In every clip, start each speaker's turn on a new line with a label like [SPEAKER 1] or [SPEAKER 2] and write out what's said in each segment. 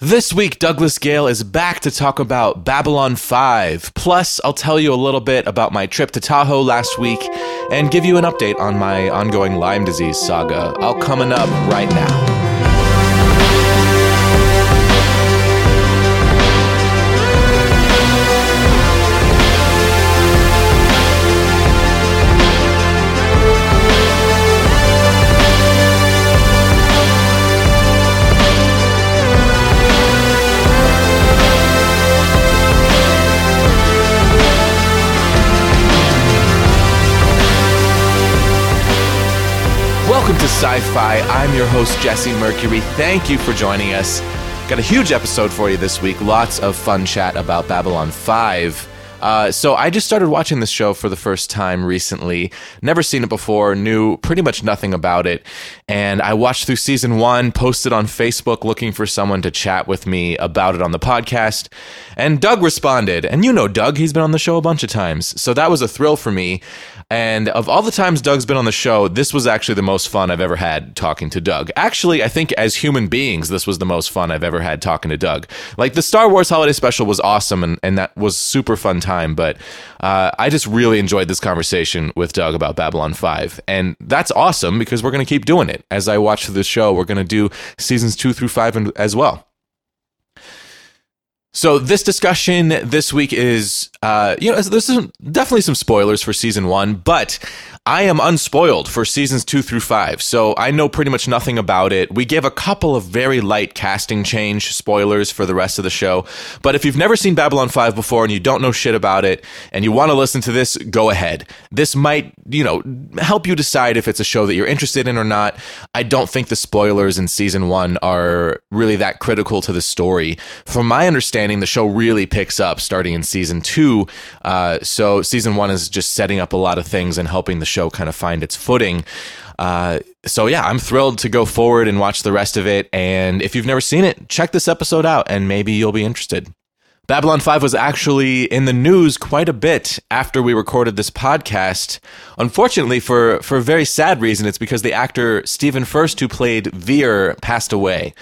[SPEAKER 1] This week, Douglas Gale is back to talk about Babylon 5. Plus, I'll tell you a little bit about my trip to Tahoe last week and give you an update on my ongoing Lyme disease saga. All coming up right now. Welcome to Sci Fi. I'm your host, Jesse Mercury. Thank you for joining us. Got a huge episode for you this week. Lots of fun chat about Babylon 5. Uh, so, I just started watching this show for the first time recently. Never seen it before, knew pretty much nothing about it. And I watched through season one, posted on Facebook looking for someone to chat with me about it on the podcast. And Doug responded. And you know Doug, he's been on the show a bunch of times. So, that was a thrill for me. And of all the times Doug's been on the show, this was actually the most fun I've ever had talking to Doug. Actually, I think as human beings, this was the most fun I've ever had talking to Doug. Like the Star Wars holiday special was awesome and, and that was super fun time, but uh, I just really enjoyed this conversation with Doug about Babylon 5. And that's awesome because we're going to keep doing it. As I watch the show, we're going to do seasons two through five and- as well. So this discussion this week is, uh, you know, there's some, definitely some spoilers for season one, but I am unspoiled for seasons two through five, so I know pretty much nothing about it. We gave a couple of very light casting change spoilers for the rest of the show, but if you've never seen Babylon Five before and you don't know shit about it and you want to listen to this, go ahead. This might, you know, help you decide if it's a show that you're interested in or not. I don't think the spoilers in season one are really that critical to the story. From my understanding, the show really picks up starting in season two. Uh, so season one is just setting up a lot of things and helping the show kind of find its footing. Uh, so yeah, I'm thrilled to go forward and watch the rest of it. And if you've never seen it, check this episode out and maybe you'll be interested. Babylon 5 was actually in the news quite a bit after we recorded this podcast. Unfortunately, for, for a very sad reason, it's because the actor Stephen First, who played Veer, passed away.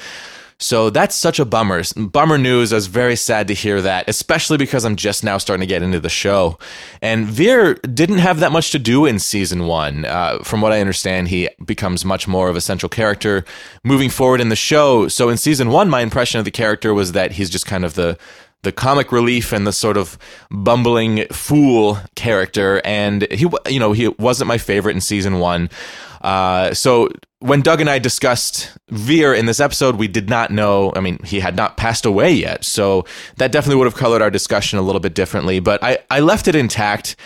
[SPEAKER 1] So that's such a bummer. Bummer news. I was very sad to hear that, especially because I'm just now starting to get into the show. And Veer didn't have that much to do in season one. Uh, from what I understand, he becomes much more of a central character moving forward in the show. So in season one, my impression of the character was that he's just kind of the the comic relief and the sort of bumbling fool character. And he, wa- you know, he wasn't my favorite in season one. Uh, so when Doug and I discussed Veer in this episode, we did not know. I mean, he had not passed away yet, so that definitely would have colored our discussion a little bit differently. But I, I left it intact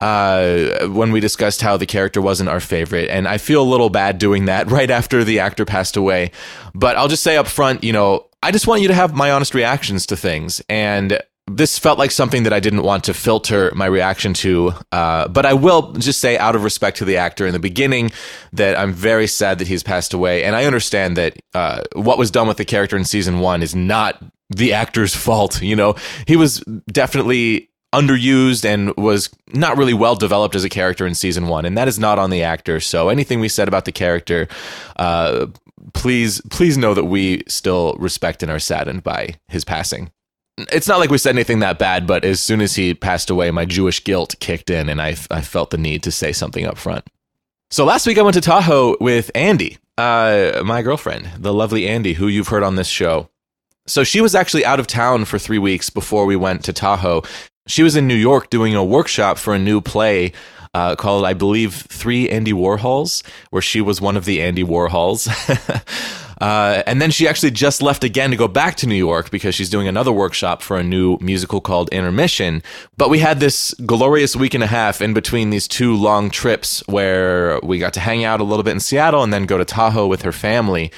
[SPEAKER 1] uh, when we discussed how the character wasn't our favorite, and I feel a little bad doing that right after the actor passed away. But I'll just say up front, you know, I just want you to have my honest reactions to things, and this felt like something that I didn't want to filter my reaction to, uh, but I will just say, out of respect to the actor in the beginning, that I'm very sad that he's passed away, and I understand that uh, what was done with the character in season one is not the actor's fault. You know, he was definitely underused and was not really well developed as a character in season one, and that is not on the actor. So anything we said about the character, uh, please, please know that we still respect and are saddened by his passing it's not like we said anything that bad, but as soon as he passed away, my Jewish guilt kicked in and I, I felt the need to say something up front. So last week I went to Tahoe with Andy, uh, my girlfriend, the lovely Andy, who you've heard on this show. So she was actually out of town for three weeks before we went to Tahoe. She was in New York doing a workshop for a new play uh, called, I believe, Three Andy Warhols, where she was one of the Andy Warhols. uh, and then she actually just left again to go back to New York because she's doing another workshop for a new musical called Intermission. But we had this glorious week and a half in between these two long trips where we got to hang out a little bit in Seattle and then go to Tahoe with her family.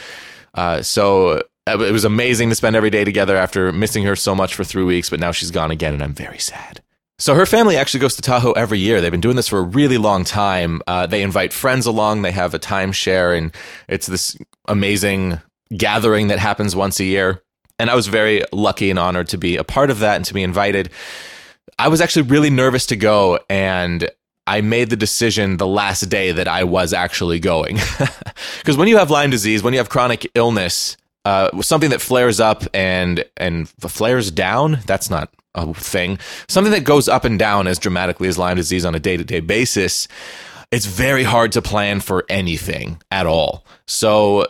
[SPEAKER 1] Uh, so uh, it was amazing to spend every day together after missing her so much for three weeks, but now she's gone again, and I'm very sad. So her family actually goes to Tahoe every year. They've been doing this for a really long time. Uh, they invite friends along. They have a timeshare, and it's this amazing gathering that happens once a year. And I was very lucky and honored to be a part of that and to be invited. I was actually really nervous to go, and I made the decision the last day that I was actually going. Because when you have Lyme disease, when you have chronic illness, uh, uh, something that flares up and and flares down. That's not a thing. Something that goes up and down as dramatically as Lyme disease on a day to day basis. It's very hard to plan for anything at all. So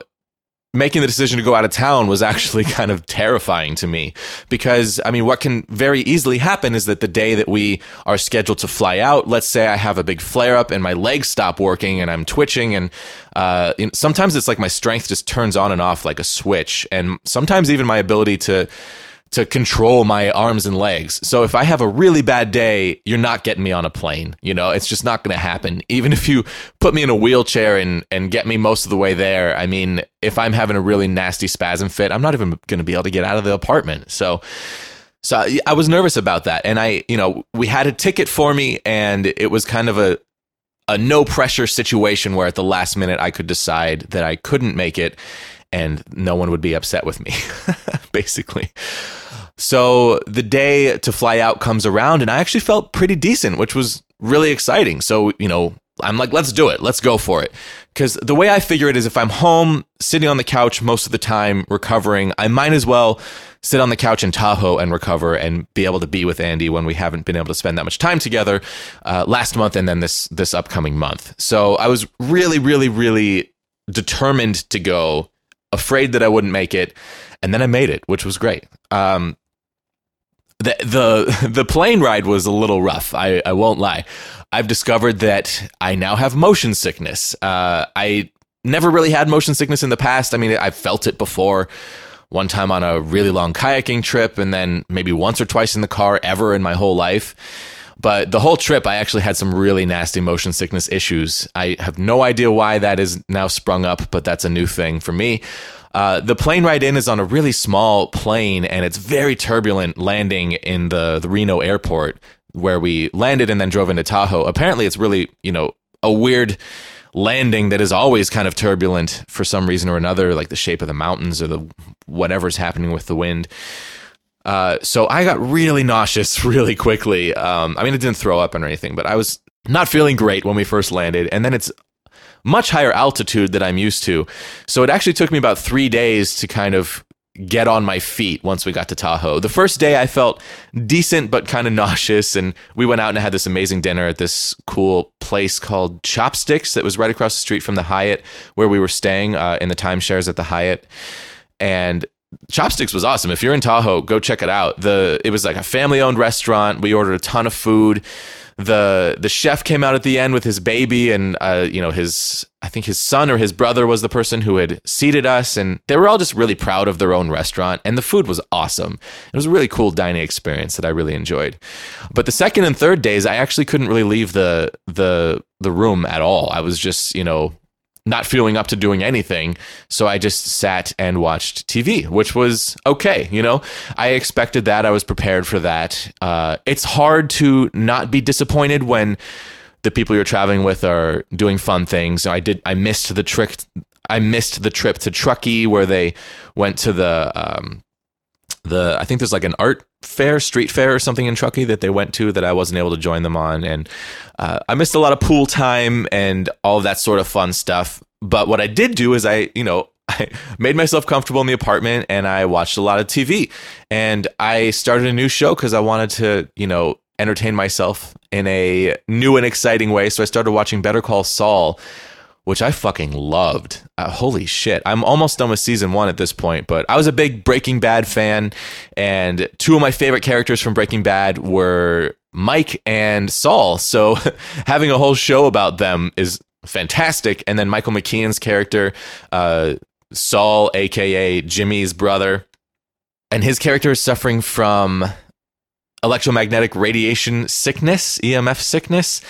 [SPEAKER 1] making the decision to go out of town was actually kind of terrifying to me because I mean, what can very easily happen is that the day that we are scheduled to fly out, let's say I have a big flare up and my legs stop working and I'm twitching, and uh, you know, sometimes it's like my strength just turns on and off like a switch, and sometimes even my ability to to control my arms and legs. So if I have a really bad day, you're not getting me on a plane. You know, it's just not going to happen. Even if you put me in a wheelchair and and get me most of the way there, I mean, if I'm having a really nasty spasm fit, I'm not even going to be able to get out of the apartment. So so I, I was nervous about that. And I, you know, we had a ticket for me and it was kind of a a no pressure situation where at the last minute I could decide that I couldn't make it and no one would be upset with me, basically. So the day to fly out comes around, and I actually felt pretty decent, which was really exciting. So, you know, I'm like, let's do it, let's go for it. Because the way I figure it is if I'm home, sitting on the couch most of the time, recovering, I might as well sit on the couch in Tahoe and recover and be able to be with Andy when we haven't been able to spend that much time together uh, last month and then this this upcoming month. So I was really, really, really determined to go afraid that I wouldn't make it, and then I made it, which was great. Um, the the the plane ride was a little rough. I, I won't lie. I've discovered that I now have motion sickness. Uh, I never really had motion sickness in the past. I mean, I felt it before. One time on a really long kayaking trip, and then maybe once or twice in the car ever in my whole life. But the whole trip, I actually had some really nasty motion sickness issues. I have no idea why that is now sprung up, but that's a new thing for me. Uh, the plane ride in is on a really small plane, and it's very turbulent landing in the, the Reno airport where we landed and then drove into Tahoe. Apparently, it's really, you know, a weird landing that is always kind of turbulent for some reason or another, like the shape of the mountains or the whatever's happening with the wind. Uh, so I got really nauseous really quickly. Um, I mean, it didn't throw up or anything, but I was not feeling great when we first landed. And then it's much higher altitude that I'm used to. So it actually took me about three days to kind of get on my feet once we got to Tahoe. The first day I felt decent but kind of nauseous and we went out and had this amazing dinner at this cool place called Chopsticks that was right across the street from the Hyatt where we were staying uh, in the timeshares at the Hyatt. And Chopsticks was awesome. If you're in Tahoe, go check it out. The it was like a family-owned restaurant. We ordered a ton of food. The the chef came out at the end with his baby and uh, you know his I think his son or his brother was the person who had seated us and they were all just really proud of their own restaurant and the food was awesome. It was a really cool dining experience that I really enjoyed. But the second and third days I actually couldn't really leave the the the room at all. I was just, you know, not feeling up to doing anything. So I just sat and watched TV, which was okay. You know, I expected that. I was prepared for that. Uh, it's hard to not be disappointed when the people you're traveling with are doing fun things. I did. I missed the trick. I missed the trip to Truckee where they went to the um, the I think there's like an art fair, street fair or something in Truckee that they went to that I wasn't able to join them on, and uh, I missed a lot of pool time and all that sort of fun stuff. But what I did do is I, you know, I made myself comfortable in the apartment and I watched a lot of TV, and I started a new show because I wanted to, you know, entertain myself in a new and exciting way. So I started watching Better Call Saul which I fucking loved. Uh, holy shit. I'm almost done with season one at this point, but I was a big Breaking Bad fan, and two of my favorite characters from Breaking Bad were Mike and Saul. So having a whole show about them is fantastic. And then Michael McKean's character, uh, Saul, aka Jimmy's brother, and his character is suffering from electromagnetic radiation sickness, EMF sickness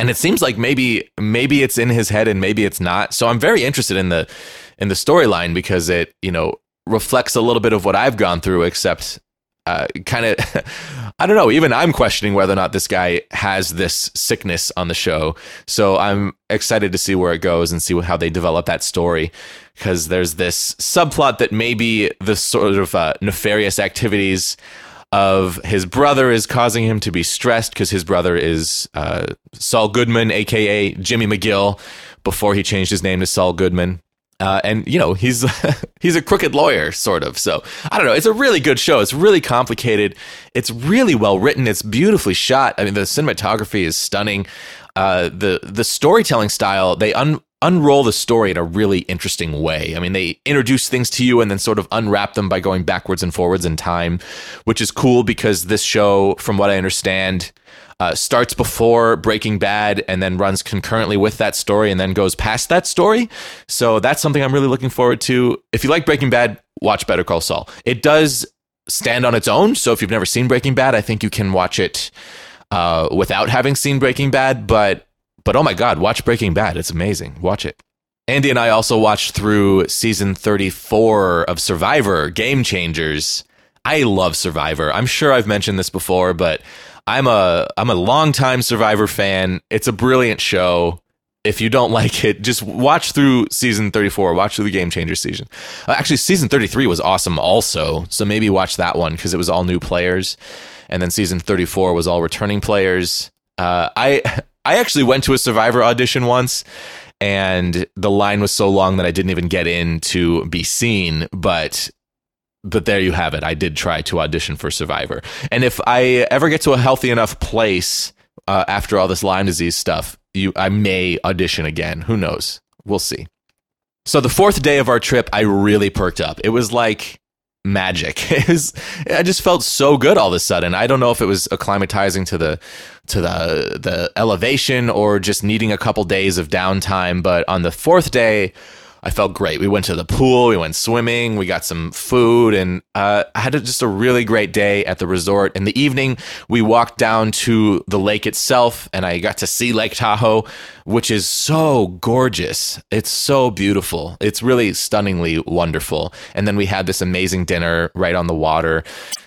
[SPEAKER 1] and it seems like maybe maybe it's in his head and maybe it's not so i'm very interested in the in the storyline because it you know reflects a little bit of what i've gone through except uh, kind of i don't know even i'm questioning whether or not this guy has this sickness on the show so i'm excited to see where it goes and see how they develop that story because there's this subplot that maybe the sort of uh, nefarious activities of his brother is causing him to be stressed because his brother is uh, Saul Goodman, aka Jimmy McGill, before he changed his name to Saul Goodman. uh, and you know he's he's a crooked lawyer, sort of. So I don't know. It's a really good show. It's really complicated. It's really well written. It's beautifully shot. I mean, the cinematography is stunning. Uh, the the storytelling style they un, unroll the story in a really interesting way. I mean, they introduce things to you and then sort of unwrap them by going backwards and forwards in time, which is cool because this show, from what I understand, uh, starts before Breaking Bad and then runs concurrently with that story and then goes past that story. So that's something I'm really looking forward to. If you like Breaking Bad, watch Better Call Saul. It does stand on its own. So if you've never seen Breaking Bad, I think you can watch it uh, without having seen Breaking Bad. But but oh my god, watch Breaking Bad. It's amazing. Watch it. Andy and I also watched through season 34 of Survivor Game Changers. I love Survivor. I'm sure I've mentioned this before, but I'm a I'm a longtime Survivor fan. It's a brilliant show. If you don't like it, just watch through season 34. Watch through the Game Changer season. Uh, Actually, season 33 was awesome also. So maybe watch that one because it was all new players, and then season 34 was all returning players. Uh, I I actually went to a Survivor audition once, and the line was so long that I didn't even get in to be seen. But but there you have it. I did try to audition for Survivor, and if I ever get to a healthy enough place uh, after all this Lyme disease stuff, you I may audition again. Who knows? We'll see. So the fourth day of our trip, I really perked up. It was like magic. It was, I just felt so good all of a sudden. I don't know if it was acclimatizing to the to the the elevation or just needing a couple days of downtime, but on the fourth day I felt great. We went to the pool, we went swimming, we got some food, and uh, I had a- just a really great day at the resort. In the evening, we walked down to the lake itself, and I got to see Lake Tahoe, which is so gorgeous. It's so beautiful. It's really stunningly wonderful. And then we had this amazing dinner right on the water.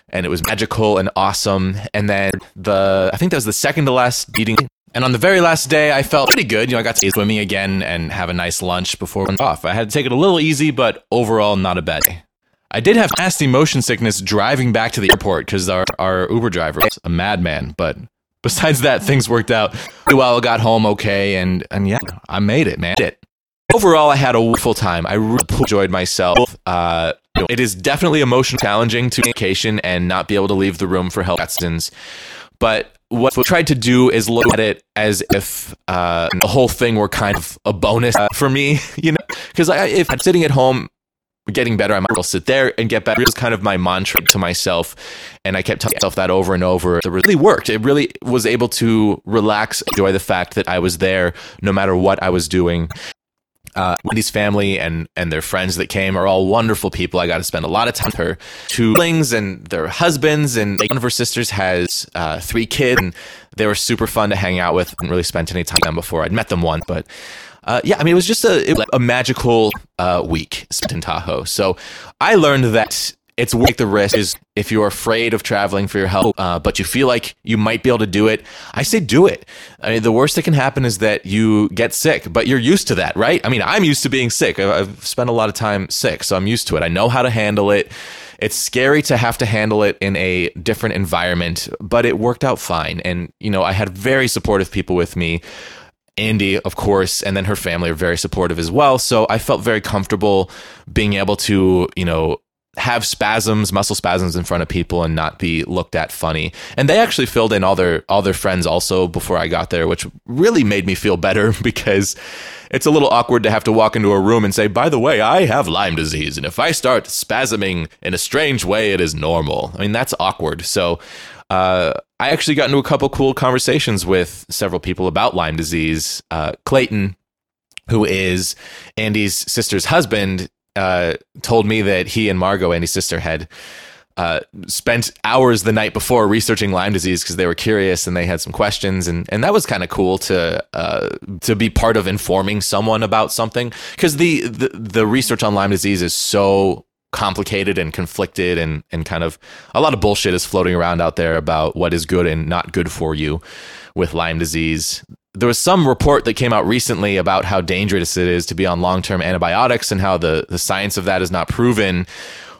[SPEAKER 1] And it was magical and awesome. And then the, I think that was the second to last eating and on the very last day, I felt pretty good. You know, I got to swimming again and have a nice lunch before it went off. I had to take it a little easy, but overall, not a bad day. I did have nasty motion sickness driving back to the airport because our, our Uber driver was a madman. But besides that, things worked out pretty well. Got home okay, and and yeah, I made it, man. Did it. Overall, I had a wonderful time. I really enjoyed myself. Uh, you know, it is definitely emotionally challenging to vacation and not be able to leave the room for health reasons. But what we tried to do is look at it as if uh, the whole thing were kind of a bonus uh, for me, you know, because if I'm sitting at home getting better, I might as well sit there and get better. It was kind of my mantra to myself, and I kept telling myself that over and over. It really worked. It really was able to relax, enjoy the fact that I was there, no matter what I was doing. Uh, Wendy's family and and their friends that came are all wonderful people. I got to spend a lot of time with her two siblings and their husbands, and like, one of her sisters has uh, three kids, and they were super fun to hang out with. Hadn't really spent any time with them before. I'd met them once, but uh, yeah, I mean, it was just a it was a magical uh, week spent in Tahoe. So I learned that it's worth the risk is if you're afraid of traveling for your health, uh, but you feel like you might be able to do it, I say do it. I mean, the worst that can happen is that you get sick, but you're used to that, right? I mean, I'm used to being sick. I- I've spent a lot of time sick, so I'm used to it. I know how to handle it. It's scary to have to handle it in a different environment, but it worked out fine. And, you know, I had very supportive people with me. Andy, of course, and then her family are very supportive as well. So I felt very comfortable being able to, you know, have spasms, muscle spasms in front of people and not be looked at funny. And they actually filled in all their all their friends also before I got there, which really made me feel better because it's a little awkward to have to walk into a room and say, "By the way, I have Lyme disease, and if I start spasming in a strange way, it is normal." I mean, that's awkward. So, uh, I actually got into a couple cool conversations with several people about Lyme disease. Uh, Clayton, who is Andy's sister's husband, uh, told me that he and Margot, Andy's sister, had uh, spent hours the night before researching Lyme disease because they were curious and they had some questions, and and that was kind of cool to uh, to be part of informing someone about something because the, the the research on Lyme disease is so complicated and conflicted and and kind of a lot of bullshit is floating around out there about what is good and not good for you with Lyme disease. There was some report that came out recently about how dangerous it is to be on long-term antibiotics and how the the science of that is not proven,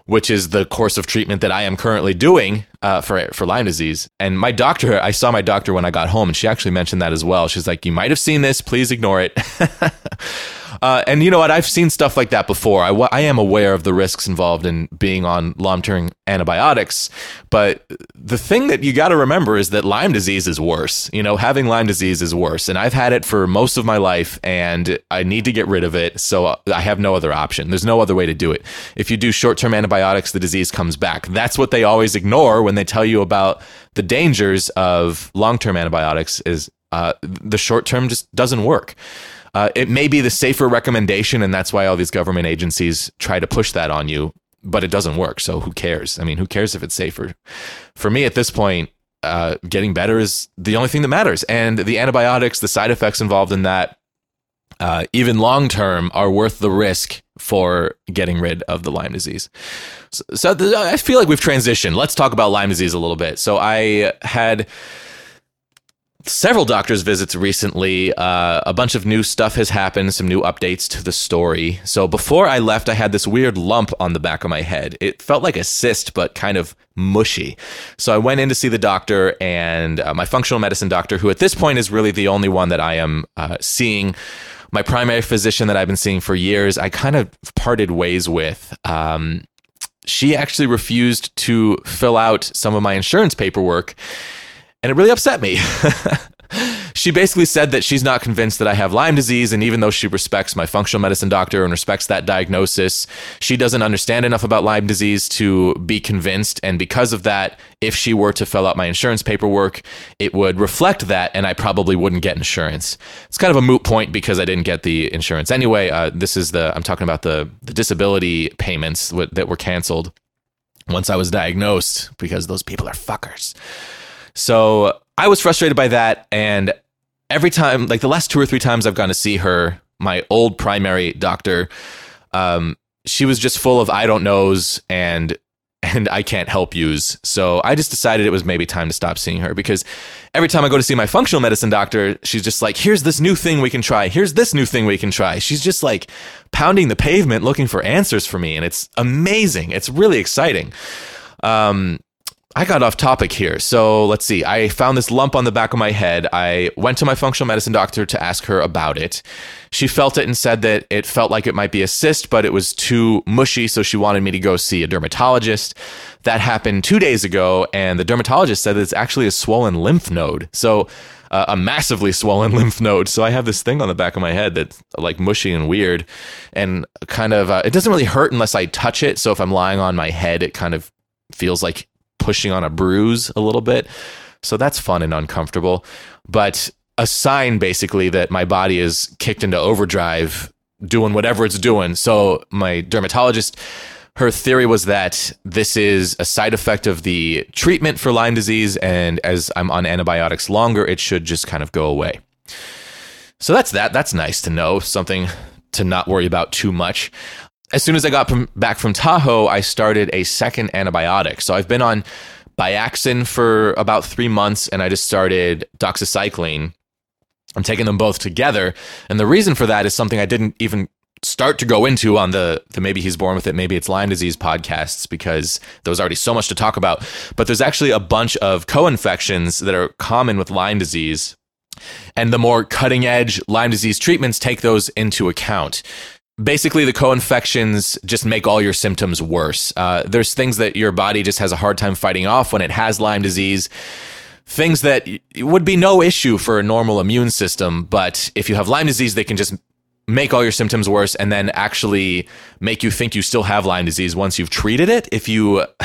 [SPEAKER 1] which is the course of treatment that I am currently doing uh, for for Lyme disease. And my doctor, I saw my doctor when I got home, and she actually mentioned that as well. She's like, "You might have seen this. Please ignore it." uh, and you know what? I've seen stuff like that before. I, wa- I am aware of the risks involved in being on long-term antibiotics, but the thing that you got to remember is that Lyme disease is worse. You know, having Lyme disease is worse, and I've had it for most of my life, and I need to get rid of it. So I have no other option. There's no other way to do it. If you do short-term antibiotics, the disease comes back. That's what they always ignore when they tell you about the dangers of long-term antibiotics. Is uh, the short term just doesn't work. Uh, it may be the safer recommendation, and that's why all these government agencies try to push that on you, but it doesn't work. So who cares? I mean, who cares if it's safer? For me at this point, uh, getting better is the only thing that matters. And the antibiotics, the side effects involved in that, uh, even long term, are worth the risk for getting rid of the Lyme disease. So, so th- I feel like we've transitioned. Let's talk about Lyme disease a little bit. So I had several doctors' visits recently. Uh, a bunch of new stuff has happened, some new updates to the story. So before I left, I had this weird lump on the back of my head. It felt like a cyst, but kind of mushy. So I went in to see the doctor and uh, my functional medicine doctor, who at this point is really the only one that I am uh, seeing. My primary physician that I've been seeing for years, I kind of parted ways with. Um, she actually refused to fill out some of my insurance paperwork and it really upset me. she basically said that she's not convinced that I have Lyme disease, and even though she respects my functional medicine doctor and respects that diagnosis, she doesn't understand enough about Lyme disease to be convinced. And because of that, if she were to fill out my insurance paperwork, it would reflect that, and I probably wouldn't get insurance. It's kind of a moot point because I didn't get the insurance anyway. Uh, this is the I'm talking about the the disability payments w- that were canceled once I was diagnosed because those people are fuckers. So I was frustrated by that. And every time, like the last two or three times I've gone to see her, my old primary doctor, um, she was just full of I don't knows and and I can't help yous. So I just decided it was maybe time to stop seeing her because every time I go to see my functional medicine doctor, she's just like, here's this new thing we can try. Here's this new thing we can try. She's just like pounding the pavement looking for answers for me. And it's amazing. It's really exciting. Um, I got off topic here. So let's see. I found this lump on the back of my head. I went to my functional medicine doctor to ask her about it. She felt it and said that it felt like it might be a cyst, but it was too mushy. So she wanted me to go see a dermatologist. That happened two days ago. And the dermatologist said that it's actually a swollen lymph node. So uh, a massively swollen lymph node. So I have this thing on the back of my head that's uh, like mushy and weird and kind of, uh, it doesn't really hurt unless I touch it. So if I'm lying on my head, it kind of feels like pushing on a bruise a little bit. So that's fun and uncomfortable, but a sign basically that my body is kicked into overdrive doing whatever it's doing. So my dermatologist her theory was that this is a side effect of the treatment for Lyme disease and as I'm on antibiotics longer it should just kind of go away. So that's that. That's nice to know, something to not worry about too much as soon as I got from, back from Tahoe, I started a second antibiotic. So I've been on Biaxin for about three months, and I just started doxycycline. I'm taking them both together, and the reason for that is something I didn't even start to go into on the the maybe he's born with it, maybe it's Lyme disease podcasts because there was already so much to talk about. But there's actually a bunch of co-infections that are common with Lyme disease. And the more cutting edge Lyme disease treatments take those into account basically the co-infections just make all your symptoms worse uh, there's things that your body just has a hard time fighting off when it has lyme disease things that would be no issue for a normal immune system but if you have lyme disease they can just make all your symptoms worse and then actually make you think you still have lyme disease once you've treated it if you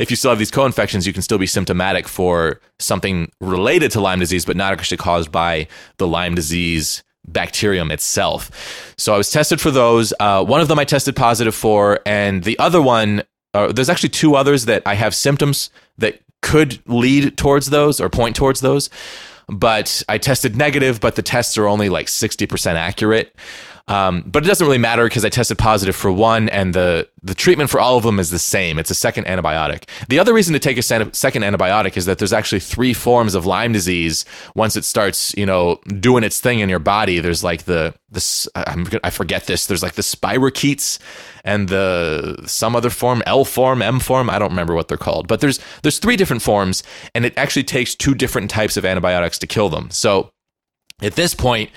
[SPEAKER 1] if you still have these co-infections you can still be symptomatic for something related to lyme disease but not actually caused by the lyme disease bacterium itself. So I was tested for those. Uh, one of them I tested positive for, and the other one, uh, there's actually two others that I have symptoms that could lead towards those or point towards those. But I tested negative, but the tests are only like 60% accurate. Um, but it doesn't really matter because I tested positive for one, and the the treatment for all of them is the same. It's a second antibiotic. The other reason to take a sen- second antibiotic is that there's actually three forms of Lyme disease. Once it starts, you know, doing its thing in your body, there's like the this I'm, I forget this. There's like the spirochetes and the some other form, L form, M form. I don't remember what they're called, but there's there's three different forms, and it actually takes two different types of antibiotics to kill them. So at this point.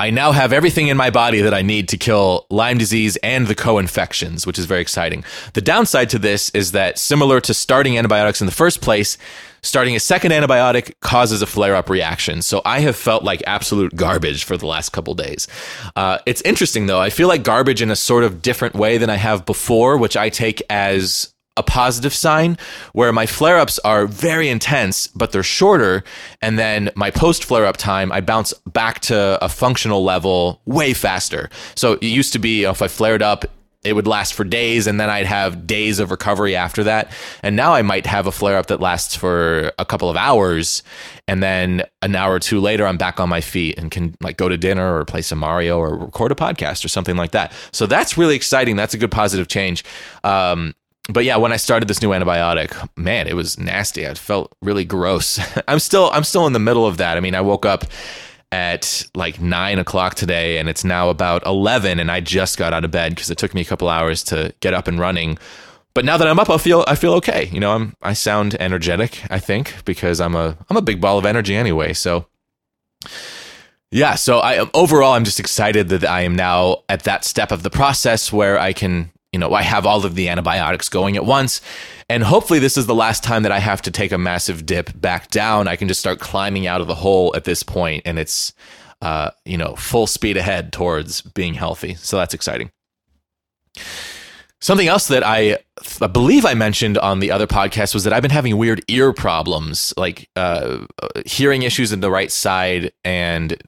[SPEAKER 1] I now have everything in my body that I need to kill Lyme disease and the co infections, which is very exciting. The downside to this is that, similar to starting antibiotics in the first place, starting a second antibiotic causes a flare up reaction. So I have felt like absolute garbage for the last couple days. Uh, it's interesting, though. I feel like garbage in a sort of different way than I have before, which I take as a positive sign where my flare ups are very intense, but they're shorter. And then my post flare up time, I bounce back to a functional level way faster. So it used to be you know, if I flared up, it would last for days and then I'd have days of recovery after that. And now I might have a flare up that lasts for a couple of hours and then an hour or two later I'm back on my feet and can like go to dinner or play some Mario or record a podcast or something like that. So that's really exciting. That's a good positive change. Um, but yeah, when I started this new antibiotic, man, it was nasty. I felt really gross. I'm still I'm still in the middle of that. I mean, I woke up at like nine o'clock today, and it's now about eleven, and I just got out of bed because it took me a couple hours to get up and running. But now that I'm up, I feel I feel okay. You know, I'm I sound energetic. I think because I'm a I'm a big ball of energy anyway. So. Yeah, so I um, overall I'm just excited that I am now at that step of the process where I can you know, I have all of the antibiotics going at once. And hopefully, this is the last time that I have to take a massive dip back down. I can just start climbing out of the hole at this point, and it's, uh, you know, full speed ahead towards being healthy. So that's exciting. Something else that I, I believe I mentioned on the other podcast was that I've been having weird ear problems, like uh, hearing issues in the right side and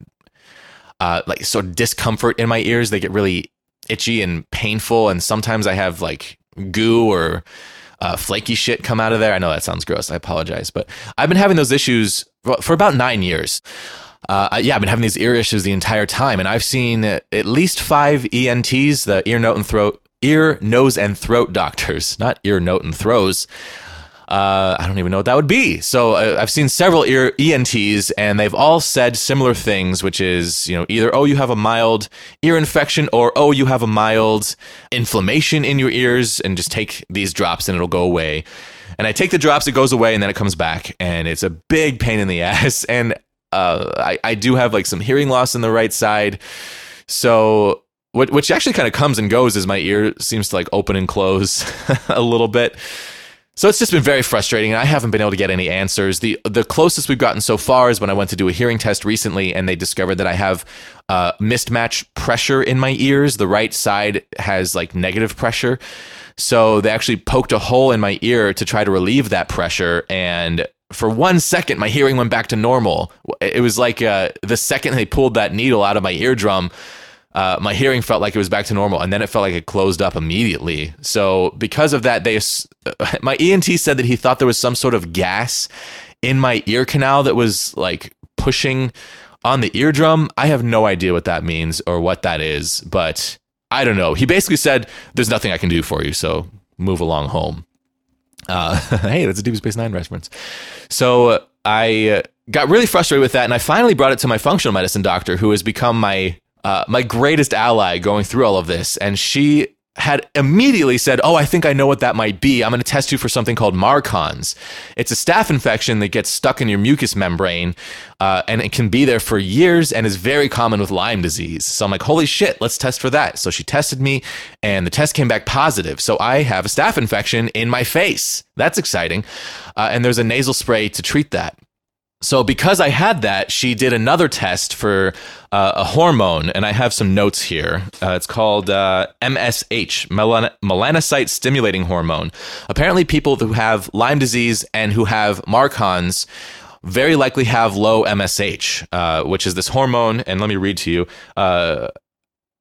[SPEAKER 1] uh, like sort of discomfort in my ears. They get really itchy and painful and sometimes i have like goo or uh, flaky shit come out of there i know that sounds gross i apologize but i've been having those issues for about nine years uh, yeah, I've been having these ear issues the entire time, and I've seen at least five ENTs, the ear, nose, and throat, ear, nose, and throat doctors, not ear, nose, and throws. Uh, I don't even know what that would be. So uh, I've seen several ear ENTs, and they've all said similar things, which is you know either oh you have a mild ear infection, or oh you have a mild inflammation in your ears, and just take these drops and it'll go away. And I take the drops, it goes away, and then it comes back, and it's a big pain in the ass. And uh, I I do have like some hearing loss in the right side, so which which actually kind of comes and goes as my ear seems to like open and close a little bit. So it's just been very frustrating, and I haven't been able to get any answers. the The closest we've gotten so far is when I went to do a hearing test recently, and they discovered that I have uh, mismatch pressure in my ears. The right side has like negative pressure, so they actually poked a hole in my ear to try to relieve that pressure. And for one second, my hearing went back to normal. It was like uh, the second they pulled that needle out of my eardrum. Uh, my hearing felt like it was back to normal, and then it felt like it closed up immediately. So because of that, they my ENT said that he thought there was some sort of gas in my ear canal that was like pushing on the eardrum. I have no idea what that means or what that is, but I don't know. He basically said, "There's nothing I can do for you, so move along home." Uh, hey, that's a Deep Space Nine reference. So uh, I got really frustrated with that, and I finally brought it to my functional medicine doctor, who has become my uh, my greatest ally going through all of this. And she had immediately said, Oh, I think I know what that might be. I'm going to test you for something called Marcons. It's a staph infection that gets stuck in your mucous membrane uh, and it can be there for years and is very common with Lyme disease. So I'm like, Holy shit, let's test for that. So she tested me and the test came back positive. So I have a staph infection in my face. That's exciting. Uh, and there's a nasal spray to treat that. So, because I had that, she did another test for uh, a hormone, and I have some notes here. Uh, it's called uh, MSH, melan- melanocyte stimulating hormone. Apparently, people who have Lyme disease and who have Marcon's very likely uh, have low MSH, which is this hormone. And let me read to you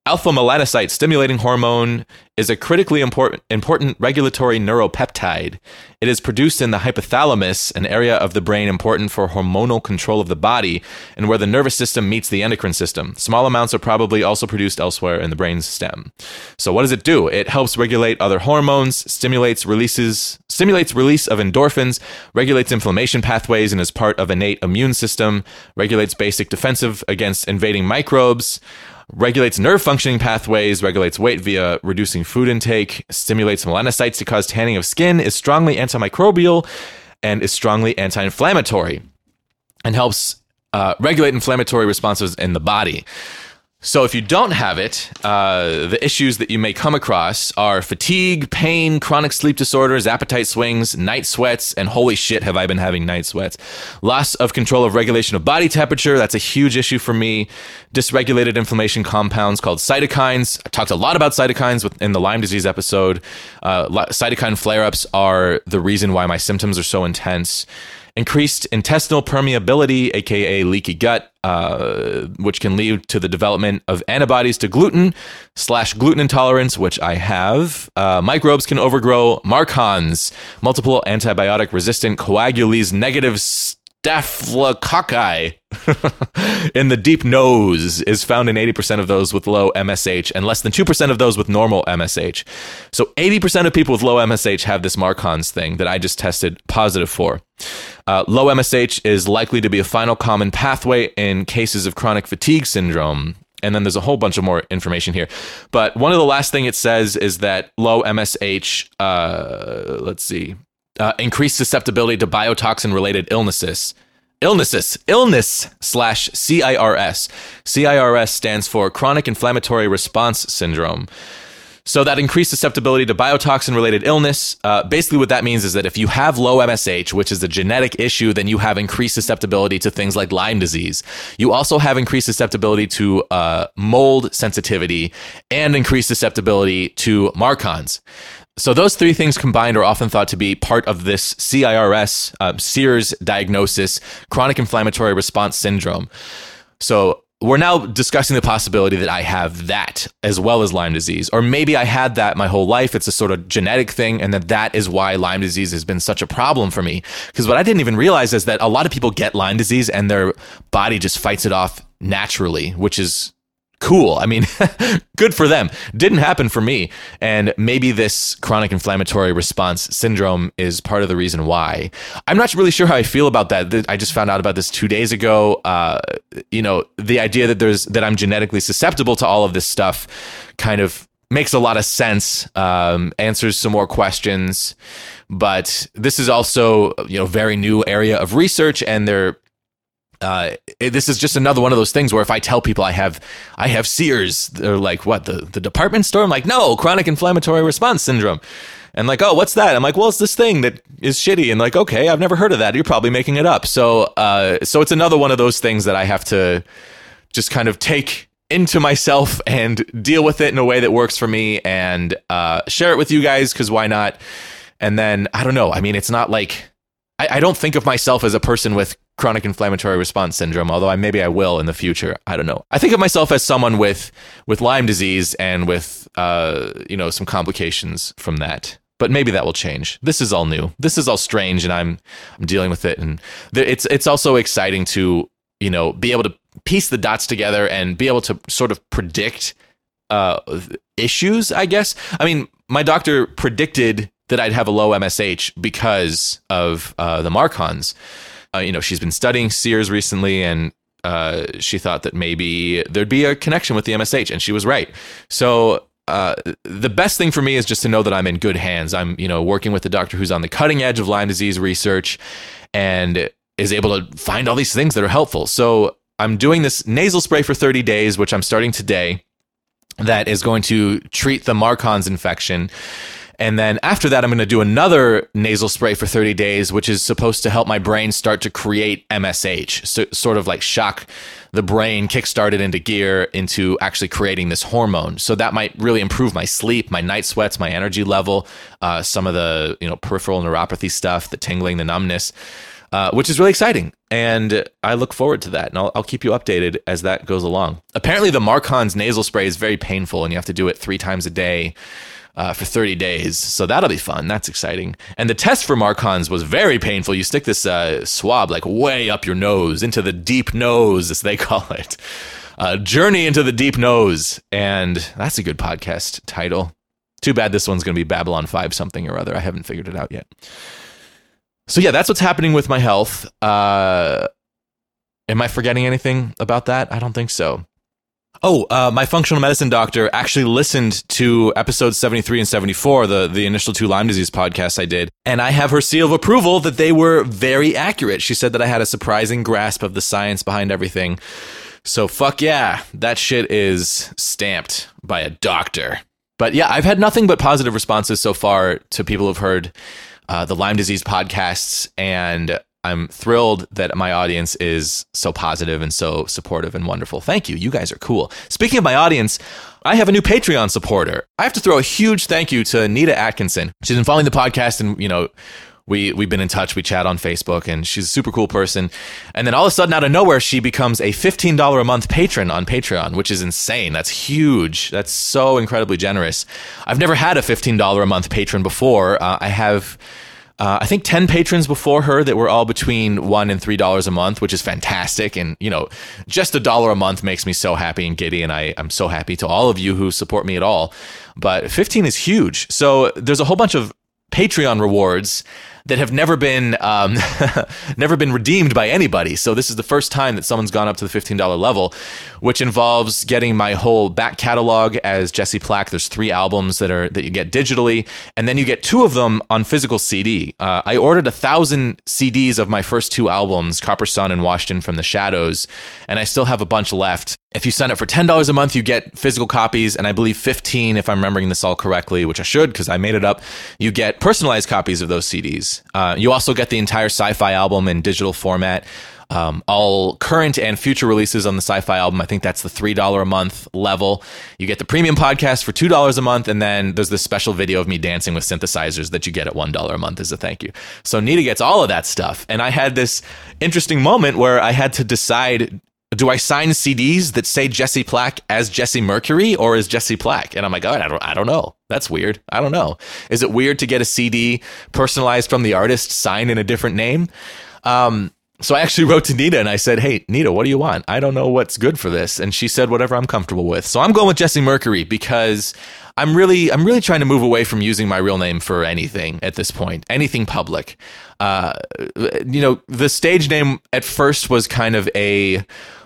[SPEAKER 1] Alpha melanocyte stimulating hormone is a critically important, important regulatory neuropeptide. It is produced in the hypothalamus, an area of the brain important for hormonal control of the body and where the nervous system meets the endocrine system. Small amounts are probably also produced elsewhere in the brain's stem. So what does it do? It helps regulate other hormones, stimulates releases stimulates release of endorphins, regulates inflammation pathways and is part of innate immune system, regulates basic defensive against invading microbes regulates nerve functioning pathways, regulates weight via reducing food intake, stimulates melanocytes to cause tanning of skin, is strongly antimicrobial, and is strongly anti inflammatory, and helps uh, regulate inflammatory responses in the body. So, if you don't have it, uh, the issues that you may come across are fatigue, pain, chronic sleep disorders, appetite swings, night sweats, and holy shit, have I been having night sweats. Loss of control of regulation of body temperature, that's a huge issue for me. Dysregulated inflammation compounds called cytokines. I talked a lot about cytokines with- in the Lyme disease episode. Uh, li- cytokine flare ups are the reason why my symptoms are so intense increased intestinal permeability, aka leaky gut, uh, which can lead to the development of antibodies to gluten slash gluten intolerance, which I have. Uh, microbes can overgrow Marcons, multiple antibiotic resistant coagules negative staphylococci in the deep nose is found in 80% of those with low MSH and less than 2% of those with normal MSH. So 80% of people with low MSH have this Marcons thing that I just tested positive for. Uh, low MSH is likely to be a final common pathway in cases of chronic fatigue syndrome. And then there's a whole bunch of more information here. But one of the last thing it says is that low MSH, uh, let's see, uh, increased susceptibility to biotoxin related illnesses. Illnesses, illness slash CIRS. CIRS stands for chronic inflammatory response syndrome. So that increased susceptibility to biotoxin related illness, uh, basically what that means is that if you have low MSH, which is a genetic issue, then you have increased susceptibility to things like Lyme disease. You also have increased susceptibility to uh, mold sensitivity and increased susceptibility to Marcons. So those three things combined are often thought to be part of this CIRS, uh, Sears diagnosis, chronic inflammatory response syndrome. So we're now discussing the possibility that I have that as well as Lyme disease, or maybe I had that my whole life. It's a sort of genetic thing, and that that is why Lyme disease has been such a problem for me. Because what I didn't even realize is that a lot of people get Lyme disease and their body just fights it off naturally, which is cool. I mean, good for them. Didn't happen for me. And maybe this chronic inflammatory response syndrome is part of the reason why. I'm not really sure how I feel about that. Th- I just found out about this two days ago. Uh, you know, the idea that there's that I'm genetically susceptible to all of this stuff kind of makes a lot of sense um, answers some more questions but this is also you know very new area of research and they're uh, it- this is just another one of those things where if I tell people I have I have Sears, they're like, "What the the department store?" I'm like, "No, chronic inflammatory response syndrome." And like, "Oh, what's that?" I'm like, "Well, it's this thing that is shitty." And like, "Okay, I've never heard of that. You're probably making it up." So, uh, so it's another one of those things that I have to just kind of take into myself and deal with it in a way that works for me and uh, share it with you guys because why not? And then I don't know. I mean, it's not like I, I don't think of myself as a person with chronic inflammatory response syndrome, although I maybe I will in the future. I don't know. I think of myself as someone with with Lyme disease and with uh, you know some complications from that. But maybe that will change. This is all new. This is all strange, and I'm I'm dealing with it. And there, it's it's also exciting to you know be able to piece the dots together and be able to sort of predict uh, issues, I guess. I mean, my doctor predicted that I'd have a low MSH because of uh, the Marcons. Uh, you know, she's been studying Sears recently and uh, she thought that maybe there'd be a connection with the MSH, and she was right. So, uh, the best thing for me is just to know that I'm in good hands. I'm, you know, working with the doctor who's on the cutting edge of Lyme disease research and is able to find all these things that are helpful. So, I'm doing this nasal spray for 30 days, which I'm starting today that is going to treat the Marcon's infection. And then after that, I'm going to do another nasal spray for 30 days, which is supposed to help my brain start to create MSH, so, sort of like shock the brain, kickstart it into gear into actually creating this hormone. So that might really improve my sleep, my night sweats, my energy level, uh, some of the you know peripheral neuropathy stuff, the tingling, the numbness. uh, which is really exciting. And I look forward to that. And I'll, I'll keep you updated as that goes along. Apparently, the Marcon's nasal spray is very painful, and you have to do it three times a day uh, for 30 days. So that'll be fun. That's exciting. And the test for Marcon's was very painful. You stick this uh, swab like way up your nose, into the deep nose, as they call it. Uh, Journey into the Deep Nose. And that's a good podcast title. Too bad this one's going to be Babylon 5 something or other. I haven't figured it out yet. So, yeah, that's what's happening with my health. Uh, am I forgetting anything about that? I don't think so. Oh, uh, my functional medicine doctor actually listened to episodes 73 and 74, the, the initial two Lyme disease podcasts I did, and I have her seal of approval that they were very accurate. She said that I had a surprising grasp of the science behind everything. So fuck yeah, that shit is stamped by a doctor. But yeah, I've had nothing but positive responses so far to people who've heard uh, the Lyme disease podcasts, and I'm thrilled that my audience is so positive and so supportive and wonderful. Thank you. You guys are cool. Speaking of my audience, I have a new Patreon supporter. I have to throw a huge thank you to Nita Atkinson. She's been following the podcast and, you know, we we've been in touch. We chat on Facebook, and she's a super cool person. And then all of a sudden, out of nowhere, she becomes a fifteen dollar a month patron on Patreon, which is insane. That's huge. That's so incredibly generous. I've never had a fifteen dollar a month patron before. Uh, I have. Uh, I think 10 patrons before her that were all between one and three dollars a month, which is fantastic. And you know, just a dollar a month makes me so happy and giddy. And I, I'm so happy to all of you who support me at all. But 15 is huge. So there's a whole bunch of Patreon rewards that have never been um, never been redeemed by anybody. So this is the first time that someone's gone up to the fifteen dollar level, which involves getting my whole back catalog as Jesse Plack. There's three albums that are that you get digitally, and then you get two of them on physical CD. Uh, I ordered a thousand CDs of my first two albums, Copper Sun and Washington from the Shadows, and I still have a bunch left. If you sign up for ten dollars a month, you get physical copies, and I believe fifteen, if I'm remembering this all correctly, which I should because I made it up. You get personalized copies of those CDs. Uh, you also get the entire sci fi album in digital format, um, all current and future releases on the sci fi album. I think that's the $3 a month level. You get the premium podcast for $2 a month, and then there's this special video of me dancing with synthesizers that you get at $1 a month as a thank you. So Nita gets all of that stuff. And I had this interesting moment where I had to decide. Do I sign CDs that say Jesse Plack as Jesse Mercury or as Jesse Plack? And I'm like, oh, I don't, I don't know. That's weird. I don't know. Is it weird to get a CD personalized from the artist signed in a different name? Um, so I actually wrote to Nita and I said, Hey, Nita, what do you want? I don't know what's good for this. And she said, whatever I'm comfortable with. So I'm going with Jesse Mercury because I'm really, I'm really trying to move away from using my real name for anything at this point, anything public. Uh, you know, the stage name at first was kind of a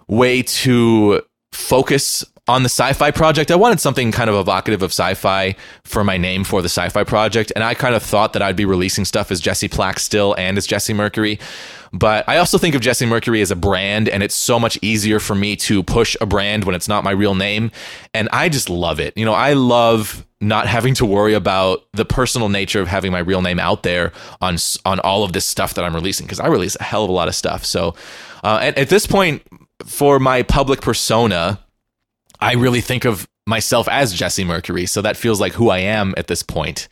[SPEAKER 1] way to focus on the sci-fi project i wanted something kind of evocative of sci-fi for my name for the sci-fi project and i kind of thought that i'd be releasing stuff as jesse plack still and as jesse mercury but i also think of jesse mercury as a brand and it's so much easier for me to push a brand when it's not my real name and i just love it you know i love not having to worry about the personal nature of having my real name out there on on all of this stuff that i'm releasing because i release a hell of a lot of stuff so uh, at, at this point for my public persona I really think of myself as Jesse Mercury. So that feels like who I am at this point,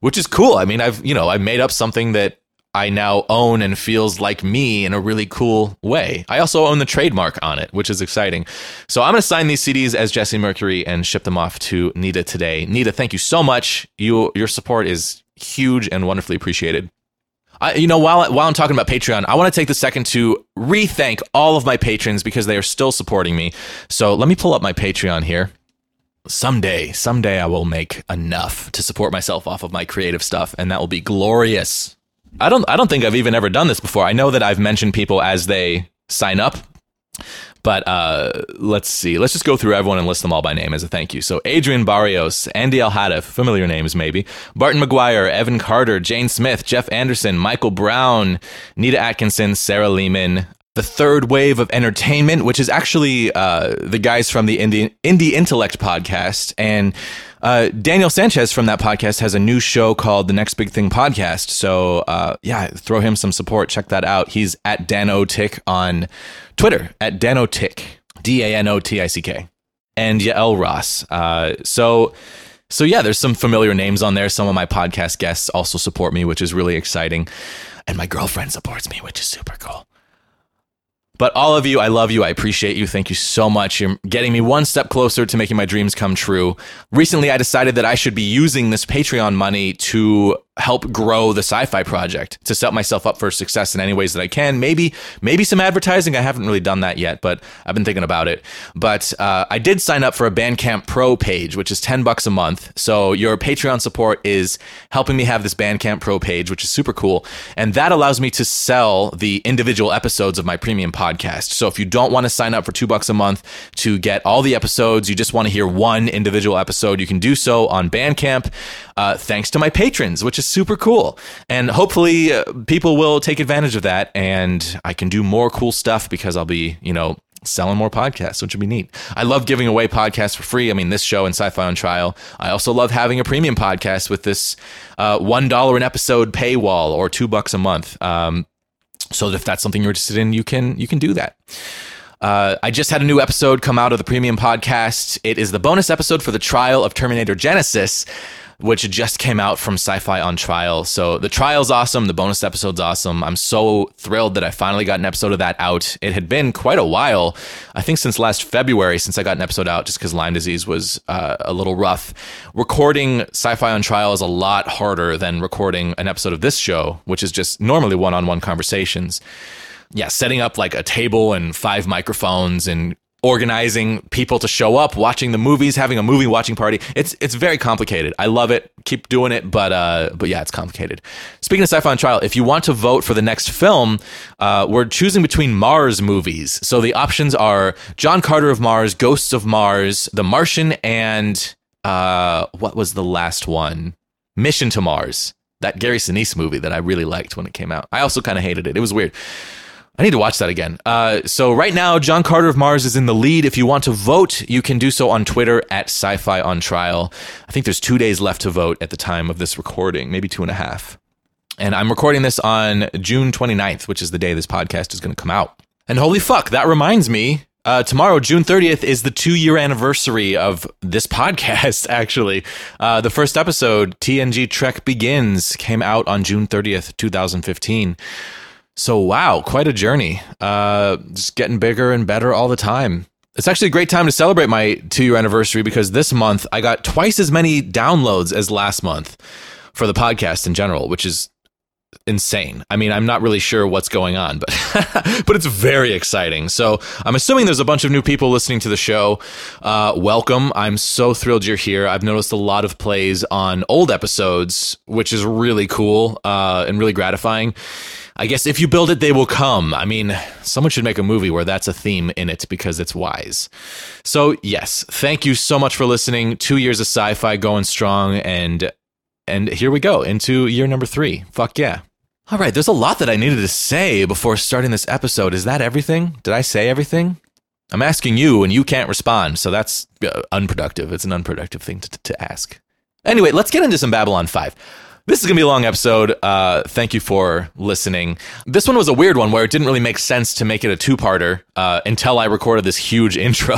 [SPEAKER 1] which is cool. I mean, I've, you know, I made up something that I now own and feels like me in a really cool way. I also own the trademark on it, which is exciting. So I'm going to sign these CDs as Jesse Mercury and ship them off to Nita today. Nita, thank you so much. You, your support is huge and wonderfully appreciated. I, you know, while while I'm talking about Patreon, I want to take the second to rethank all of my patrons because they are still supporting me. So let me pull up my Patreon here. Someday, someday, I will make enough to support myself off of my creative stuff, and that will be glorious. I don't, I don't think I've even ever done this before. I know that I've mentioned people as they sign up, but uh, let's see. Let's just go through everyone and list them all by name as a thank you. So Adrian Barrios, Andy El Hadif, familiar names maybe, Barton McGuire, Evan Carter, Jane Smith, Jeff Anderson, Michael Brown, Nita Atkinson, Sarah Lehman. The third wave of entertainment, which is actually uh, the guys from the Indie, Indie Intellect podcast. And uh, Daniel Sanchez from that podcast has a new show called The Next Big Thing Podcast. So, uh, yeah, throw him some support. Check that out. He's at Dan O'Tick on Twitter, at Dan O'Tick, D A N O T I C K. And Yael Ross. Uh, so, so yeah, there's some familiar names on there. Some of my podcast guests also support me, which is really exciting. and my girlfriend supports me, which is super cool. But all of you, I love you. I appreciate you. Thank you so much. You're getting me one step closer to making my dreams come true. Recently, I decided that I should be using this Patreon money to help grow the sci-fi project, to set myself up for success in any ways that I can. Maybe, maybe some advertising. I haven't really done that yet, but I've been thinking about it. But uh, I did sign up for a Bandcamp Pro page, which is ten bucks a month. So your Patreon support is helping me have this Bandcamp Pro page, which is super cool, and that allows me to sell the individual episodes of my premium podcast podcast. So if you don't want to sign up for two bucks a month to get all the episodes, you just want to hear one individual episode, you can do so on Bandcamp. Uh, thanks to my patrons, which is super cool. And hopefully, uh, people will take advantage of that, and I can do more cool stuff because I'll be, you know, selling more podcasts, which would be neat. I love giving away podcasts for free. I mean, this show and Sci Fi on Trial. I also love having a premium podcast with this uh, $1 an episode paywall or two bucks a month. Um, so if that's something you're interested in, you can you can do that. Uh, I just had a new episode come out of the premium podcast. It is the bonus episode for the trial of Terminator Genesis, which just came out from Sci Fi on Trial. So the trial's awesome. The bonus episode's awesome. I'm so thrilled that I finally got an episode of that out. It had been quite a while, I think since last February, since I got an episode out, just because Lyme disease was uh, a little rough. Recording Sci Fi on Trial is a lot harder than recording an episode of this show, which is just normally one on one conversations yeah, setting up like a table and five microphones and organizing people to show up, watching the movies, having a movie watching party. It's it's very complicated. I love it. Keep doing it, but uh, but yeah, it's complicated. Speaking of sci-fi on trial, if you want to vote for the next film, uh, we're choosing between Mars movies. So the options are John Carter of Mars, Ghosts of Mars, The Martian, and uh, what was the last one? Mission to Mars. That Gary Sinise movie that I really liked when it came out. I also kind of hated it. It was weird. I need to watch that again. Uh, so right now, John Carter of Mars is in the lead. If you want to vote, you can do so on Twitter at Sci-Fi on Trial. I think there's two days left to vote at the time of this recording, maybe two and a half. And I'm recording this on June 29th, which is the day this podcast is going to come out. And holy fuck, that reminds me. Uh, tomorrow, June 30th, is the two year anniversary of this podcast, actually. Uh, the first episode, TNG Trek Begins, came out on June 30th, 2015. So wow, quite a journey. Uh, just getting bigger and better all the time. It's actually a great time to celebrate my two-year anniversary because this month I got twice as many downloads as last month for the podcast in general, which is insane. I mean, I'm not really sure what's going on, but but it's very exciting. So I'm assuming there's a bunch of new people listening to the show. Uh, welcome! I'm so thrilled you're here. I've noticed a lot of plays on old episodes, which is really cool uh, and really gratifying. I guess if you build it, they will come. I mean, someone should make a movie where that's a theme in it because it's wise. So yes, thank you so much for listening. Two years of sci-fi going strong and and here we go into year number three. Fuck yeah. All right, there's a lot that I needed to say before starting this episode. Is that everything? Did I say everything? I'm asking you and you can't respond, so that's uh, unproductive. It's an unproductive thing to, to ask. Anyway, let's get into some Babylon 5. This is going to be a long episode. Uh, thank you for listening. This one was a weird one where it didn't really make sense to make it a two parter uh, until I recorded this huge intro.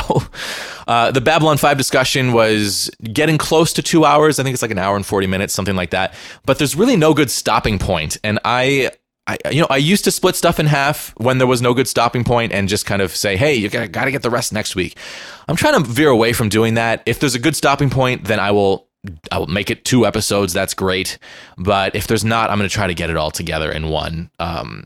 [SPEAKER 1] Uh, the Babylon 5 discussion was getting close to two hours. I think it's like an hour and 40 minutes, something like that. But there's really no good stopping point, And I I, you know, I used to split stuff in half when there was no good stopping point and just kind of say, hey, you got to get the rest next week. I'm trying to veer away from doing that. If there's a good stopping point, then I will. I will make it two episodes. That's great, but if there's not, I'm going to try to get it all together in one. Um,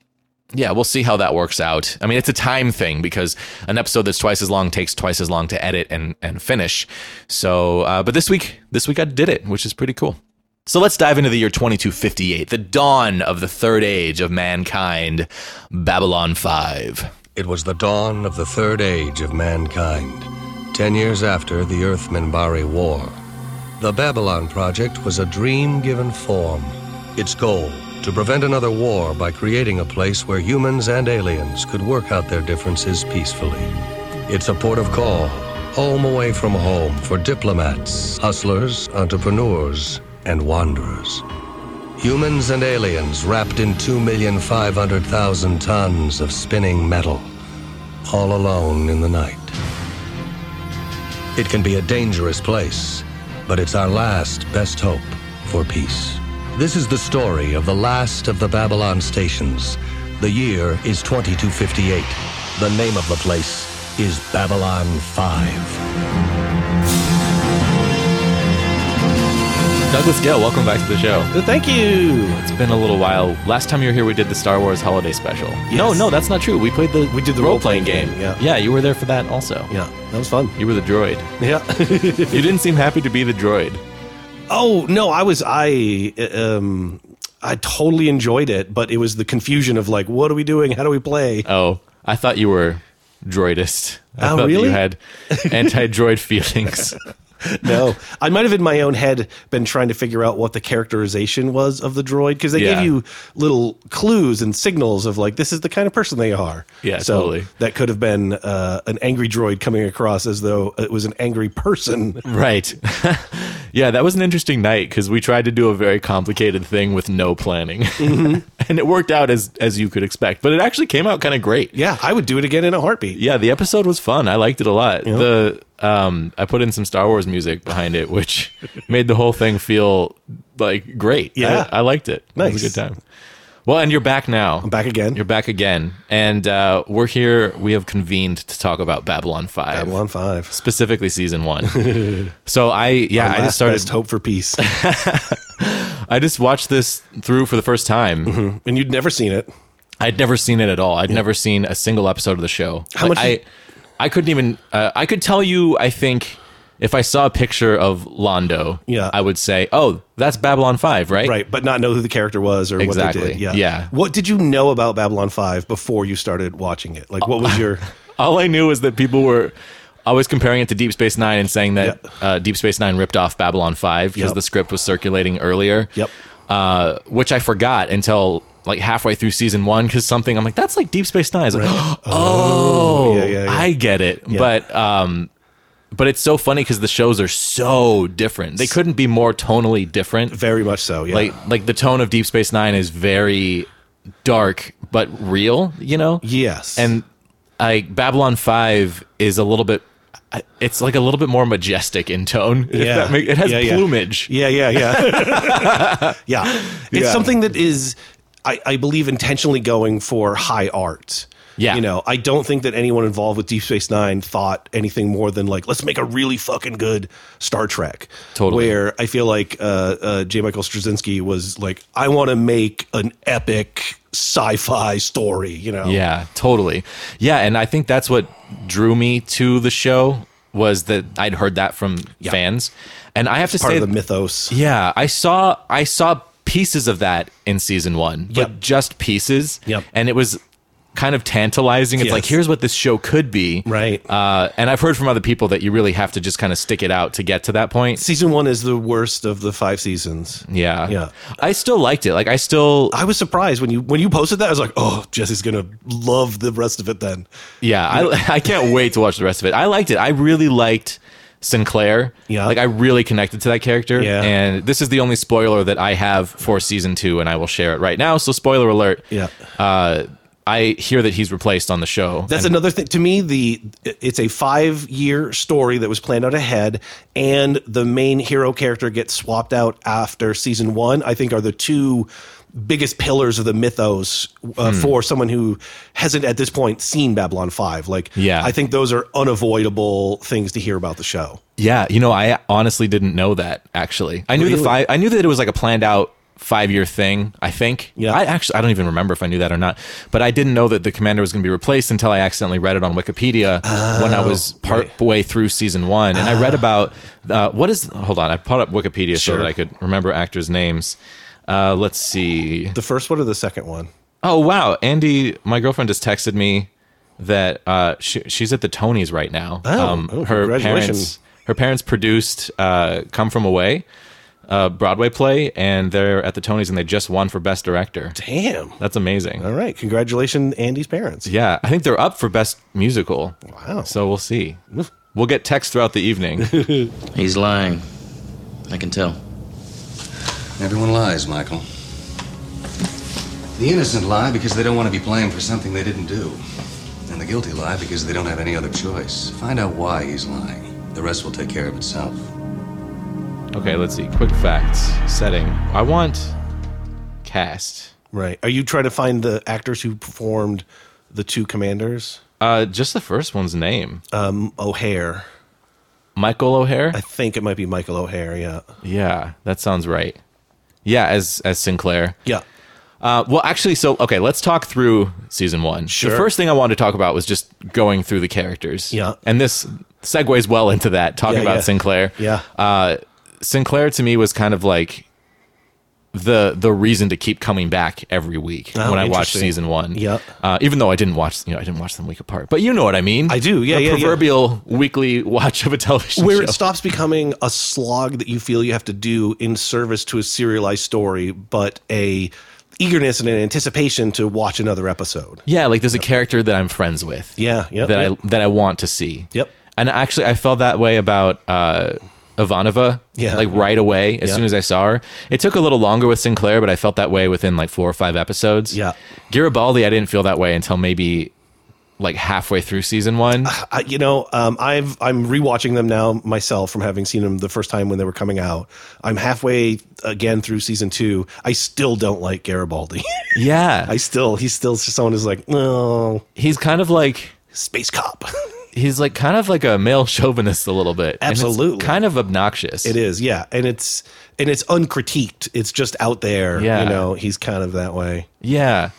[SPEAKER 1] yeah, we'll see how that works out. I mean, it's a time thing because an episode that's twice as long takes twice as long to edit and and finish. So, uh, but this week, this week I did it, which is pretty cool. So let's dive into the year 2258, the dawn of the third age of mankind, Babylon 5.
[SPEAKER 2] It was the dawn of the third age of mankind, ten years after the Earth Minbari War. The Babylon Project was a dream given form. Its goal to prevent another war by creating a place where humans and aliens could work out their differences peacefully. It's a port of call, home away from home for diplomats, hustlers, entrepreneurs, and wanderers. Humans and aliens wrapped in 2,500,000 tons of spinning metal, all alone in the night. It can be a dangerous place, but it's our last best hope for peace. This is the story of the last of the Babylon stations. The year is 2258. The name of the place is Babylon 5.
[SPEAKER 1] Douglas Gale, welcome back to the show.
[SPEAKER 3] Well, thank you.
[SPEAKER 1] It's been a little while. Last time you were here, we did the Star Wars Holiday Special. No,
[SPEAKER 3] Yes.
[SPEAKER 1] no, that's not true. We played the we did the role playing game.
[SPEAKER 3] game, yeah.
[SPEAKER 1] yeah, you were there for that also.
[SPEAKER 3] Yeah, that was fun.
[SPEAKER 1] You were the droid.
[SPEAKER 3] Yeah.
[SPEAKER 1] you didn't seem happy to be the droid.
[SPEAKER 3] oh no, I was I uh, um I totally enjoyed it, but it was the confusion of like, what are we doing? How do we play?
[SPEAKER 1] Oh, I thought you were droidist. I thought
[SPEAKER 3] Oh,
[SPEAKER 1] that
[SPEAKER 3] really?
[SPEAKER 1] You had anti-droid feelings.
[SPEAKER 3] no, I might have in my own head been trying to figure out what the characterization was of the droid because they
[SPEAKER 1] Yeah.
[SPEAKER 3] give you little clues and signals of like this is the kind of person they are.
[SPEAKER 1] Yeah,
[SPEAKER 3] so
[SPEAKER 1] totally.
[SPEAKER 3] that could have been uh, an angry droid coming across as though it was an angry person.
[SPEAKER 1] right. yeah, that was an interesting night because we tried to do a very complicated thing with no planning,
[SPEAKER 3] Mm-hmm.
[SPEAKER 1] and it worked out as as you could expect. But it actually came out kind of great.
[SPEAKER 3] yeah, I would do it again in a heartbeat.
[SPEAKER 1] yeah, the episode was fun. I liked it a lot. The um, I put in some Star Wars music behind it, which made the whole thing feel like great.
[SPEAKER 3] Yeah.
[SPEAKER 1] I, I liked it. it was a
[SPEAKER 3] Nice.
[SPEAKER 1] good time. Well, and you're back now. I'm
[SPEAKER 3] back again.
[SPEAKER 1] You're back again, and uh, we're here. We have convened to talk about Babylon Five,
[SPEAKER 3] Babylon Five.
[SPEAKER 1] specifically season one. so I yeah, I just
[SPEAKER 3] Last
[SPEAKER 1] started.
[SPEAKER 3] best hope for peace,
[SPEAKER 1] I just watched this through for the first time.
[SPEAKER 3] and you'd never seen it.
[SPEAKER 1] I'd never seen it at all. I'd never seen a single episode of the show.
[SPEAKER 3] How
[SPEAKER 1] Like,
[SPEAKER 3] much
[SPEAKER 1] I,
[SPEAKER 3] did-
[SPEAKER 1] I couldn't even. Uh, I could tell you. I think if I saw a picture of Londo,
[SPEAKER 3] Yeah.
[SPEAKER 1] I would say, "Oh, that's Babylon Five, right?"
[SPEAKER 3] right but not know who the character was or what they
[SPEAKER 1] Exactly.
[SPEAKER 3] did yeah
[SPEAKER 1] Yeah.
[SPEAKER 3] what did you know about babylon 5 before you started watching it like what
[SPEAKER 1] Uh,
[SPEAKER 3] was your
[SPEAKER 1] All I knew was that people were always comparing it to Deep Space Nine and saying that uh, Deep Space Nine ripped off Babylon Five because
[SPEAKER 3] Yep.
[SPEAKER 1] the script was circulating earlier.
[SPEAKER 3] Yep.
[SPEAKER 1] Uh, which I forgot until like halfway through season one because something I'm like, "That's like Deep Space Nine. I was like, oh,
[SPEAKER 3] Yeah, yeah, yeah.
[SPEAKER 1] I get it. But um, but it's so funny because the shows are so different. They couldn't be more tonally different.
[SPEAKER 3] very much so yeah
[SPEAKER 1] Like like the tone of Deep Space Nine is very dark but real. You know.
[SPEAKER 3] yes
[SPEAKER 1] And like Babylon Five is a little bit. I- It's like a little bit more majestic in tone. if
[SPEAKER 3] Yeah.
[SPEAKER 1] that make- it has
[SPEAKER 3] Yeah, yeah.
[SPEAKER 1] plumage.
[SPEAKER 3] yeah yeah yeah yeah it's
[SPEAKER 1] Yeah.
[SPEAKER 3] something that is I, I believe intentionally going for high art
[SPEAKER 1] Yeah.
[SPEAKER 3] you know i don't think that anyone involved with deep space nine thought anything more than like let's make a really fucking good star trek
[SPEAKER 1] Totally.
[SPEAKER 3] where i feel like uh, uh, j michael straczynski was like i want to make an epic sci-fi story you know
[SPEAKER 1] Yeah, totally. Yeah, and I think that's what drew me to the show was that I'd heard that from fans, and I have to
[SPEAKER 3] part
[SPEAKER 1] say,
[SPEAKER 3] of the mythos
[SPEAKER 1] yeah, I saw I saw pieces of that in season one, but
[SPEAKER 3] Yep.
[SPEAKER 1] just pieces.
[SPEAKER 3] Yep.
[SPEAKER 1] and it was kind of tantalizing. It's like
[SPEAKER 3] Yes.
[SPEAKER 1] here's what this show could be,
[SPEAKER 3] Right.
[SPEAKER 1] Uh, and I've heard from other people that you really have to just kind of stick it out to get to that point.
[SPEAKER 3] season one is the worst of the five seasons
[SPEAKER 1] Yeah.
[SPEAKER 3] Yeah.
[SPEAKER 1] I still liked it. Like I still
[SPEAKER 3] I was surprised when you when you posted that. I was like, "Oh, Jesse's gonna love the rest of it." Then,
[SPEAKER 1] yeah, I I can't wait to watch the rest of it. I liked it. I really liked Sinclair.
[SPEAKER 3] Yeah.
[SPEAKER 1] Like I really connected to that character.
[SPEAKER 3] Yeah.
[SPEAKER 1] And this is the only spoiler that I have for season two, and I will share it right now. So spoiler alert.
[SPEAKER 3] Yeah.
[SPEAKER 1] Uh I hear that he's replaced on the show.
[SPEAKER 3] That's another thing to me. The it's a five year story that was planned out ahead, and the main hero character gets swapped out after season one. I think are the two biggest pillars of the mythos uh,
[SPEAKER 1] Hmm.
[SPEAKER 3] for someone who hasn't at this point seen Babylon Five. Like,
[SPEAKER 1] Yeah.
[SPEAKER 3] I think those are unavoidable things to hear about the show.
[SPEAKER 1] Yeah, you know, I honestly didn't know that. Actually, I knew the
[SPEAKER 3] Really?
[SPEAKER 1] five. I knew that it was like a planned out five year thing. I think.
[SPEAKER 3] Yeah.
[SPEAKER 1] I actually, I don't even remember if I knew that or not. But I didn't know that the commander was going to be replaced until I accidentally read it on Wikipedia when I
[SPEAKER 3] Oh,
[SPEAKER 1] was part way through season one, and I read about uh, what is. Hold on, I put up Wikipedia so
[SPEAKER 3] Ah. Sure.
[SPEAKER 1] that I could remember actors' names. Uh, let's see.
[SPEAKER 3] The first one or the second one?
[SPEAKER 1] Oh wow, Andy, my girlfriend just texted me that uh, she, she's at the Tonys right now. Um,
[SPEAKER 3] Oh, oh,
[SPEAKER 1] her
[SPEAKER 3] congratulations.
[SPEAKER 1] parents, her parents produced uh, "Come From Away," a Broadway play, and they're at the Tonys, and they just won for Best Director.
[SPEAKER 3] Damn.
[SPEAKER 1] That's amazing.
[SPEAKER 3] All right, congratulations, Andy's parents.
[SPEAKER 1] Yeah, I think they're up for Best Musical.
[SPEAKER 3] Wow.
[SPEAKER 1] So we'll see. We'll get texts throughout the evening.
[SPEAKER 4] He's lying. I can tell.
[SPEAKER 2] Everyone lies, Michael. The innocent lie because they don't want to be blamed for something they didn't do. And the guilty lie because they don't have any other choice. Find out why he's lying. The rest will take care of itself.
[SPEAKER 1] okay, let's see. Quick facts setting. I want cast.
[SPEAKER 3] Right. Are you trying to find the actors who performed the two commanders?
[SPEAKER 1] Uh, just the first one's name,
[SPEAKER 3] Um, O'Hare.
[SPEAKER 1] Michael O'Hare.
[SPEAKER 3] I think it might be Michael O'Hare. Yeah.
[SPEAKER 1] yeah, that sounds right. Yeah, as as Sinclair.
[SPEAKER 3] Yeah.
[SPEAKER 1] Uh, well, actually, so okay, let's talk through season one. The
[SPEAKER 3] Sure.
[SPEAKER 1] first thing I wanted to talk about was just going through the characters.
[SPEAKER 3] Yeah.
[SPEAKER 1] and this segues well into that talking
[SPEAKER 3] Yeah,
[SPEAKER 1] about
[SPEAKER 3] yeah.
[SPEAKER 1] Sinclair.
[SPEAKER 3] Yeah.
[SPEAKER 1] uh, Sinclair to me was kind of like the the reason to keep coming back every week
[SPEAKER 3] Oh,
[SPEAKER 1] when I watched
[SPEAKER 3] interesting.
[SPEAKER 1] season one.
[SPEAKER 3] Yeah.
[SPEAKER 1] uh, even though I didn't watch, you know, I didn't watch them week apart, but you know what I mean.
[SPEAKER 3] I do, yeah,
[SPEAKER 1] the
[SPEAKER 3] yeah, yeah.
[SPEAKER 1] proverbial weekly watch of a television
[SPEAKER 3] Where
[SPEAKER 1] show.
[SPEAKER 3] it stops becoming a slog that you feel you have to do in service to a serialized story, but a eagerness and an anticipation to watch another episode.
[SPEAKER 1] Yeah, like there's a character that I'm friends with.
[SPEAKER 3] Yeah, yep,
[SPEAKER 1] that
[SPEAKER 3] yep.
[SPEAKER 1] I that I want to see.
[SPEAKER 3] Yep.
[SPEAKER 1] And actually, I felt that way about uh, Ivanova.
[SPEAKER 3] Yeah.
[SPEAKER 1] Like right away, as
[SPEAKER 3] Yeah.
[SPEAKER 1] soon as I saw her. It took a little longer with Sinclair, but I felt that way within like four or five episodes.
[SPEAKER 3] Yeah.
[SPEAKER 1] Garibaldi, I didn't feel that way until maybe like halfway through season one.
[SPEAKER 3] I, you know, um, I've I'm rewatching them now myself from having seen them the first time when they were coming out. I'm halfway again through season two. I still don't like Garibaldi.
[SPEAKER 1] yeah.
[SPEAKER 3] I still he's still someone who's like no
[SPEAKER 1] he's kind of like
[SPEAKER 3] space cop.
[SPEAKER 1] he's like kind of like a male chauvinist a little bit. and it's
[SPEAKER 3] Absolutely.
[SPEAKER 1] kind of obnoxious.
[SPEAKER 3] it is yeah, and it's and it's uncritiqued. It's just out there.
[SPEAKER 1] Yeah.
[SPEAKER 3] you know he's kind of that way.
[SPEAKER 1] Yeah.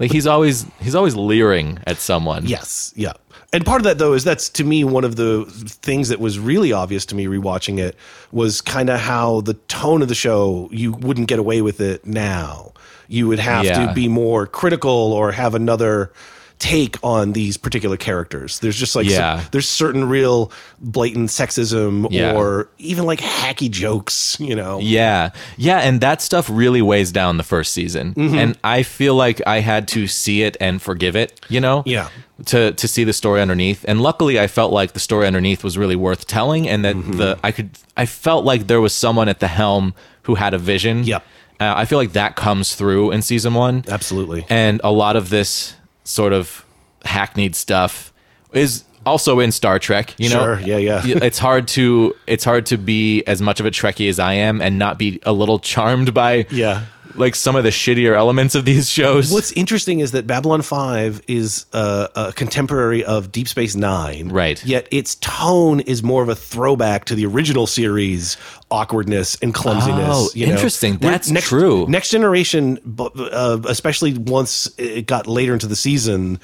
[SPEAKER 1] Like he's always he's always leering at someone.
[SPEAKER 3] Yes, yeah. And part of that though is that's to me one of the things that was really obvious to me rewatching it was kind of how the tone of the show you wouldn't get away with it now. You would have
[SPEAKER 1] Yeah.
[SPEAKER 3] to be more critical or have another take on these particular characters. There's just like cer-
[SPEAKER 1] Yeah.
[SPEAKER 3] there's certain real blatant sexism
[SPEAKER 1] Yeah.
[SPEAKER 3] or even like hacky jokes, you know.
[SPEAKER 1] Yeah. Yeah. And that stuff really weighs down the first season.
[SPEAKER 3] Mm-hmm.
[SPEAKER 1] And I feel like I had to see it and forgive it, you know?
[SPEAKER 3] Yeah.
[SPEAKER 1] To, to see the story underneath. And luckily, I felt like the story underneath was really worth telling and that
[SPEAKER 3] Mm-hmm.
[SPEAKER 1] the, I could, I felt like there was someone at the helm who had a vision.
[SPEAKER 3] Yep.
[SPEAKER 1] Uh, I feel like that comes through in season one.
[SPEAKER 3] Absolutely.
[SPEAKER 1] And a lot of this sort of hackneyed stuff is also in Star Trek, you know.
[SPEAKER 3] Sure, yeah, yeah.
[SPEAKER 1] Y- it's hard to it's hard to be as much of a Trekkie as I am and not be a little charmed by
[SPEAKER 3] Yeah.
[SPEAKER 1] like some of the shittier elements of these shows.
[SPEAKER 3] What's interesting is that Babylon 5 is uh, a contemporary of Deep Space Nine.
[SPEAKER 1] Right.
[SPEAKER 3] Yet its tone is more of a throwback to the original series awkwardness and clumsiness.
[SPEAKER 1] Oh,
[SPEAKER 3] you know?
[SPEAKER 1] interesting.
[SPEAKER 3] Where
[SPEAKER 1] That's true.
[SPEAKER 3] Next Generation, bu- uh, especially once it got later into the season.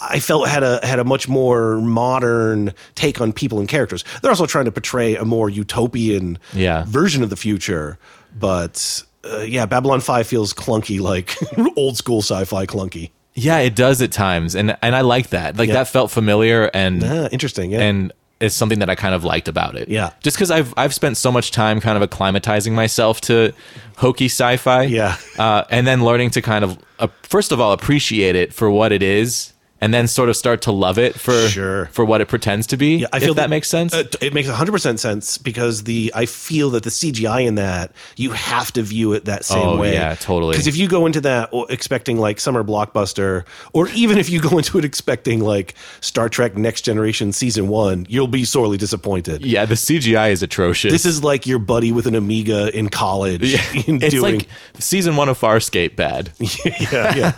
[SPEAKER 3] I felt had a had a much more modern take on people and characters. They're also trying to portray a more utopian
[SPEAKER 1] Yeah.
[SPEAKER 3] version of the future. But uh, yeah, Babylon 5 feels clunky, like old school sci fi clunky.
[SPEAKER 1] yeah, it does at times and and I like that. Like
[SPEAKER 3] Yeah.
[SPEAKER 1] that felt familiar and
[SPEAKER 3] Ah, interesting. Yeah.
[SPEAKER 1] and it's something that I kind of liked about it.
[SPEAKER 3] Yeah.
[SPEAKER 1] Just cuz I've I've spent so much time kind of acclimatizing myself to hokey sci-fi.
[SPEAKER 3] Yeah.
[SPEAKER 1] Uh, and then learning to kind of uh, first of all appreciate it for what it is and then sort of start to love it for
[SPEAKER 3] Sure.
[SPEAKER 1] for what it pretends to be.
[SPEAKER 3] Yeah, I
[SPEAKER 1] if
[SPEAKER 3] feel
[SPEAKER 1] that makes sense.
[SPEAKER 3] Uh, it makes 100% sense because the I feel that the CGI in that you have to view it that same
[SPEAKER 1] Oh,
[SPEAKER 3] way.
[SPEAKER 1] yeah, totally.
[SPEAKER 3] Because if you go into that o- expecting like summer blockbuster, or even if you go into it expecting like Star Trek Next Generation season one, you'll be sorely disappointed.
[SPEAKER 1] yeah, the CGI is atrocious.
[SPEAKER 3] This is like your buddy with an Amiga in college doing.
[SPEAKER 1] it's like season 1 of Farscape bad. Uh,
[SPEAKER 3] yeah,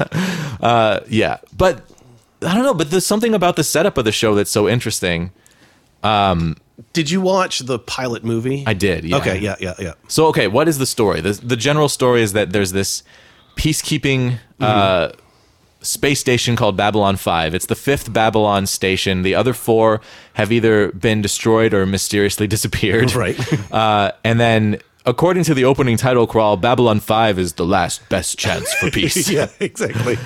[SPEAKER 3] yeah.
[SPEAKER 1] yeah. But I don't know, but there's something about the setup of the show that's so interesting.
[SPEAKER 3] Did you watch the pilot movie?
[SPEAKER 1] I did. Yeah.
[SPEAKER 3] Okay, yeah, yeah, yeah.
[SPEAKER 1] So okay, what is the story? The the general story is that there's this peacekeeping uh, space station called Babylon Five. It's the fifth Babylon station. The other four have either been destroyed or mysteriously disappeared.
[SPEAKER 3] Right.
[SPEAKER 1] uh, and then. According to the opening title crawl, Babylon 5 is the last best chance for peace.
[SPEAKER 3] Yeah, exactly.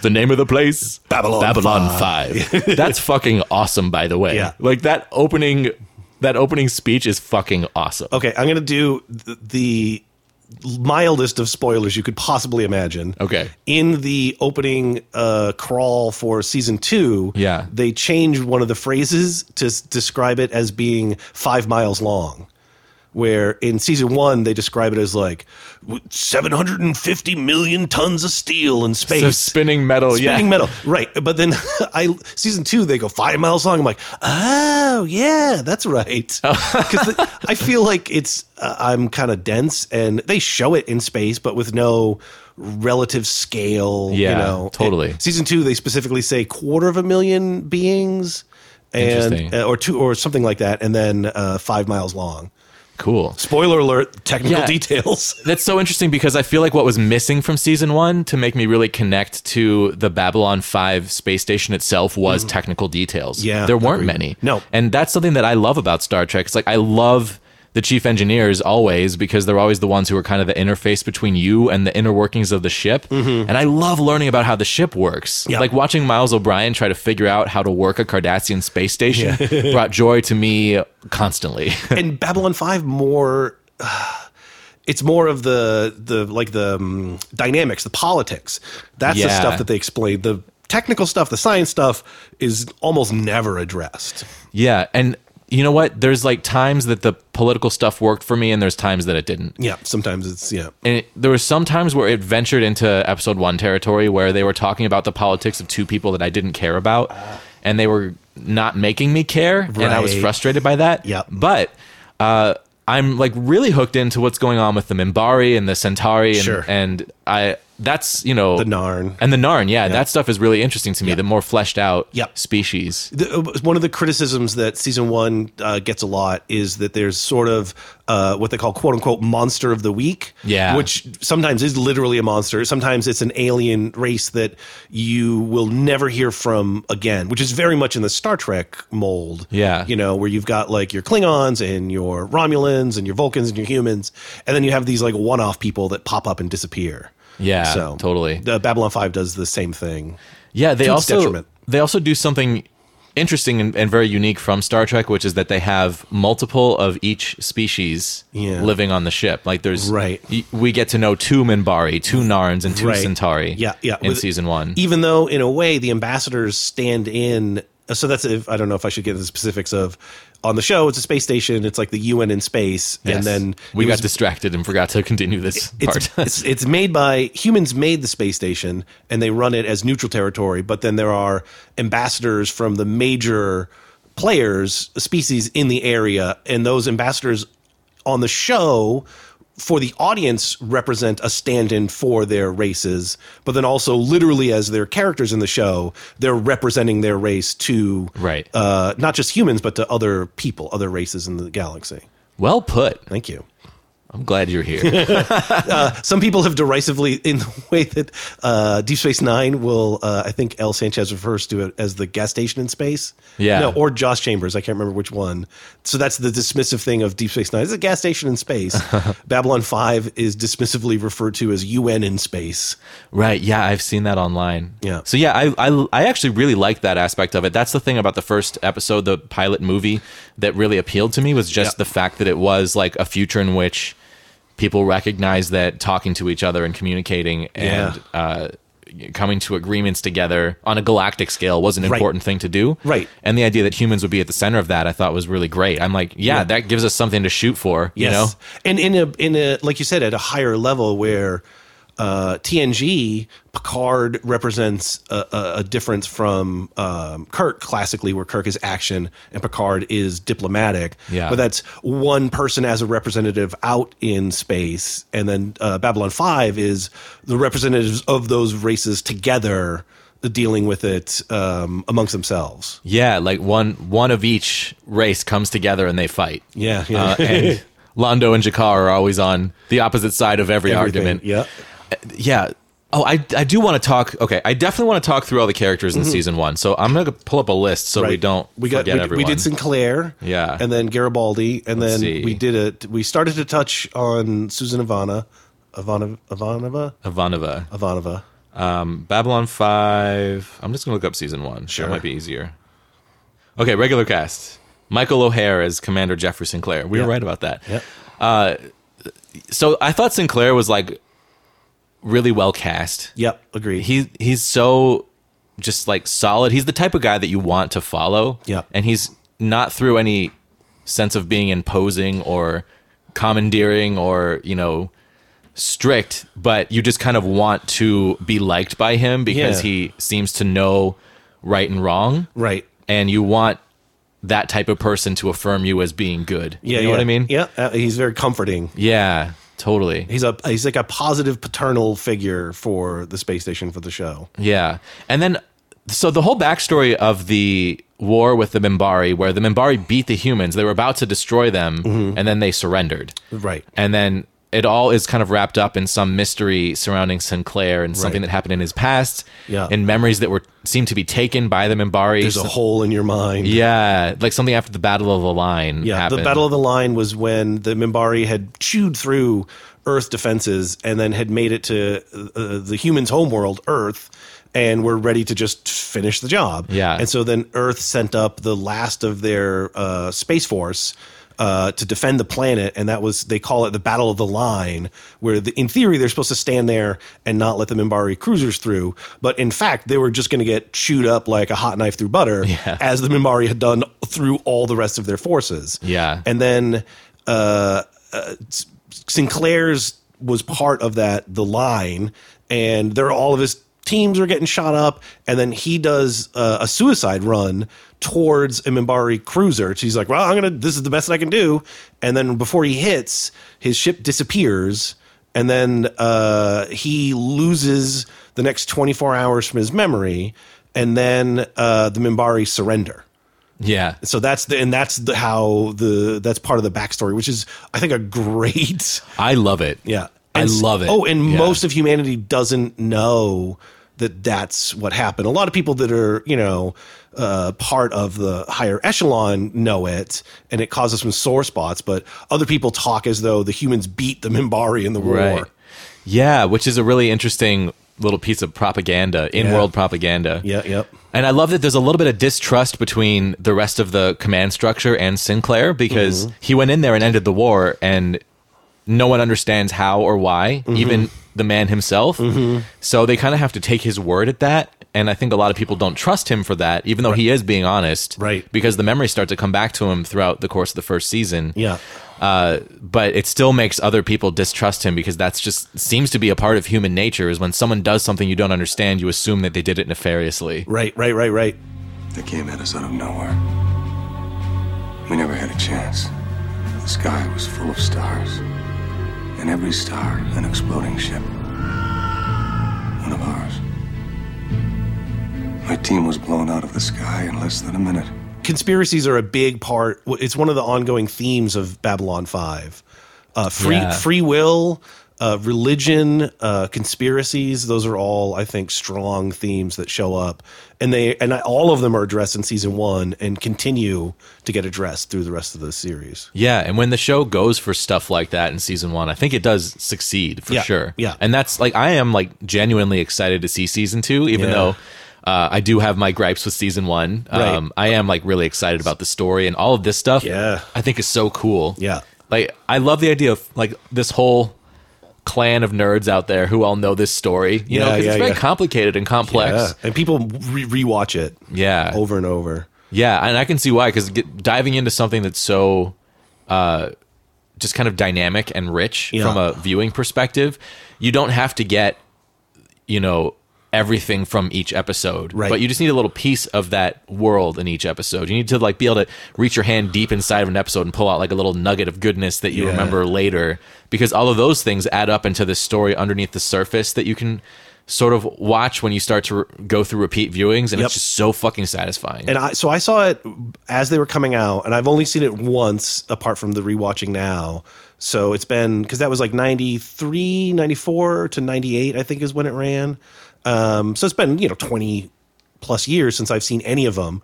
[SPEAKER 1] The name of the place?
[SPEAKER 3] Babylon
[SPEAKER 1] Babylon 5. That's fucking awesome, by the way.
[SPEAKER 3] Yeah.
[SPEAKER 1] Like that opening that opening speech is fucking awesome.
[SPEAKER 3] okay, I'm going to do th- the mildest of spoilers you could possibly imagine.
[SPEAKER 1] Okay.
[SPEAKER 3] In the opening uh, crawl for season two,
[SPEAKER 1] Yeah.
[SPEAKER 3] they changed one of the phrases to s- describe it as being five miles long. where in season one they describe it as like 750 million tons of steel in space.
[SPEAKER 1] So spinning metal,
[SPEAKER 3] Spinning
[SPEAKER 1] Oh, yeah.
[SPEAKER 3] metal, right? But then I season two, they go five miles long. I'm like, oh yeah, that's right.
[SPEAKER 1] Oh.
[SPEAKER 3] Because I feel like it's uh, I'm kind of dense, and they show it in space, but with no relative scale. you
[SPEAKER 1] Yeah,
[SPEAKER 3] know.
[SPEAKER 1] totally.
[SPEAKER 3] And season two, they specifically say quarter of a million beings, and
[SPEAKER 1] Interesting.
[SPEAKER 3] uh, or two or something like that, and then uh, five miles long.
[SPEAKER 1] Cool.
[SPEAKER 3] Spoiler alert! Technical
[SPEAKER 1] Yeah.
[SPEAKER 3] details.
[SPEAKER 1] That's so interesting because I feel like what was missing from season one to make me really connect to the Babylon 5 space station itself was technical details.
[SPEAKER 3] Mm. Yeah,
[SPEAKER 1] There weren't
[SPEAKER 3] agreed.
[SPEAKER 1] many.
[SPEAKER 3] No.
[SPEAKER 1] And that's something that I love about Star Trek. It's like I love the chief engineers always because they're always the ones who are kind of the interface between you and the inner workings of the ship. And I love learning about how the ship works.
[SPEAKER 3] Mm-hmm. Yeah.
[SPEAKER 1] Like watching Miles O'Brien try to figure out how to work a Cardassian space station brought joy to me constantly.
[SPEAKER 3] and Babylon Five more. It's more of the the like the um, dynamics, the politics. That's the
[SPEAKER 1] Yeah.
[SPEAKER 3] stuff that they explain. The technical stuff, the science stuff, is almost never addressed.
[SPEAKER 1] Yeah, and you know what? There's like times that the political stuff worked for me, and there's times that it didn't.
[SPEAKER 3] Yeah, sometimes it's yeah.
[SPEAKER 1] And it, there was some times where it ventured into episode one territory where they were talking about the politics of two people that I didn't care about, and they were not making me care, and I was
[SPEAKER 3] Right.
[SPEAKER 1] frustrated by that.
[SPEAKER 3] Yep.
[SPEAKER 1] but. Uh, I'm like really hooked into what's going on with the Mimbari and the Centauri, and,
[SPEAKER 3] Sure.
[SPEAKER 1] and I that's you know
[SPEAKER 3] The Narn.
[SPEAKER 1] and the Narn, yeah, that stuff is really interesting to me. The more fleshed out
[SPEAKER 3] Yep.
[SPEAKER 1] species,
[SPEAKER 3] the, uh, one of the criticisms that season one uh, gets a lot is that there's sort of uh, what they call quote unquote monster of the week.
[SPEAKER 1] Yeah.
[SPEAKER 3] Which sometimes is literally a monster. Sometimes it's an alien race that you will never hear from again, which is very much in the Star Trek mold.
[SPEAKER 1] Yeah.
[SPEAKER 3] You know, where you've got like your Klingons and your Romulans and your Vulcans and your humans. And then you have these like one off people that pop up and disappear.
[SPEAKER 1] Yeah, totally.
[SPEAKER 3] The Babylon 5 does the same thing.
[SPEAKER 1] Yeah, they
[SPEAKER 3] To its
[SPEAKER 1] also
[SPEAKER 3] detriment.
[SPEAKER 1] they also do something interesting and, and very unique from Star Trek, which is that they have multiple of each species
[SPEAKER 3] Yeah.
[SPEAKER 1] living on the ship. Like there's
[SPEAKER 3] Right. Mm.
[SPEAKER 1] y- we get to know two Minbari, two Narns, and two
[SPEAKER 3] Right.
[SPEAKER 1] Centauri.
[SPEAKER 3] Yeah, yeah.
[SPEAKER 1] in
[SPEAKER 3] With- e-
[SPEAKER 1] season one.
[SPEAKER 3] Even though, in a way, the ambassadors stand in. uh, So that's if I don't know if I should get into the specifics of on the show. It's a space station. It's like the UN in space,
[SPEAKER 1] Yes.
[SPEAKER 3] and then
[SPEAKER 1] we
[SPEAKER 3] it
[SPEAKER 1] got
[SPEAKER 3] was-
[SPEAKER 1] distracted and forgot to continue this
[SPEAKER 3] It's,
[SPEAKER 1] part.
[SPEAKER 3] it's it's made by humans made the space station and they run it as neutral territory, but then there are ambassadors from the major players species in the area, and those ambassadors on the show for the audience represent a stand-in for their races, but then also literally as their characters in the show, they're representing their race to
[SPEAKER 1] Right.
[SPEAKER 3] uh, not just humans but to other people, other races in the galaxy.
[SPEAKER 1] well put.
[SPEAKER 3] Thank you.
[SPEAKER 1] I'm glad you're here.
[SPEAKER 3] Some people have derisively, in the way that uh, Deep Space Nine will, uh, I think L. Sanchez refers to it as the gas station in space.
[SPEAKER 1] Yeah.
[SPEAKER 3] No, or Joss Chambers. I can't remember which one. So that's the dismissive thing of Deep Space Nine. It's a gas station in space. Babylon 5 is dismissively referred to as UN in space.
[SPEAKER 1] Right. Yeah, I've seen that online.
[SPEAKER 3] Yeah.
[SPEAKER 1] So yeah, I I, I actually really like that aspect of it. That's the thing about the first episode, the pilot movie, that really appealed to me was just the fact that it was like a future in which people recognize that talking to each other and communicating
[SPEAKER 3] Yeah.
[SPEAKER 1] and uh, coming to agreements together on a galactic scale was an
[SPEAKER 3] Right.
[SPEAKER 1] important thing to do.
[SPEAKER 3] Right.
[SPEAKER 1] And the idea that humans would be at the center of that, I thought was really great. I'm like, yeah, that gives us something to shoot for. You know.
[SPEAKER 3] and in a in a like you said at a higher level where uh, TNG Picard represents a, a, a difference from um, Kirk classically, where Kirk is action and Picard is diplomatic.
[SPEAKER 1] Yeah.
[SPEAKER 3] but that's one person as a representative out in space, and then uh, Babylon Five is the representatives of those races together uh, dealing with it um, amongst themselves.
[SPEAKER 1] Yeah, like one one of each race comes together and they fight.
[SPEAKER 3] Yeah, yeah.
[SPEAKER 1] Uh, and Londo and Jakar are always on the opposite side of every
[SPEAKER 3] Everything.
[SPEAKER 1] argument.
[SPEAKER 3] Yeah.
[SPEAKER 1] Yeah. Oh, I, I do want to talk. Okay, I definitely want to talk through all the characters in season one. So I'm gonna pull up a list so we
[SPEAKER 3] Mm-hmm. Right.
[SPEAKER 1] don't
[SPEAKER 3] we got
[SPEAKER 1] forget
[SPEAKER 3] we,
[SPEAKER 1] everyone.
[SPEAKER 3] we did Sinclair,
[SPEAKER 1] Yeah.
[SPEAKER 3] and then Garibaldi, and then
[SPEAKER 1] see.
[SPEAKER 3] we did a we started to touch on Susan Ivana, Ivana Ivanova
[SPEAKER 1] Ivanova, um,
[SPEAKER 3] Ivanova.
[SPEAKER 1] Babylon Five. I'm just gonna look up season one. Sure,
[SPEAKER 3] Sure.
[SPEAKER 1] that might be easier. Okay, regular cast. Michael O'Hare as Commander Jeffrey Sinclair. We were right about that.
[SPEAKER 3] Yep.
[SPEAKER 1] So I thought Sinclair was like really well cast.
[SPEAKER 3] Yep. Agree.
[SPEAKER 1] he he's so just like solid. He's the type of guy that you want to follow.
[SPEAKER 3] Yeah.
[SPEAKER 1] And he's not through any sense of being imposing or commandeering or you know strict, but you just kind of want to be liked by him because
[SPEAKER 3] Yeah.
[SPEAKER 1] he seems to know right and wrong,
[SPEAKER 3] Right.
[SPEAKER 1] and you want that type of person to affirm you as being good. you know what I mean?
[SPEAKER 3] Yeah, uh, he's very comforting.
[SPEAKER 1] Yeah, totally.
[SPEAKER 3] He's a he's like a positive paternal figure for the space station for the show.
[SPEAKER 1] Yeah. And then, so the whole backstory of the war with the Mimbari, where the Mimbari beat the humans, they were about to destroy them,
[SPEAKER 3] Mm-hmm.
[SPEAKER 1] and then they surrendered.
[SPEAKER 3] Right.
[SPEAKER 1] And then it all is kind of wrapped up in some mystery surrounding Sinclair and something
[SPEAKER 3] Right.
[SPEAKER 1] that happened in his past,
[SPEAKER 3] Yeah.
[SPEAKER 1] and memories that were seem to be taken by the Mimbari.
[SPEAKER 3] There's a hole in your mind.
[SPEAKER 1] yeah, like something after the Battle of the Line.
[SPEAKER 3] Yeah,
[SPEAKER 1] happened.
[SPEAKER 3] the Battle of the Line was when the Mimbari had chewed through Earth defenses and then had made it to uh, the humans' homeworld, Earth, and were ready to just finish the job.
[SPEAKER 1] Yeah.
[SPEAKER 3] and so then Earth sent up the last of their uh, space force. Uh, to defend the planet, and that was they call it the Battle of the Line, where the, in theory they're supposed to stand there and not let the Mimbari cruisers through, but in fact they were just going to get chewed up like a hot knife through butter, as the Mimbari had done through all the rest of their forces.
[SPEAKER 1] Yeah.
[SPEAKER 3] And then uh, uh, S- Sinclair's was part of that, the line, and there are all of his teams are getting shot up. And then he does uh, a suicide run towards a Mimbari cruiser. He's like, well, I'm going to, this is the best I can do. And then before he hits, his ship disappears. And then uh, he loses the next 24 hours from his memory. And then uh, the Mimbari surrender
[SPEAKER 1] yeah.
[SPEAKER 3] so that's the and that's the how the that's part of the backstory which is i think a great
[SPEAKER 1] I love it.
[SPEAKER 3] yeah
[SPEAKER 1] I
[SPEAKER 3] And s-
[SPEAKER 1] love it.
[SPEAKER 3] oh and
[SPEAKER 1] Yeah.
[SPEAKER 3] most of humanity doesn't know that that's what happened a lot of people that are you know uh, part of the higher echelon know it and it causes some sore spots but other people talk as though the humans beat the mimbari in the war
[SPEAKER 1] Right. Yeah, which is a really interesting little piece of propaganda, in world propaganda.
[SPEAKER 3] yeah yep
[SPEAKER 1] And I love that there's a little bit of distrust between the rest of the command structure and Sinclair because
[SPEAKER 3] Mm-hmm.
[SPEAKER 1] he went in there and ended the war, and no one understands how or why,
[SPEAKER 3] Mm-hmm.
[SPEAKER 1] even the man himself. So they kind of have to take his word at that. And I think a lot of people don't trust him for that, even though he is being honest.
[SPEAKER 3] Right.
[SPEAKER 1] Because the memories start to come back to him throughout the course of the first season
[SPEAKER 3] yeah
[SPEAKER 1] uh, but it still makes other people distrust him because that's just seems to be a part of human nature is when someone does something you don't understand you assume that they did it nefariously
[SPEAKER 3] right right right right
[SPEAKER 5] They came at us out of nowhere. We never had a chance. The sky was full of stars, and every star an exploding ship. One of ours. My team was blown out of the sky in less than a minute.
[SPEAKER 3] conspiracies are a big part. It's one of the ongoing themes of Babylon Five. Uh, free
[SPEAKER 1] Yeah.
[SPEAKER 3] free will, uh, religion, uh, conspiracies. Those are all, I think, strong themes that show up, and they and I, all of them are addressed in season one and continue to get addressed through the rest of the series.
[SPEAKER 1] yeah and when the show goes for stuff like that in season one i think it does succeed for
[SPEAKER 3] Yeah,
[SPEAKER 1] sure
[SPEAKER 3] yeah.
[SPEAKER 1] and that's like i am like genuinely excited to see season two even
[SPEAKER 3] Yeah.
[SPEAKER 1] though uh, I do have my gripes with season one.
[SPEAKER 3] Right.
[SPEAKER 1] Um, I am like really excited about the story and all of this stuff.
[SPEAKER 3] Yeah.
[SPEAKER 1] I think is so cool.
[SPEAKER 3] Yeah.
[SPEAKER 1] like I love the idea of like this whole clan of nerds out there who all know this story. You know,
[SPEAKER 3] Yeah,
[SPEAKER 1] 'cause
[SPEAKER 3] yeah,
[SPEAKER 1] it's very
[SPEAKER 3] yeah.
[SPEAKER 1] complicated and complex.
[SPEAKER 3] And people re- rewatch it,
[SPEAKER 1] Yeah, yeah,
[SPEAKER 3] over and over.
[SPEAKER 1] and I can see why because diving into something that's so uh, just kind of dynamic and rich
[SPEAKER 3] Yeah.
[SPEAKER 1] from a viewing perspective, you don't have to get you know everything from each episode
[SPEAKER 3] Right.
[SPEAKER 1] but you just need a little piece of that world in each episode you need to like be able to reach your hand deep inside of an episode and pull out like a little nugget of goodness that you
[SPEAKER 3] Yeah.
[SPEAKER 1] remember later because all of those things add up into this story underneath the surface that you can sort of watch when you start to re- go through repeat viewings and
[SPEAKER 3] Yep.
[SPEAKER 1] it's just so fucking satisfying
[SPEAKER 3] And I, so I saw it as they were coming out, and I've only seen it once apart from the rewatching now. So it's been because that was like 93, 94 to 98, I think is when it ran. Um, so it's been, you know, 20 plus years since I've seen any of them.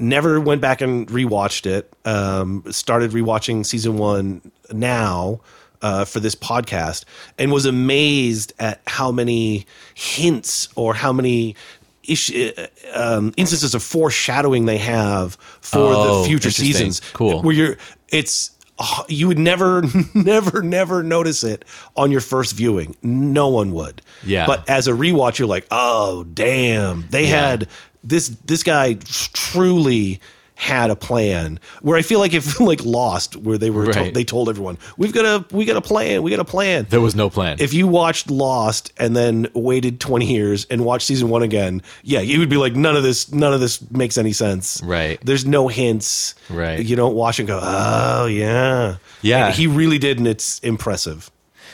[SPEAKER 3] Never went back and rewatched it. Um, started rewatching season one now uh, for this podcast and was amazed at how many hints or how many issue, um, instances of foreshadowing they have for
[SPEAKER 1] Oh,
[SPEAKER 3] the future
[SPEAKER 1] interesting.
[SPEAKER 3] seasons.
[SPEAKER 1] Cool.
[SPEAKER 3] Where you're, it's, oh, you would never, never, never notice it on your first viewing. No one would.
[SPEAKER 1] Yeah.
[SPEAKER 3] But as a rewatch, you're like, oh damn, they had this. This guy truly had a plan. Where I feel like if like Lost, where they were to-
[SPEAKER 1] Right.
[SPEAKER 3] they told everyone we've got a we got a plan, we got a plan.
[SPEAKER 1] There was no plan.
[SPEAKER 3] if you watched Lost and then waited 20 years and watched season 1 again, yeah, you would be like none of this none of this makes any sense.
[SPEAKER 1] Right.
[SPEAKER 3] There's no hints.
[SPEAKER 1] Right.
[SPEAKER 3] You don't watch and go, "Oh, yeah."
[SPEAKER 1] Yeah.
[SPEAKER 3] He really did and it's impressive.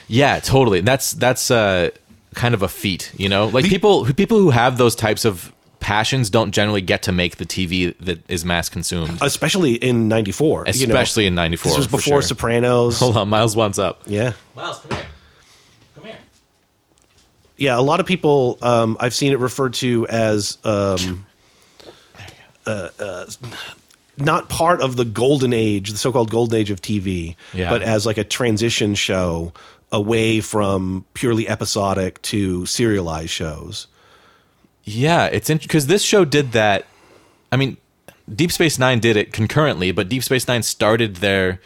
[SPEAKER 1] Yeah, totally. That's that's uh, kind of a feat, you know. Like people people who have those types of passions don't generally get to make the TV that is mass consumed,
[SPEAKER 3] Especially in 94, Uh, you know.
[SPEAKER 1] especially in '94.
[SPEAKER 3] This was
[SPEAKER 1] for
[SPEAKER 3] before
[SPEAKER 1] sure.
[SPEAKER 3] Sopranos.
[SPEAKER 1] Hold on, Miles wants up.
[SPEAKER 3] Yeah.
[SPEAKER 1] Miles, come here. Come here.
[SPEAKER 3] Yeah, a lot of people um, I've seen it referred to as um, uh, uh, not part of the golden age, the so-called golden age of TV,
[SPEAKER 1] Yeah.
[SPEAKER 3] but as like a transition show away from purely episodic to serialized shows.
[SPEAKER 1] Yeah, it's because this show did that. I mean, Deep Space Nine did it concurrently, but Deep Space Nine started their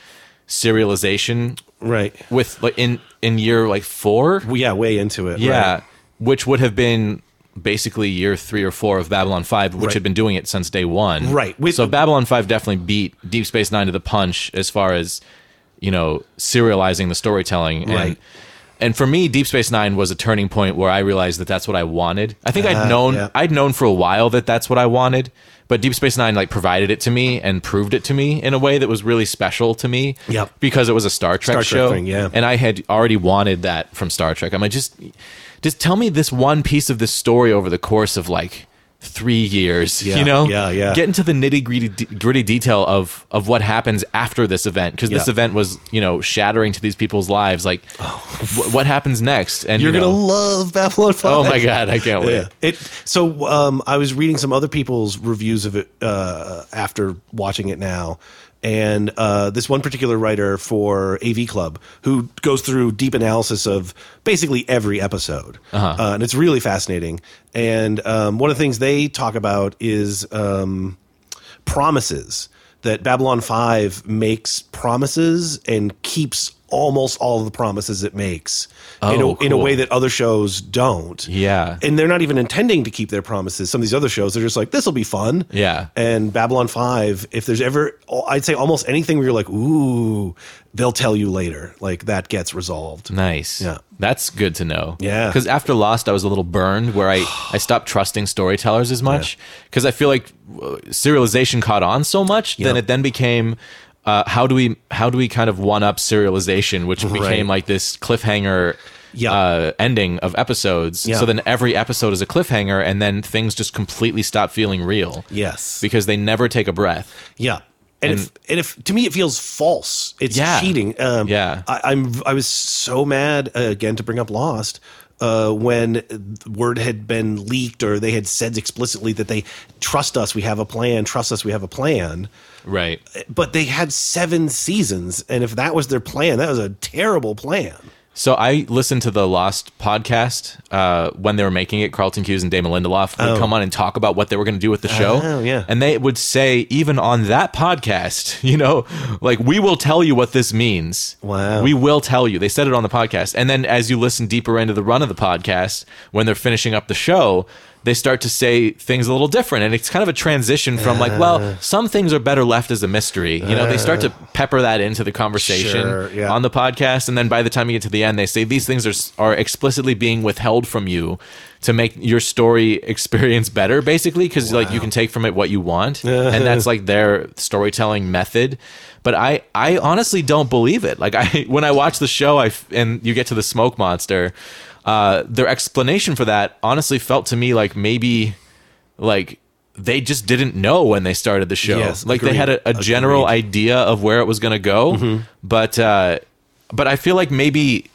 [SPEAKER 1] serialization
[SPEAKER 3] Right.
[SPEAKER 1] with like in in year like four.
[SPEAKER 3] Well, yeah, way into it.
[SPEAKER 1] Yeah,
[SPEAKER 3] right.
[SPEAKER 1] which would have been basically year three or four of Babylon Five, which
[SPEAKER 3] Right.
[SPEAKER 1] had been doing it since day one.
[SPEAKER 3] Right, with-
[SPEAKER 1] so Babylon Five definitely beat Deep Space Nine to the punch as far as you know serializing the storytelling. And,
[SPEAKER 3] Right.
[SPEAKER 1] And for me, Deep Space Nine was a turning point where I realized that that's what I wanted. I think I'd known
[SPEAKER 3] Uh, yeah.
[SPEAKER 1] I'd known for a while that that's what I wanted, but Deep Space Nine like provided it to me and proved it to me in a way that was really special to me.
[SPEAKER 3] Yep.
[SPEAKER 1] Because it was a Star Trek
[SPEAKER 3] Star Trek
[SPEAKER 1] show,
[SPEAKER 3] thing, yeah.
[SPEAKER 1] and I had already wanted that from Star Trek. I'm like, just, just tell me this one piece of this story over the course of like three years.
[SPEAKER 3] Yeah,
[SPEAKER 1] you know,
[SPEAKER 3] yeah, yeah.
[SPEAKER 1] Get into the nitty gritty gritty detail of of what happens after this event because this
[SPEAKER 3] Yeah. Oh.
[SPEAKER 1] event was you know shattering to these people's lives. Like, wh- what happens next? And
[SPEAKER 3] You're
[SPEAKER 1] you
[SPEAKER 3] gonna
[SPEAKER 1] know,
[SPEAKER 3] love Babylon Five.
[SPEAKER 1] Oh my god, I can't wait.
[SPEAKER 3] Yeah. It so um, I was reading some other people's reviews of it uh, after watching it now, and uh, this one particular writer for AV Club who goes through deep analysis of basically every episode,
[SPEAKER 1] Uh-huh.
[SPEAKER 3] uh and it's really fascinating. And um, one of the things they talk about is um, promises that Babylon 5 makes promises and keeps almost all of the promises it makes in, a,
[SPEAKER 1] Oh,
[SPEAKER 3] in a
[SPEAKER 1] cool.
[SPEAKER 3] way that other shows don't.
[SPEAKER 1] Yeah.
[SPEAKER 3] And they're not even intending to keep their promises. Some of these other shows, they're just like, this will be fun.
[SPEAKER 1] Yeah.
[SPEAKER 3] And Babylon 5, if there's ever, I'd say almost anything where you're like, ooh, they'll tell you later. Like that gets resolved.
[SPEAKER 1] Nice.
[SPEAKER 3] Yeah.
[SPEAKER 1] That's good to know.
[SPEAKER 3] Yeah.
[SPEAKER 1] Because after Lost, I was a little burned where I, I stopped trusting storytellers as much because I feel like uh, serialization caught on so much. Then
[SPEAKER 3] Yep.
[SPEAKER 1] it then became uh, how do we how do we kind of one up serialization, which
[SPEAKER 3] Right.
[SPEAKER 1] became like this cliffhanger.
[SPEAKER 3] Yeah.
[SPEAKER 1] Uh, ending of episodes.
[SPEAKER 3] Yeah.
[SPEAKER 1] So then every episode is a cliffhanger, and then things just completely stop feeling real.
[SPEAKER 3] Yes.
[SPEAKER 1] Because they never take a breath.
[SPEAKER 3] Yeah. And, if, and if to me it feels false, it's
[SPEAKER 1] Yeah.
[SPEAKER 3] cheating. Um,
[SPEAKER 1] Yeah.
[SPEAKER 3] I, I'm I was so mad uh, again to bring up Lost uh, when word had been leaked or they had said explicitly that they trust us, we have a plan, trust us, we have a plan.
[SPEAKER 1] Right.
[SPEAKER 3] But they had seven seasons, and if that was their plan, that was a terrible plan.
[SPEAKER 1] So I listened to the Lost podcast uh, when they were making it. Carlton Hughes and Damon Lindelof would come on and talk about what they were going to do with the show.
[SPEAKER 3] Oh, yeah.
[SPEAKER 1] And they would say, even on that podcast, you know, like, we will tell you what this means.
[SPEAKER 3] Wow.
[SPEAKER 1] We will tell you. They said it on the podcast. And then as you listen deeper into the run of the podcast, when they're finishing up the show, they start to say things a little different. And it's kind of a transition from like,
[SPEAKER 3] Uh.
[SPEAKER 1] well, some things are better left as a mystery. You know, they start to pepper that into the conversation
[SPEAKER 3] Sure, yeah.
[SPEAKER 1] on the podcast and then by the time you get to the end they say these things are are explicitly being withheld from you to make your story experience better basically cuz like you can take from it what you want and that's like their storytelling method but I I honestly don't believe it like I when I watch the show I f- and you get to the smoke monster uh their explanation for that honestly felt to me like maybe like they just didn't know when they started the show.
[SPEAKER 3] Yes,
[SPEAKER 1] like they
[SPEAKER 3] agreed.
[SPEAKER 1] had a, a general idea of where it was going to go,
[SPEAKER 3] Mm-hmm.
[SPEAKER 1] but uh, but I feel like maybe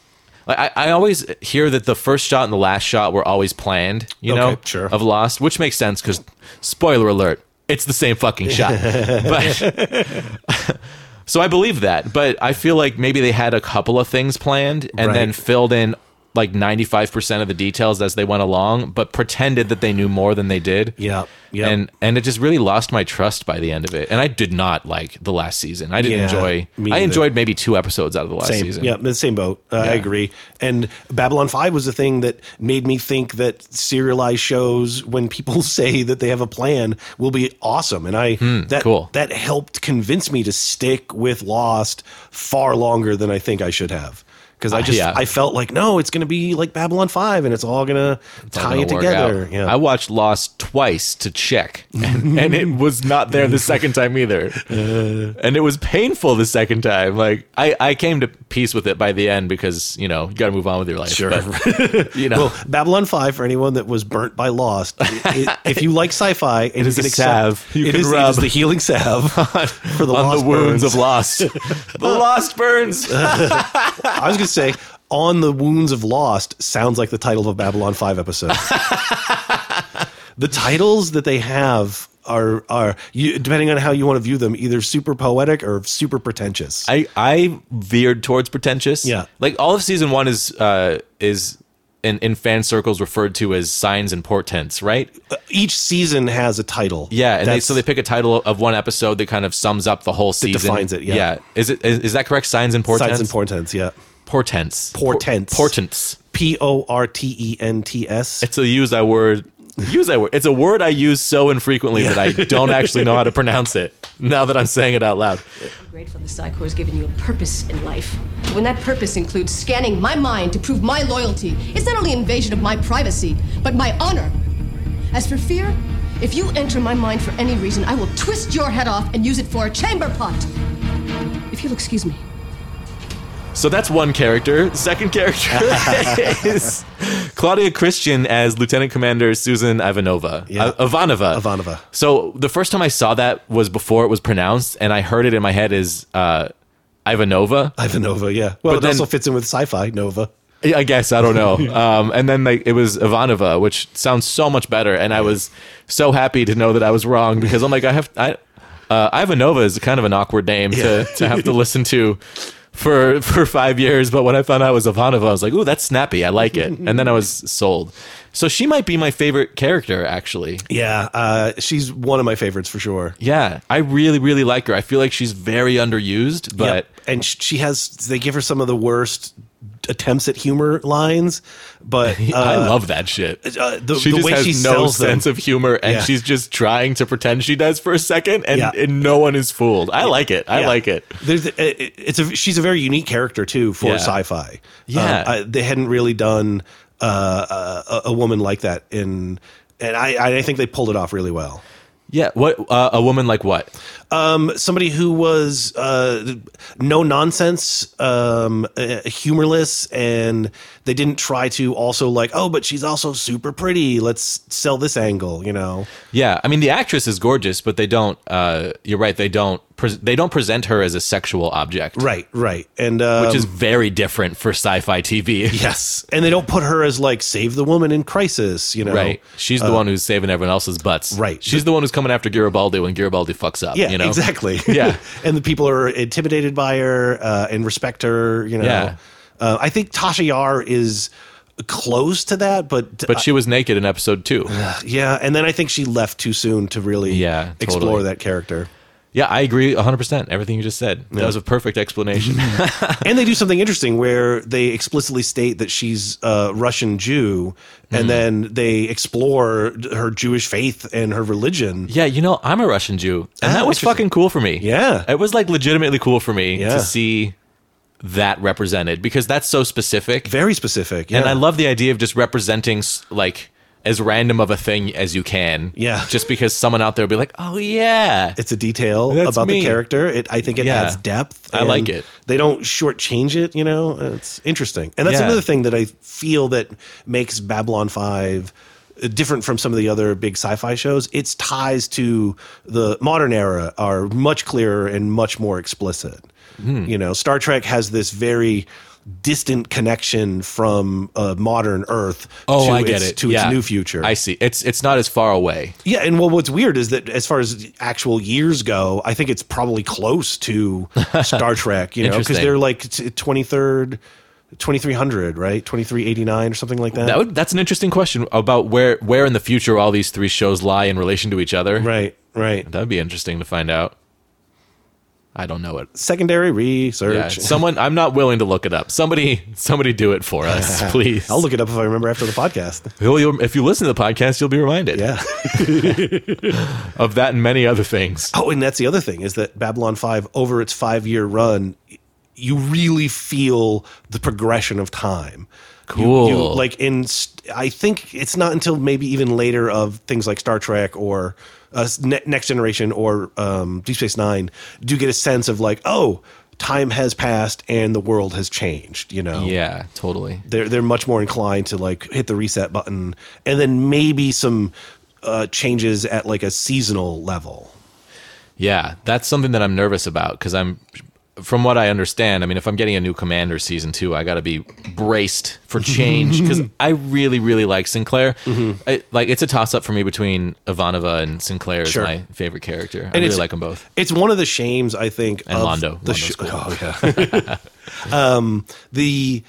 [SPEAKER 1] like, I, I always hear that the first shot and the last shot were always planned. You
[SPEAKER 3] Okay,
[SPEAKER 1] know,
[SPEAKER 3] sure.
[SPEAKER 1] of Lost, which makes sense because spoiler alert, it's the same fucking shot. but so I believe that, but I feel like maybe they had a couple of things planned and
[SPEAKER 3] Right.
[SPEAKER 1] then filled in like 95% of the details as they went along, but pretended that they knew more than they did.
[SPEAKER 3] Yeah, yeah.
[SPEAKER 1] And and it just really lost my trust by the end of it. And I did not like the last season. I didn't
[SPEAKER 3] Yeah,
[SPEAKER 1] enjoy
[SPEAKER 3] me
[SPEAKER 1] I
[SPEAKER 3] either.
[SPEAKER 1] enjoyed maybe two episodes out of the last
[SPEAKER 3] same.
[SPEAKER 1] season.
[SPEAKER 3] Yeah, the same boat. Uh, I agree. And Babylon 5 was the thing that made me think that serialized shows, when people say that they have a plan, will be awesome. And I that
[SPEAKER 1] Hmm, cool.
[SPEAKER 3] that helped convince me to stick with Lost far longer than I think I should have. Because I
[SPEAKER 1] Uh,
[SPEAKER 3] just
[SPEAKER 1] yeah.
[SPEAKER 3] I felt like no, it's going to be like Babylon Five, and it's all going to tie
[SPEAKER 1] gonna
[SPEAKER 3] it
[SPEAKER 1] work
[SPEAKER 3] together.
[SPEAKER 1] out.
[SPEAKER 3] Yeah,
[SPEAKER 1] I watched Lost twice to check, and, and it was not there the second time either.
[SPEAKER 3] Uh.
[SPEAKER 1] and it was painful the second time. Like I, I came to peace with it by the end because you know you got to move on with your life. Sure, you know.
[SPEAKER 3] Well, Babylon 5, for anyone that was burnt by Lost, i- i- if you like sci fi, it
[SPEAKER 1] is
[SPEAKER 3] you
[SPEAKER 1] a
[SPEAKER 3] can accept-
[SPEAKER 1] salve you
[SPEAKER 3] it
[SPEAKER 1] can
[SPEAKER 3] is- it
[SPEAKER 1] rub
[SPEAKER 3] is the healing salve for the
[SPEAKER 1] on
[SPEAKER 3] lost
[SPEAKER 1] the wounds of
[SPEAKER 3] burns.
[SPEAKER 1] lost, the lost burns.
[SPEAKER 3] I was going to say, On the Wounds of Lost sounds like the title of a Babylon 5 episode. the titles that they have are, are you, depending on how you want to view them, either super poetic or super pretentious.
[SPEAKER 1] I I veered towards pretentious.
[SPEAKER 3] Yeah.
[SPEAKER 1] like all of season one is uh is in in fan circles referred to as signs and portents, right?
[SPEAKER 3] Uh, Each season has a title.
[SPEAKER 1] Yeah, and they,
[SPEAKER 3] That's-
[SPEAKER 1] so they pick a title of one episode that kind of sums up the whole season.
[SPEAKER 3] defines it, yeah.
[SPEAKER 1] Is it is, is that correct? Signs and portents.
[SPEAKER 3] Signs and portents, yeah.
[SPEAKER 1] portents.
[SPEAKER 3] Portents.
[SPEAKER 1] Portents.
[SPEAKER 3] P O R T E N T S.
[SPEAKER 1] It's a use I word. Use that word. It's a word I use so infrequently that I don't actually know how to pronounce it. Now that I'm saying it out loud.
[SPEAKER 6] Grateful the Psycho has given you a purpose in life. When that purpose includes scanning my mind to prove my loyalty, it's not only invasion of my privacy, but my honor. As for fear, if you enter my mind for any reason, I will twist your head off and use it for a chamber pot. If you'll excuse me.
[SPEAKER 1] So that's one character. The second character is Claudia Christian as Lieutenant Commander Susan Ivanova.
[SPEAKER 3] Yeah.
[SPEAKER 1] Uh, Ivanova.
[SPEAKER 3] Ivanova.
[SPEAKER 1] So the first time I saw that was before it was pronounced, and I heard it in my head as uh, Ivanova.
[SPEAKER 3] Ivanova, yeah.
[SPEAKER 1] But
[SPEAKER 3] Well, it
[SPEAKER 1] then-
[SPEAKER 3] also fits in with sci-fi Nova.
[SPEAKER 1] I guess I don't know. Um, and then like it was Ivanova, which sounds so much better, and I was so happy to know that I was wrong because I'm like I have I, uh, Ivanova is kind of an awkward name to, to have to listen to for for five years. But when I found out it was Ivanova, I was like, ooh, that's snappy. I like it. And then I was sold. So she might be my favorite character actually.
[SPEAKER 3] Yeah, uh, she's one of my favorites for sure.
[SPEAKER 1] Yeah, I really really like her. I feel like she's very underused, but.
[SPEAKER 3] Yep. and sh- she has they give her some of the worst attempts at humor lines, but uh,
[SPEAKER 1] I love that shit.
[SPEAKER 3] uh, the-
[SPEAKER 1] she
[SPEAKER 3] the
[SPEAKER 1] just
[SPEAKER 3] way
[SPEAKER 1] has
[SPEAKER 3] she
[SPEAKER 1] no
[SPEAKER 3] sells them.
[SPEAKER 1] sense of humor, and
[SPEAKER 3] Yeah.
[SPEAKER 1] she's just trying to pretend she does for a second, and,
[SPEAKER 3] Yeah.
[SPEAKER 1] and no one is fooled. I like it. I
[SPEAKER 3] yeah.
[SPEAKER 1] like it.
[SPEAKER 3] There's, it- it- it's a she's a very unique character too for
[SPEAKER 1] Yeah.
[SPEAKER 3] sci-fi. Um,
[SPEAKER 1] Yeah.
[SPEAKER 3] I- they hadn't really done uh, a, a woman like that in, and I I think they pulled it off really well.
[SPEAKER 1] Yeah. What uh, a woman like what?
[SPEAKER 3] Um, somebody who was uh, no nonsense, um, uh, humorless, and they didn't try to also like, oh, but she's also super pretty. Let's sell this angle, you know.
[SPEAKER 1] Yeah. I mean, the actress is gorgeous, but they don't. Uh, you're right. They don't. Pre- they don't present her as a sexual object,
[SPEAKER 3] Right, right, and um,
[SPEAKER 1] Which is very different for sci-fi TV.
[SPEAKER 3] yes, and they don't put her as like save the woman in crisis, you know.
[SPEAKER 1] Right. She's the one who's saving everyone else's butts.
[SPEAKER 3] Uh, right.
[SPEAKER 1] She's the one who's coming after Garibaldi when Garibaldi fucks up.
[SPEAKER 3] Yeah,
[SPEAKER 1] you know?
[SPEAKER 3] exactly.
[SPEAKER 1] Yeah.
[SPEAKER 3] and the people are intimidated by her uh, and respect her. You know,
[SPEAKER 1] Yeah.
[SPEAKER 3] uh, I think Tasha Yar is close to that, but
[SPEAKER 1] But she was naked in episode two.
[SPEAKER 3] Yeah, and then I think she left too soon to really
[SPEAKER 1] Yeah, totally.
[SPEAKER 3] explore that character.
[SPEAKER 1] Yeah, I agree 100%. Everything you just said. That was a perfect explanation.
[SPEAKER 3] And they do something interesting where they explicitly state that she's a Russian Jew,
[SPEAKER 1] Mm-hmm.
[SPEAKER 3] and then they explore her Jewish faith and her religion.
[SPEAKER 1] Yeah, you know, I'm a Russian Jew, and
[SPEAKER 3] Ah,
[SPEAKER 1] that was
[SPEAKER 3] interesting.
[SPEAKER 1] fucking cool for me.
[SPEAKER 3] Yeah.
[SPEAKER 1] it was like legitimately cool for me
[SPEAKER 3] Yeah.
[SPEAKER 1] to see that represented because that's so specific,
[SPEAKER 3] Very specific. Yeah.
[SPEAKER 1] and I love the idea of just representing s- like as random of a thing as you can.
[SPEAKER 3] Yeah.
[SPEAKER 1] just because someone out there will be like, "Oh yeah,
[SPEAKER 3] it's a detail
[SPEAKER 1] That's
[SPEAKER 3] about
[SPEAKER 1] me.
[SPEAKER 3] the character. It, I think it
[SPEAKER 1] Yeah.
[SPEAKER 3] adds depth.
[SPEAKER 1] I like
[SPEAKER 3] and
[SPEAKER 1] it.
[SPEAKER 3] They don't shortchange it. You know, it's interesting, and that's
[SPEAKER 1] Yeah.
[SPEAKER 3] another thing that I feel that makes Babylon Five different from some of the other big sci-fi shows. Its ties to the modern era are much clearer and much more explicit.
[SPEAKER 1] Hmm.
[SPEAKER 3] You know, Star Trek has this very distant connection from uh, modern Earth
[SPEAKER 1] oh
[SPEAKER 3] to,
[SPEAKER 1] I get
[SPEAKER 3] its,
[SPEAKER 1] it
[SPEAKER 3] to
[SPEAKER 1] Yeah.
[SPEAKER 3] its new future.
[SPEAKER 1] I see. It's it's not as far away.
[SPEAKER 3] Yeah, and well, what's weird is that as far as actual years go, I think it's probably close to Star Trek, you know, because
[SPEAKER 1] Interesting.
[SPEAKER 3] they're like twenty third, 2300, right? 2389 or something like that.
[SPEAKER 1] That would, that's an interesting question about where where in the future all these three shows lie in relation to each other.
[SPEAKER 3] right, right.
[SPEAKER 1] That would be interesting to find out. I don't know it.
[SPEAKER 3] Secondary research.
[SPEAKER 1] Yeah, someone I'm not willing to look it up. Somebody somebody do it for us, please.
[SPEAKER 3] I'll look it up if I remember after the podcast.
[SPEAKER 1] You'll- you'll- if you listen to the podcast, you'll be reminded
[SPEAKER 3] Yeah.
[SPEAKER 1] of that and many other things.
[SPEAKER 3] Oh, and that's the other thing is that Babylon 5 over its 5-year run you really feel the progression of time. You-
[SPEAKER 1] Cool.
[SPEAKER 3] you- like in st- I think it's not until maybe even later of things like Star Trek or uh, Ne- Next Generation or um, Deep Space 9 do you get a sense of like oh time has passed and the world has changed, you know.
[SPEAKER 1] yeah, totally.
[SPEAKER 3] they're they're much more inclined to like hit the reset button and then maybe some uh, changes at like a seasonal level.
[SPEAKER 1] Yeah, that's something that I'm nervous about because I'm, from what I understand, I mean, if I'm getting a new Commander season two, I got to be braced for change because I really, really like Sinclair.
[SPEAKER 3] Mm-hmm.
[SPEAKER 1] I, like, it's a toss up for me between Ivanova and Sinclair is
[SPEAKER 3] Sure.
[SPEAKER 1] my favorite character. I really
[SPEAKER 3] it's-
[SPEAKER 1] like them both.
[SPEAKER 3] It's one of the shames I think
[SPEAKER 1] And
[SPEAKER 3] of
[SPEAKER 1] Londo.
[SPEAKER 3] The
[SPEAKER 1] Londo's
[SPEAKER 3] sh-
[SPEAKER 1] cool.
[SPEAKER 3] oh, yeah. um, the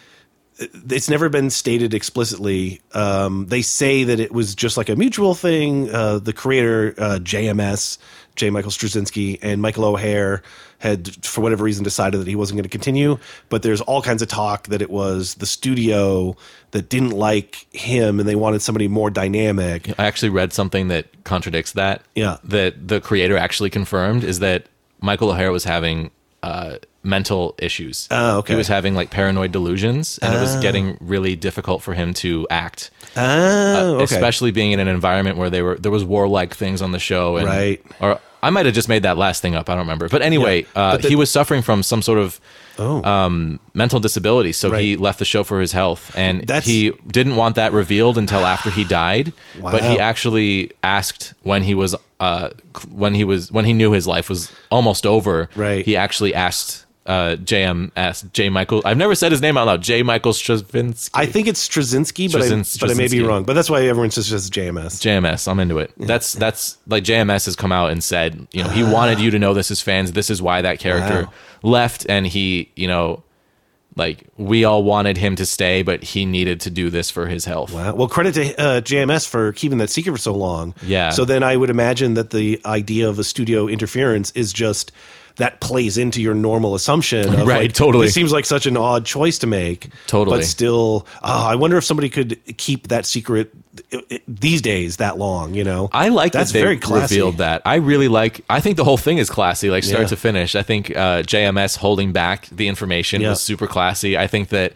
[SPEAKER 3] it's never been stated explicitly. Um, they say that it was just like a mutual thing. Uh, the creator uh, JMS J. Michael Straczynski and Michael O'Hare had, for whatever reason, decided that he wasn't going to continue. But there's all kinds of talk that it was the studio that didn't like him and they wanted somebody more dynamic.
[SPEAKER 1] I actually read something that contradicts that.
[SPEAKER 3] Yeah.
[SPEAKER 1] That the creator actually confirmed is that Michael O'Hare was having uh, mental issues.
[SPEAKER 3] Oh, okay. Ah.
[SPEAKER 1] He was having like paranoid delusions, and it was getting really difficult for him to act,
[SPEAKER 3] Oh, okay.
[SPEAKER 1] Uh, especially being in an environment where they were there was warlike things on the show, and,
[SPEAKER 3] Right.
[SPEAKER 1] Or I might have just made that last thing up. I don't remember. But anyway,
[SPEAKER 3] Yeah.
[SPEAKER 1] uh,
[SPEAKER 3] But the-
[SPEAKER 1] he was suffering from some sort of
[SPEAKER 3] oh.
[SPEAKER 1] um, mental disability, so he
[SPEAKER 3] Right.
[SPEAKER 1] left the show for his health, and
[SPEAKER 3] That's-
[SPEAKER 1] he didn't want that revealed until after he died. But he
[SPEAKER 3] Wow.
[SPEAKER 1] actually asked when he was uh, c- when he was when he knew his life was almost over.
[SPEAKER 3] Right.
[SPEAKER 1] He actually asked uh, JMS J Michael. I've never said his name out loud. J Michael Straczynski.
[SPEAKER 3] I think it's Straczynski, but,
[SPEAKER 1] Strzyn-
[SPEAKER 3] I, but I may be
[SPEAKER 1] Straczynski.
[SPEAKER 3] wrong. But that's why everyone says it's JMS.
[SPEAKER 1] JMS, I'm into it. That's that's like JMS has come out and said, you know, he wanted you to know this as fans. This is why that character
[SPEAKER 3] Wow.
[SPEAKER 1] left, and he, you know, like we all wanted him to stay, but he needed to do this for his health.
[SPEAKER 3] Wow. Well, credit to uh, JMS for keeping that secret for so long.
[SPEAKER 1] Yeah.
[SPEAKER 3] So then I would imagine that the idea of a studio interference is just that plays into your normal assumption. Of
[SPEAKER 1] Right,
[SPEAKER 3] like,
[SPEAKER 1] totally.
[SPEAKER 3] It seems like such an odd choice to make.
[SPEAKER 1] Totally.
[SPEAKER 3] But still, oh, I wonder if somebody could keep that secret uh, uh, these days that long. You know,
[SPEAKER 1] I like
[SPEAKER 3] that's
[SPEAKER 1] that they
[SPEAKER 3] very classy.
[SPEAKER 1] revealed that. I really like. I think the whole thing is classy, like start
[SPEAKER 3] Yeah.
[SPEAKER 1] to finish. I think uh, JMS holding back the information
[SPEAKER 3] Yeah.
[SPEAKER 1] was super classy. I think that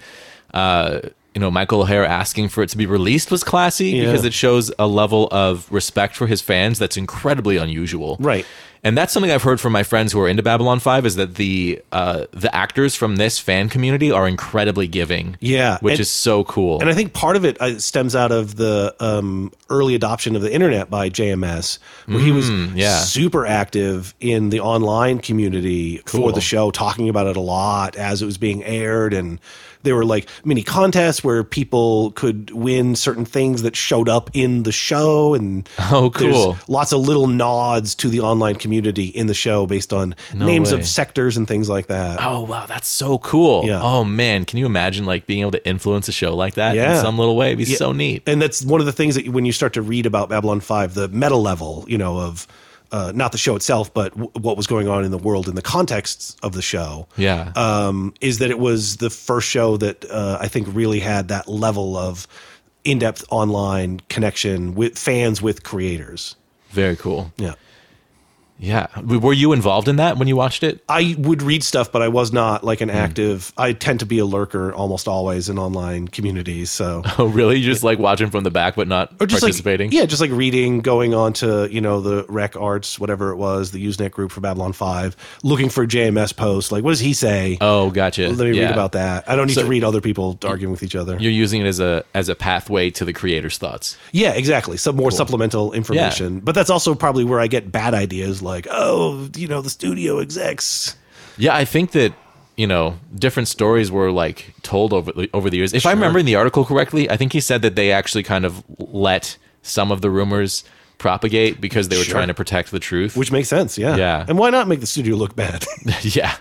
[SPEAKER 1] uh, you know Michael O'Hare asking for it to be released was classy because it shows a level of respect for his fans that's incredibly unusual.
[SPEAKER 3] Right.
[SPEAKER 1] And that's something I've heard from my friends who are into Babylon Five is that the uh, the actors from this fan community are incredibly giving.
[SPEAKER 3] Yeah.
[SPEAKER 1] which
[SPEAKER 3] And-
[SPEAKER 1] is so cool.
[SPEAKER 3] And I think part of it uh, stems out of the um, early adoption of the internet by JMS, where he was
[SPEAKER 1] Mm, yeah.
[SPEAKER 3] super active in the online community for the show, talking about it a lot as it was being aired. And there were like mini contests where people could win certain things that showed up in the show. And
[SPEAKER 1] Oh,
[SPEAKER 3] there's
[SPEAKER 1] cool.
[SPEAKER 3] Lots of little nods to the online community in the show based on names
[SPEAKER 1] way.
[SPEAKER 3] of sectors and things like that.
[SPEAKER 1] Oh wow, that's so cool.
[SPEAKER 3] Yeah.
[SPEAKER 1] Oh man, can you imagine like being able to influence a show like that in
[SPEAKER 3] Yeah.
[SPEAKER 1] some little way? It'd be
[SPEAKER 3] Yeah.
[SPEAKER 1] so neat.
[SPEAKER 3] And that's one of the things that you- when you start to read about Babylon 5, the meta level, you know, of uh, not the show itself, but w- what was going on in the world in the context of the show,
[SPEAKER 1] Yeah.
[SPEAKER 3] um, is that it was the first show that uh, I think really had that level of in depth online connection with fans with creators.
[SPEAKER 1] Very cool.
[SPEAKER 3] Yeah.
[SPEAKER 1] Yeah. W- Were you involved in that when you watched it?
[SPEAKER 3] I would read stuff, but I was not like
[SPEAKER 1] Hmm.
[SPEAKER 3] an active. I tend to be a lurker almost always in online communities. So
[SPEAKER 1] Oh really? You're just like watching from the back but not
[SPEAKER 3] or just
[SPEAKER 1] participating?
[SPEAKER 3] Like, yeah, just like reading, going on to you know the Rec Arts, whatever it was, the Usenet group for Babylon Five, looking for JMS posts. Like, what does he say?
[SPEAKER 1] Oh, gotcha.
[SPEAKER 3] Let me
[SPEAKER 1] Yeah.
[SPEAKER 3] read about that. I don't need
[SPEAKER 1] So-
[SPEAKER 3] to read other people arguing with each other.
[SPEAKER 1] You're using it as a as a pathway to the creator's thoughts.
[SPEAKER 3] Yeah, exactly. Some more supplemental information, but that's also probably where I get bad ideas, like oh, you know, the studio execs.
[SPEAKER 1] Yeah, I think that you know different stories were like told over the, over the years. If I remember in the article correctly, I think he said that they actually kind of let some of the rumors propagate because they were trying to protect the truth.
[SPEAKER 3] Which makes sense, yeah.
[SPEAKER 1] Yeah.
[SPEAKER 3] And why not make the studio look bad?
[SPEAKER 1] yeah.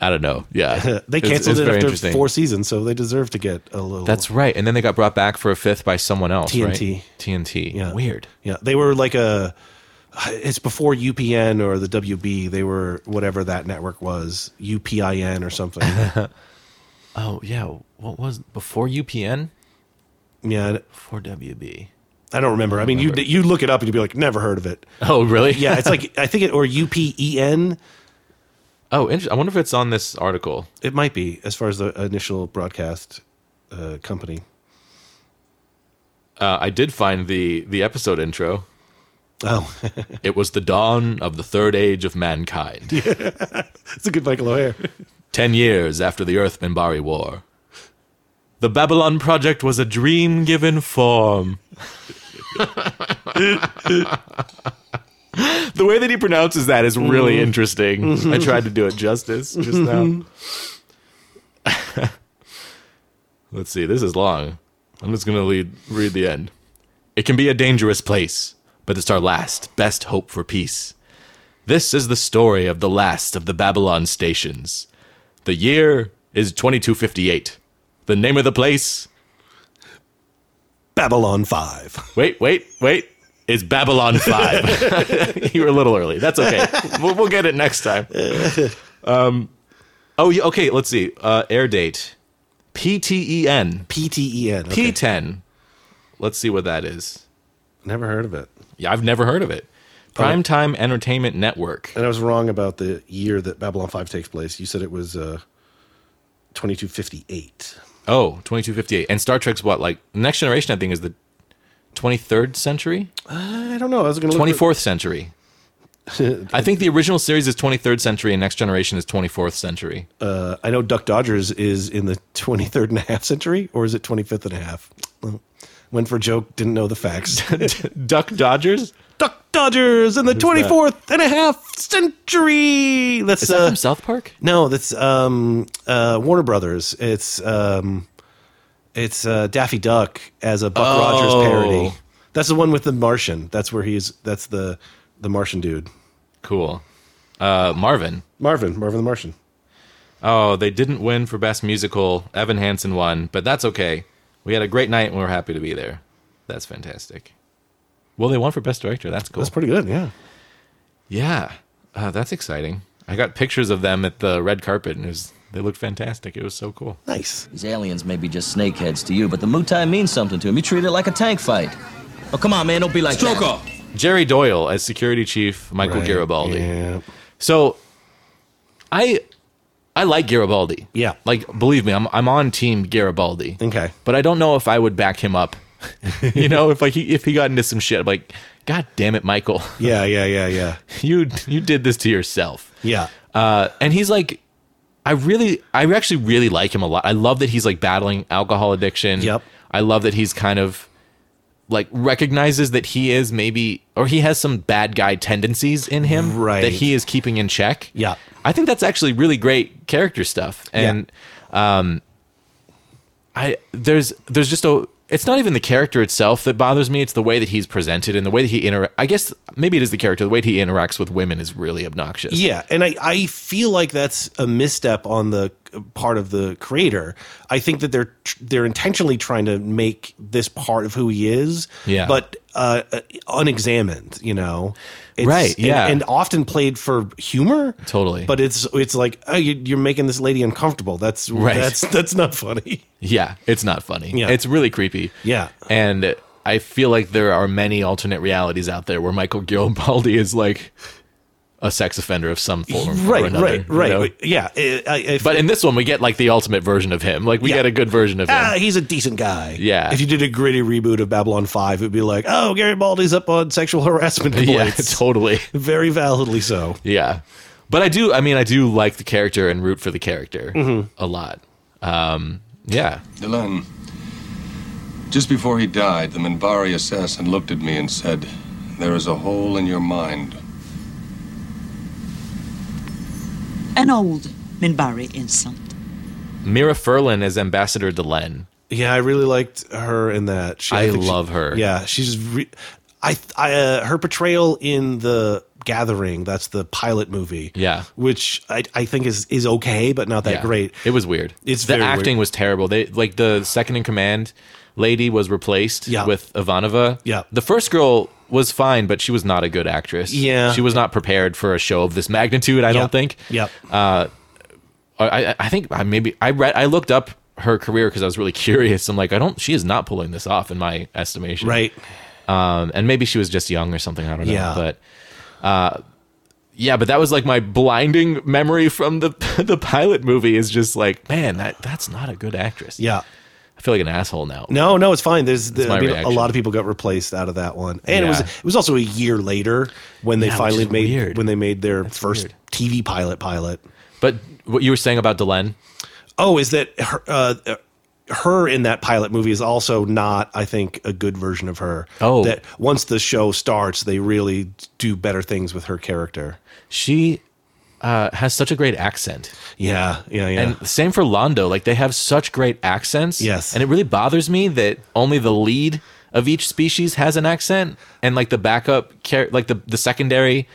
[SPEAKER 1] I don't know. Yeah,
[SPEAKER 3] They
[SPEAKER 1] It's-
[SPEAKER 3] canceled
[SPEAKER 1] it's very
[SPEAKER 3] it after
[SPEAKER 1] interesting.
[SPEAKER 3] four seasons, so they deserve to get a little.
[SPEAKER 1] That's right. And then they got brought back for a fifth by someone else.
[SPEAKER 3] TNT.
[SPEAKER 1] Right? TNT.
[SPEAKER 3] Yeah.
[SPEAKER 1] Weird.
[SPEAKER 3] Yeah, they were like a. It's before UPN or the WB. They were whatever that network was, UPIN or something.
[SPEAKER 1] Oh yeah. What was before UPN?
[SPEAKER 3] yeah,
[SPEAKER 1] Before WB.
[SPEAKER 3] I don't remember. I mean, you you look it up and you'd be like, never heard of it.
[SPEAKER 1] Oh really?
[SPEAKER 3] Yeah, it's like I think it or E UPEN.
[SPEAKER 1] oh, interesting. I wonder if it's on this article.
[SPEAKER 3] It might be as far as the initial broadcast uh, company.
[SPEAKER 1] Uh, I did find the the episode intro.
[SPEAKER 3] Oh,
[SPEAKER 1] It was the dawn of the third age of mankind.
[SPEAKER 3] it's a good Michael O'Hare.
[SPEAKER 1] Ten years after the Earth Minbari War. The Babylon Project was a dream given form. the way that he pronounces that is really interesting. I tried to do it justice just now. Let's see, this is long. I'm just going to lead, read the end. It can be a dangerous place, but it's our last, best hope for peace. This is the story of the last of the Babylon stations. The year is 2258. The name of the place,
[SPEAKER 3] Babylon Five.
[SPEAKER 1] wait, wait, wait, is Babylon 5. you were a little early. That's okay. We'll, we'll get it next time. Um, oh, yeah, okay, let's see. Uh, air date E PTEN.
[SPEAKER 3] PTEN. E Okay.
[SPEAKER 1] P10. Let's see what that is.
[SPEAKER 3] Never heard of it.
[SPEAKER 1] Yeah, I've never heard of it. Primetime Entertainment Network.
[SPEAKER 3] And I was wrong about the year that Babylon 5 takes place. You said it was uh, 2258.
[SPEAKER 1] Oh, 2258. And Star Trek's what? Like, Next Generation, I think, is the 23rd century?
[SPEAKER 3] I don't know. I was going to
[SPEAKER 1] Twenty fourth century. I think the original series is twenty third century, and Next Generation is twenty fourth century.
[SPEAKER 3] Uh, I know Duck Dodgers is in the 23rd and a half century, or is it 25th and a half? Well, Went for a joke, didn't know the facts.
[SPEAKER 1] Duck Dodgers
[SPEAKER 3] Duck Dodgers in the 24th and a half century. That's
[SPEAKER 1] is that
[SPEAKER 3] uh,
[SPEAKER 1] from South Park?
[SPEAKER 3] no, that's um, uh, Warner Brothers. It's um, it's uh, Daffy Duck as a Buck
[SPEAKER 1] Oh.
[SPEAKER 3] Rogers parody. That's the one with the Martian. That's where he's. That's the the Martian dude,
[SPEAKER 1] Cool. Uh, Marvin.
[SPEAKER 3] Marvin, Marvin the Martian.
[SPEAKER 1] Oh, they didn't win for best musical. Evan Hansen won, but that's okay. We had a great night, and we were happy to be there. That's fantastic. Well, they won for best director. That's cool.
[SPEAKER 3] That's pretty good. Yeah,
[SPEAKER 1] yeah, uh, that's exciting. I got pictures of them at the red carpet, and it was, they looked fantastic. It was so cool.
[SPEAKER 3] nice.
[SPEAKER 4] These aliens may be just snakeheads to you, but the Mutai means something to them. You treat it like a tank fight. Oh, come on, man, don't be like
[SPEAKER 7] Stroke
[SPEAKER 4] that.
[SPEAKER 7] off.
[SPEAKER 1] Jerry Doyle as security chief Michael
[SPEAKER 3] Right.
[SPEAKER 1] Garibaldi.
[SPEAKER 3] Yeah.
[SPEAKER 1] So I I like Garibaldi.
[SPEAKER 3] Yeah.
[SPEAKER 1] Like believe me, I'm I'm on team Garibaldi.
[SPEAKER 3] Okay.
[SPEAKER 1] But I don't know if I would back him up. you know, if like he if he got into some shit, I'm like, God damn it, Michael.
[SPEAKER 3] Yeah, yeah, yeah, yeah,
[SPEAKER 1] you you did this to yourself.
[SPEAKER 3] yeah.
[SPEAKER 1] Uh, and he's like, I really, I actually really like him a lot. I love that he's like battling alcohol addiction.
[SPEAKER 3] Yep.
[SPEAKER 1] I love that he's kind of like recognizes that he is maybe, or he has some bad guy tendencies in him
[SPEAKER 3] Right.
[SPEAKER 1] that he is keeping in check.
[SPEAKER 3] Yeah.
[SPEAKER 1] I think that's actually really great character stuff. And, um, I there's there's just a it's not even the character itself that bothers me. It's the way that he's presented and the way that he interact. I guess maybe it is the character. The way that he interacts with women is really obnoxious.
[SPEAKER 3] Yeah, and I, I feel like that's a misstep on the part of the creator. I think that they're they're intentionally trying to make this part of who he is,
[SPEAKER 1] Yeah.
[SPEAKER 3] but uh, unexamined. You know, it's,
[SPEAKER 1] Right, yeah.
[SPEAKER 3] and, and often played for humor.
[SPEAKER 1] Totally.
[SPEAKER 3] but it's it's like oh, you, you're making this lady uncomfortable. That's
[SPEAKER 1] Right.
[SPEAKER 3] That's that's not funny.
[SPEAKER 1] Yeah, it's not funny.
[SPEAKER 3] Yeah.
[SPEAKER 1] It's really creepy.
[SPEAKER 3] Yeah.
[SPEAKER 1] And I feel like there are many alternate realities out there where Michael Garibaldi is like a sex offender of some form. or
[SPEAKER 3] Right,
[SPEAKER 1] another,
[SPEAKER 3] right,
[SPEAKER 1] you
[SPEAKER 3] right.
[SPEAKER 1] know?
[SPEAKER 3] Yeah, I- I- if-
[SPEAKER 1] But in this one, we get like the ultimate version of him. Like we
[SPEAKER 3] Yeah.
[SPEAKER 1] get a good version of him.
[SPEAKER 3] ah, he's a decent guy.
[SPEAKER 1] Yeah.
[SPEAKER 3] If you did a gritty reboot of Babylon 5, it would be like, oh, Gary Baldy's up on sexual harassment
[SPEAKER 1] yeah,
[SPEAKER 3] complaints.
[SPEAKER 1] totally.
[SPEAKER 3] Very validly so.
[SPEAKER 1] Yeah. But I do, I mean, I do like the character and root for the character
[SPEAKER 3] Mm-hmm.
[SPEAKER 1] a lot. Um, yeah.
[SPEAKER 5] Dylan, just before he died, the Minbari assassin looked at me and said, There is a hole in your mind.
[SPEAKER 8] An old Minbari insult.
[SPEAKER 1] Mira Furlan as Ambassador Delenn.
[SPEAKER 3] Yeah, I really liked her in that. She,
[SPEAKER 1] I
[SPEAKER 3] think she-
[SPEAKER 1] love her.
[SPEAKER 3] Yeah, she's. Re- I, I uh, her portrayal in the Gathering. That's the pilot movie.
[SPEAKER 1] Yeah.
[SPEAKER 3] which I, I think is is okay, but not that
[SPEAKER 1] Yeah.
[SPEAKER 3] great.
[SPEAKER 1] It was weird.
[SPEAKER 3] It's
[SPEAKER 1] the
[SPEAKER 3] very weird.
[SPEAKER 1] acting was terrible. They like the second in command lady was replaced
[SPEAKER 3] Yeah.
[SPEAKER 1] with Ivanova.
[SPEAKER 3] Yeah.
[SPEAKER 1] The first girl was fine, but she was not a good actress.
[SPEAKER 3] Yeah.
[SPEAKER 1] She was not prepared for a show of this magnitude, I
[SPEAKER 3] Yeah.
[SPEAKER 1] don't think. Uh,
[SPEAKER 3] Yep.
[SPEAKER 1] I, I- I think I maybe I read I looked up her career because I was really curious. I'm like, I don't she is not pulling this off in my estimation.
[SPEAKER 3] right.
[SPEAKER 1] Um, and maybe she was just young or something. I don't know.
[SPEAKER 3] Yeah.
[SPEAKER 1] But uh, yeah, but that was like my blinding memory from the the pilot movie is just like, man, that that's not a good actress.
[SPEAKER 3] Yeah.
[SPEAKER 1] I feel like an asshole now.
[SPEAKER 3] No, no, it's fine. There's the,
[SPEAKER 1] my
[SPEAKER 3] I mean, a
[SPEAKER 1] reaction.
[SPEAKER 3] lot of people got replaced out of that one, and it was
[SPEAKER 1] Yeah.
[SPEAKER 3] it was also a year later when they
[SPEAKER 1] Yeah, which
[SPEAKER 3] finally
[SPEAKER 1] is
[SPEAKER 3] made
[SPEAKER 1] weird.
[SPEAKER 3] when they made their first
[SPEAKER 1] weird.
[SPEAKER 3] TV pilot pilot.
[SPEAKER 1] But what you were saying about Delenn,
[SPEAKER 3] Oh, is that her, uh, her in that pilot movie is also not, I think, a good version of her.
[SPEAKER 1] Oh.
[SPEAKER 3] that once the show starts, they really do better things with her character.
[SPEAKER 1] she uh, has such a great accent,
[SPEAKER 3] Yeah, yeah, yeah.
[SPEAKER 1] and same for Londo. Like they have such great accents.
[SPEAKER 3] Yes.
[SPEAKER 1] and it really bothers me that only the lead of each species has an accent, and like the backup, char- like the the secondary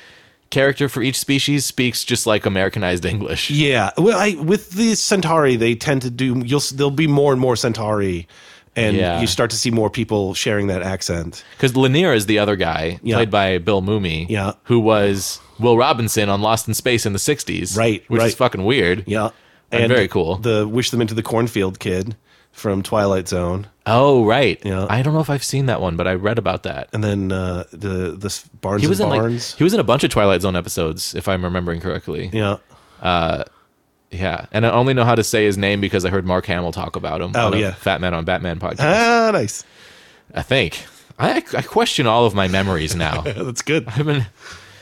[SPEAKER 1] character for each species speaks just like Americanized English.
[SPEAKER 3] Yeah, well, I with the Centauri, they tend to do. You'll s- there'll be more and more Centauri, and
[SPEAKER 1] Yeah.
[SPEAKER 3] you start to see more people sharing that accent.
[SPEAKER 1] Because Lanier is the other guy,
[SPEAKER 3] Yeah.
[SPEAKER 1] played by Bill Mooney,
[SPEAKER 3] Yeah.
[SPEAKER 1] who was Will Robinson on Lost in Space in the '60s,
[SPEAKER 3] Right,
[SPEAKER 1] Which
[SPEAKER 3] right.
[SPEAKER 1] is fucking weird.
[SPEAKER 3] Yeah,
[SPEAKER 1] And very cool.
[SPEAKER 3] The wish them into the cornfield kid from Twilight Zone,
[SPEAKER 1] Oh, right.
[SPEAKER 3] Yeah.
[SPEAKER 1] I don't know if I've seen that one, but I read about that.
[SPEAKER 3] and then uh, the the s- Barnes
[SPEAKER 1] He was in
[SPEAKER 3] and
[SPEAKER 1] like
[SPEAKER 3] Barnes.
[SPEAKER 1] he was in a bunch of Twilight Zone episodes, if I'm remembering correctly. Yeah.
[SPEAKER 3] yeah.
[SPEAKER 1] And I only know how to say his name because I heard Mark Hamill talk about him.
[SPEAKER 3] Oh,
[SPEAKER 1] on a
[SPEAKER 3] yeah.
[SPEAKER 1] Fat Man on Batman podcast.
[SPEAKER 3] Ah, nice.
[SPEAKER 1] I think. I, I question all of my memories now.
[SPEAKER 3] Yeah, that's good.
[SPEAKER 1] I've been,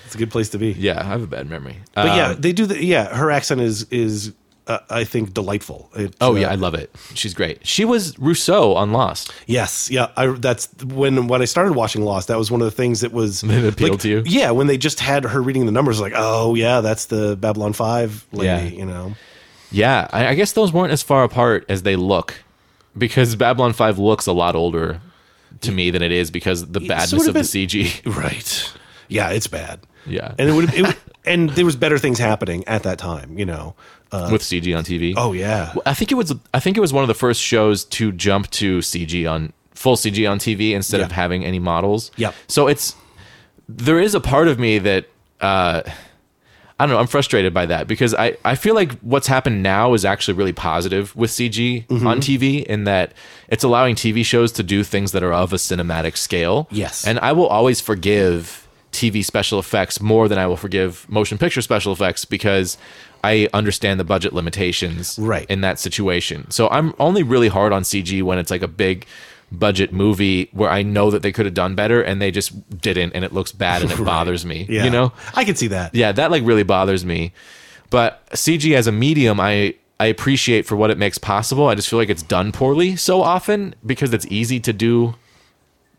[SPEAKER 3] It's a good place to be.
[SPEAKER 1] yeah, I have a bad memory.
[SPEAKER 3] But yeah,
[SPEAKER 1] Um,
[SPEAKER 3] they do the yeah. Her accent is is uh, I think delightful. It,
[SPEAKER 1] Oh
[SPEAKER 3] uh,
[SPEAKER 1] yeah, I love it. She's great. She was Rousseau on Lost.
[SPEAKER 3] Yes, yeah. I, that's when when I started watching Lost. That was one of the things that was
[SPEAKER 1] That appealed
[SPEAKER 3] like,
[SPEAKER 1] to you?
[SPEAKER 3] Yeah, when they just had her reading the numbers, like, oh yeah, that's the Babylon Five lady.
[SPEAKER 1] Yeah.
[SPEAKER 3] You know,
[SPEAKER 1] Yeah, I, I guess those weren't as far apart as they look, because Babylon Five looks a lot older to me than it is because the badness
[SPEAKER 3] would've
[SPEAKER 1] of the
[SPEAKER 3] been-
[SPEAKER 1] CG.
[SPEAKER 3] right? Yeah, it's bad.
[SPEAKER 1] Yeah.
[SPEAKER 3] and it would it, would- and there was better things happening at that time. You know, uh,
[SPEAKER 1] with CG on TV.
[SPEAKER 3] oh yeah,
[SPEAKER 1] I think it was I think it was one of the first shows to jump to CG on full CG on TV instead of
[SPEAKER 3] Yeah.
[SPEAKER 1] having any models.
[SPEAKER 3] Yep.
[SPEAKER 1] So it's there is a part of me that uh I don't know, I'm frustrated by that because I I feel like what's happened now is actually really positive with CG
[SPEAKER 3] Mm-hmm.
[SPEAKER 1] on TV in that it's allowing TV shows to do things that are of a cinematic scale.
[SPEAKER 3] Yes.
[SPEAKER 1] And I will always forgive TV special effects more than I will forgive motion picture special effects because I understand the budget limitations
[SPEAKER 3] Right.
[SPEAKER 1] in that situation. So I'm only really hard on CG when it's like a big budget movie where I know that they could have done better and they just didn't and it looks bad and it bothers me.
[SPEAKER 3] yeah.
[SPEAKER 1] You know?
[SPEAKER 3] I can see that.
[SPEAKER 1] Yeah, that like really bothers me. But CG as a medium I I appreciate for what it makes possible. I just feel like it's done poorly so often because it's easy to do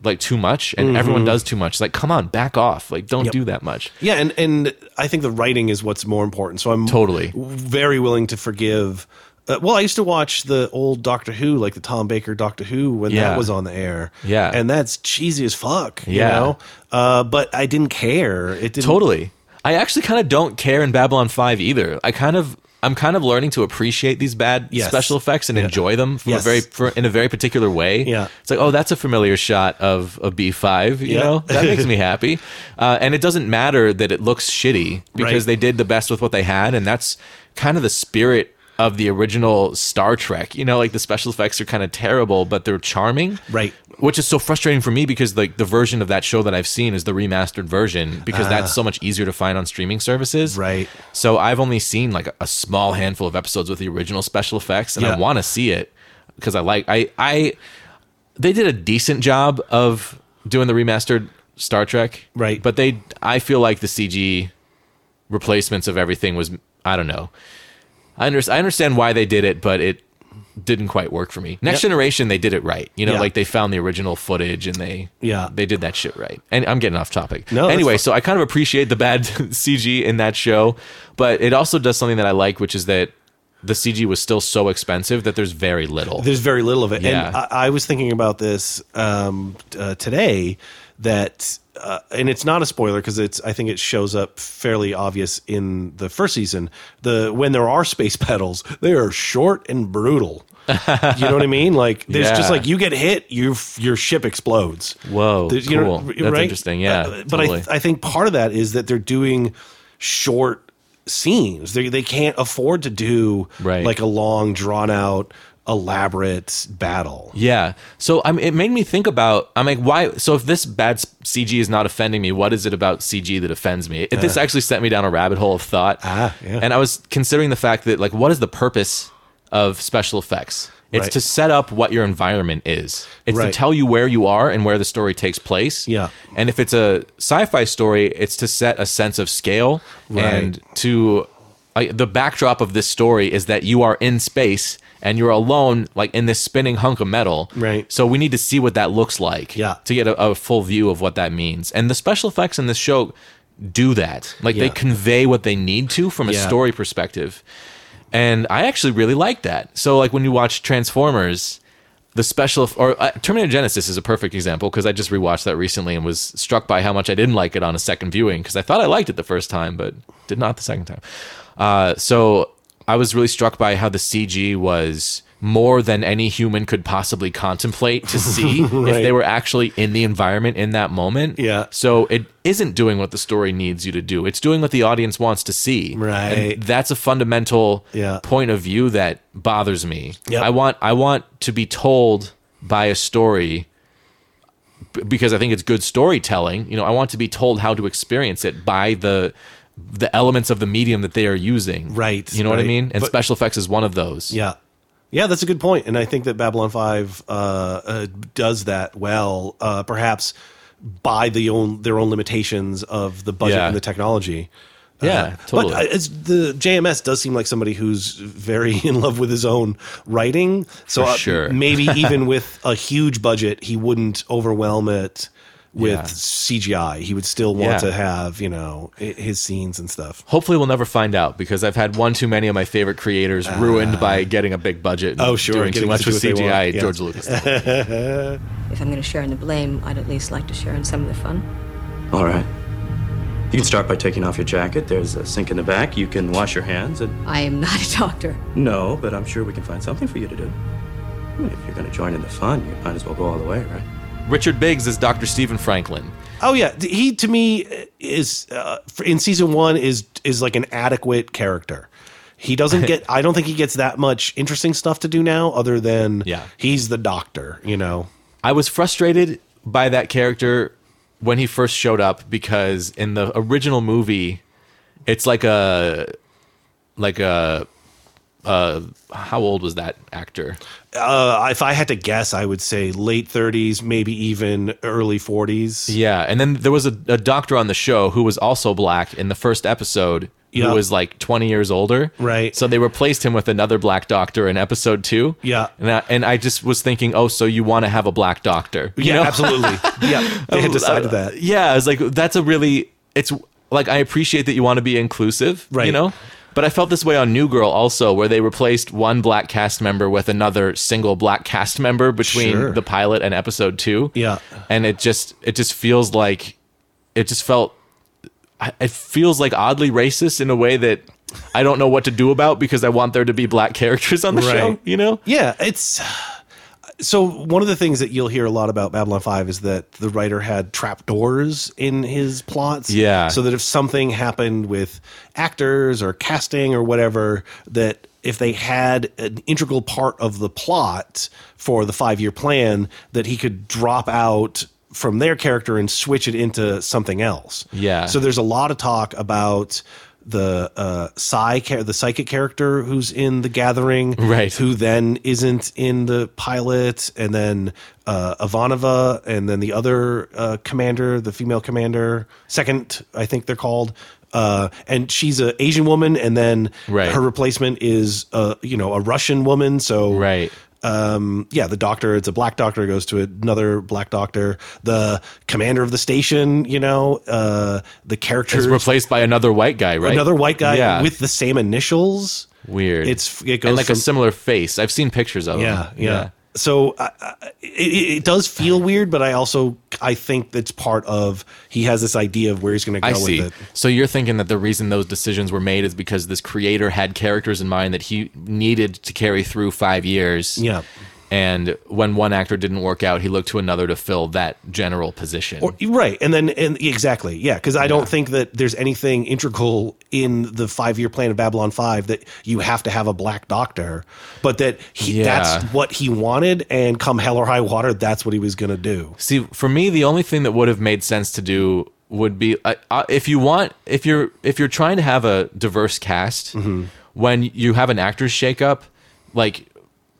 [SPEAKER 1] like too much and everyone does too much. Like come on, back off. Like don't
[SPEAKER 3] Mm-hmm. Yep.
[SPEAKER 1] do that much.
[SPEAKER 3] Yeah, and and I think the writing is what's more important. So I'm
[SPEAKER 1] Totally.
[SPEAKER 3] very willing to forgive. Uh, well, I used to watch the old Doctor Who, like the Tom Baker Doctor Who, when
[SPEAKER 1] Yeah.
[SPEAKER 3] that was on the air.
[SPEAKER 1] Yeah.
[SPEAKER 3] and that's cheesy as fuck. You
[SPEAKER 1] Yeah.
[SPEAKER 3] know? uh, but I didn't care. It didn't
[SPEAKER 1] Totally. I actually kind of don't care in Babylon 5 either. I kind of I'm kind of learning to appreciate these bad
[SPEAKER 3] Yes.
[SPEAKER 1] special effects and enjoy them from
[SPEAKER 3] Yes.
[SPEAKER 1] a very for, in a very particular way.
[SPEAKER 3] Yeah.
[SPEAKER 1] It's like, oh, that's a familiar shot of a B5, you
[SPEAKER 3] Yeah.
[SPEAKER 1] know? That makes me happy. Uh, and it doesn't matter that it looks shitty because they
[SPEAKER 3] Right.
[SPEAKER 1] did the best with what they had and that's kind of the spirit of the original Star Trek. You know, like the special effects are kind of terrible, but they're charming.
[SPEAKER 3] Right.
[SPEAKER 1] Which is so frustrating for me because like the version of that show that I've seen is the remastered version because that's so much easier to find on streaming services.
[SPEAKER 3] Ah. Right.
[SPEAKER 1] So I've only seen like a small handful of episodes with the original special effects and
[SPEAKER 3] Yeah.
[SPEAKER 1] I want to see it because I like I I they did a decent job of doing the remastered Star Trek.
[SPEAKER 3] Right.
[SPEAKER 1] But they I feel like the CG replacements of everything was I don't know. I understand, I understand why they did it, but it didn't quite work for me. Next generation, they did it right. You know,
[SPEAKER 3] Yeah.
[SPEAKER 1] like they found the original footage and they
[SPEAKER 3] Yeah.
[SPEAKER 1] they did that shit right. And I'm getting off topic.
[SPEAKER 3] No, that's
[SPEAKER 1] anyway,
[SPEAKER 3] fine.
[SPEAKER 1] so I kind of appreciate the bad CG in that show, but it also does something that I like, which is that the CG was still so expensive that there's very little.
[SPEAKER 3] There's very little of it.
[SPEAKER 1] Yeah.
[SPEAKER 3] And I, I was thinking about this um, uh, today that, uh, and it's not a spoiler because it's I think it shows up fairly obvious in the first season. The when there are space pedals, they are short and brutal. you know what I mean? Like there's
[SPEAKER 1] Yeah.
[SPEAKER 3] just like you get hit, your your ship explodes.
[SPEAKER 1] Whoa,
[SPEAKER 3] There's- you know,
[SPEAKER 1] cool. That's interesting. Yeah,
[SPEAKER 3] Uh, but
[SPEAKER 1] totally.
[SPEAKER 3] I, I think part of that is that they're doing short scenes. They they can't afford to do
[SPEAKER 1] Right.
[SPEAKER 3] like a long, drawn out, elaborate battle.
[SPEAKER 1] Yeah. So I'm, it made me think about. I'm like, why? So if this bad s- CG is not offending me, what is it about CG that offends me? It, this actually sent me down a rabbit hole of thought.
[SPEAKER 3] Uh. Ah, yeah.
[SPEAKER 1] And I was considering the fact that, like, what is the purpose of special effects? It's
[SPEAKER 3] Right.
[SPEAKER 1] to set up what your environment is. It's to
[SPEAKER 3] Right.
[SPEAKER 1] tell you where you are and where the story takes place.
[SPEAKER 3] Yeah.
[SPEAKER 1] And if it's a sci-fi story, it's to set a sense of scale and to I the backdrop of this story is that you are in space and you're alone, like in this spinning hunk of metal.
[SPEAKER 3] Right.
[SPEAKER 1] So we need to see what that looks like.
[SPEAKER 3] Yeah.
[SPEAKER 1] To get a, a full view of what that means, and the special effects in this show do that. Like they
[SPEAKER 3] Yeah.
[SPEAKER 1] convey what they need to from a
[SPEAKER 3] Yeah.
[SPEAKER 1] story perspective, and I actually really like that. So like when you watch Transformers. The special or uh, Terminator Genesis is a perfect example because I just rewatched that recently and was struck by how much I didn't like it on a second viewing because I thought I liked it the first time but did not the second time. Uh, so I was really struck by how the CG was more than any human could possibly contemplate to see if they were actually in the environment in that moment.
[SPEAKER 3] Yeah.
[SPEAKER 1] So it isn't doing what the story needs you to do. It's doing what the audience wants to see.
[SPEAKER 3] Right.
[SPEAKER 1] And that's a fundamental
[SPEAKER 3] Yeah.
[SPEAKER 1] point of view that bothers me.
[SPEAKER 3] Yep.
[SPEAKER 1] I want I want to be told by a story b- because I think it's good storytelling. You know, I want to be told how to experience it by the the elements of the medium that they are using.
[SPEAKER 3] Right,
[SPEAKER 1] You know what I
[SPEAKER 3] right.
[SPEAKER 1] mean? And
[SPEAKER 3] But-
[SPEAKER 1] special effects is one of those.
[SPEAKER 3] Yeah. Yeah, that's a good point, and I think that Babylon Five uh, uh, does that well, uh, perhaps by the own their own limitations of the budget
[SPEAKER 1] Yeah.
[SPEAKER 3] and the technology.
[SPEAKER 1] Yeah,
[SPEAKER 3] Uh,
[SPEAKER 1] totally.
[SPEAKER 3] But uh, it's, the JMS does seem like somebody who's very in love with his own writing. So
[SPEAKER 1] For
[SPEAKER 3] uh,
[SPEAKER 1] sure.
[SPEAKER 3] maybe even with a huge budget, he wouldn't overwhelm it with
[SPEAKER 1] Yeah.
[SPEAKER 3] CGI. He would still want
[SPEAKER 1] Yeah.
[SPEAKER 3] to have you know i- his scenes and stuff.
[SPEAKER 1] Hopefully, we'll never find out because I've had one too many of my favorite creators ruined by getting a big budget. And
[SPEAKER 3] Ah. oh, sure,
[SPEAKER 1] doing too
[SPEAKER 3] getting
[SPEAKER 1] much
[SPEAKER 3] to do
[SPEAKER 1] with
[SPEAKER 3] what they want,
[SPEAKER 1] CGI.
[SPEAKER 3] yeah.
[SPEAKER 1] George Lucas.
[SPEAKER 6] If I'm going to share in the blame, I'd at least like to share in some of the fun.
[SPEAKER 7] All right. You can start by taking off your jacket. There's a sink in the back. You can wash your hands. And
[SPEAKER 6] I am not a doctor.
[SPEAKER 7] no, but I'm sure we can find something for you to do. I mean, if you're going to join in the fun, you might as well go all the way, right?
[SPEAKER 1] Richard Biggs is Dr. Stephen Franklin.
[SPEAKER 3] Oh yeah, Th- he to me is uh, for- in season one is is like an adequate character. He doesn't get. I don't think he gets that much interesting stuff to do now, other than
[SPEAKER 1] Yeah.
[SPEAKER 3] he's the doctor. You know,
[SPEAKER 1] I was frustrated by that character when he first showed up because in the original movie, it's like a like a uh how old was that actor?
[SPEAKER 3] uh, if I had to guess, I would say late thirties, maybe even early forties.
[SPEAKER 1] Yeah, and then there was a, a doctor on the show who was also black in the first episode
[SPEAKER 3] Yeah.
[SPEAKER 1] who was like 20 years older.
[SPEAKER 3] Right.
[SPEAKER 1] So they replaced him with another black doctor in episode 2.
[SPEAKER 3] Yeah.
[SPEAKER 1] And I, and I just was thinking, "Oh, so you want to have a black doctor." You
[SPEAKER 3] Yeah,
[SPEAKER 1] know?
[SPEAKER 3] absolutely. Yeah, they had decided that.
[SPEAKER 1] Oh, uh, yeah, it's like that's a really it's like I appreciate that you want to be inclusive, You
[SPEAKER 3] Right.
[SPEAKER 1] know, but I felt this way on New Girl also, where they replaced one black cast member with another single black cast member between
[SPEAKER 3] Sure.
[SPEAKER 1] the pilot and episode two.
[SPEAKER 3] Yeah.
[SPEAKER 1] and it just it just feels like it just felt I- it feels like oddly racist in a way that. I don't know what to do about because I want there to be black characters on the show,
[SPEAKER 3] Right.
[SPEAKER 1] you know?
[SPEAKER 3] Yeah, it's so one of the things that you'll hear a lot about Babylon 5 is that the writer had trapdoors in his plots.
[SPEAKER 1] Yeah.
[SPEAKER 3] So that if something happened with actors or casting or whatever, that if they had an integral part of the plot for the five year plan, that he could drop out from their character and switch it into something else.
[SPEAKER 1] Yeah.
[SPEAKER 3] So there's a lot of talk about the uh, psi char- the psychic character who's in the gathering
[SPEAKER 1] Right.
[SPEAKER 3] who then isn't in the pilot and then uh, ivanova and then the other uh, commander the female commander second i think they're called uh, and she's a asian woman and then
[SPEAKER 1] Right.
[SPEAKER 3] her replacement is uh, you know a russian woman so
[SPEAKER 1] Right.
[SPEAKER 3] um, yeah, the doctor, it's a black doctor, goes to another black doctor. The commander of the station, you know, uh, the character,
[SPEAKER 1] It's replaced by another white guy, right?
[SPEAKER 3] another white guy
[SPEAKER 1] Yeah.
[SPEAKER 3] with the same initials.
[SPEAKER 1] Weird.
[SPEAKER 3] It's- it goes
[SPEAKER 1] and like a
[SPEAKER 3] from-
[SPEAKER 1] similar face. I've seen pictures of him.
[SPEAKER 3] Yeah, yeah. so I I- it, it does feel weird, but I also I think that's part of he has this idea of where he's going to go
[SPEAKER 1] I
[SPEAKER 3] with
[SPEAKER 1] see.
[SPEAKER 3] it.
[SPEAKER 1] So you're thinking that the reason those decisions were made is because this creator had characters in mind that he needed to carry through five years.
[SPEAKER 3] Yeah.
[SPEAKER 1] And when one actor didn't work out, he looked to another to fill that general position.
[SPEAKER 3] Or, right, and then and exactly, yeah, because I don't think that there's anything integral in the five-year plan of Babylon Five that you have to have a black doctor, but that he,
[SPEAKER 1] Yeah.
[SPEAKER 3] that's what he wanted, and come hell or high water, that's what he was going to do.
[SPEAKER 1] See, for me, the only thing that would have made sense to do would be uh, uh, if you want if you're if you're trying to have a diverse cast when you have an actors shakeup, like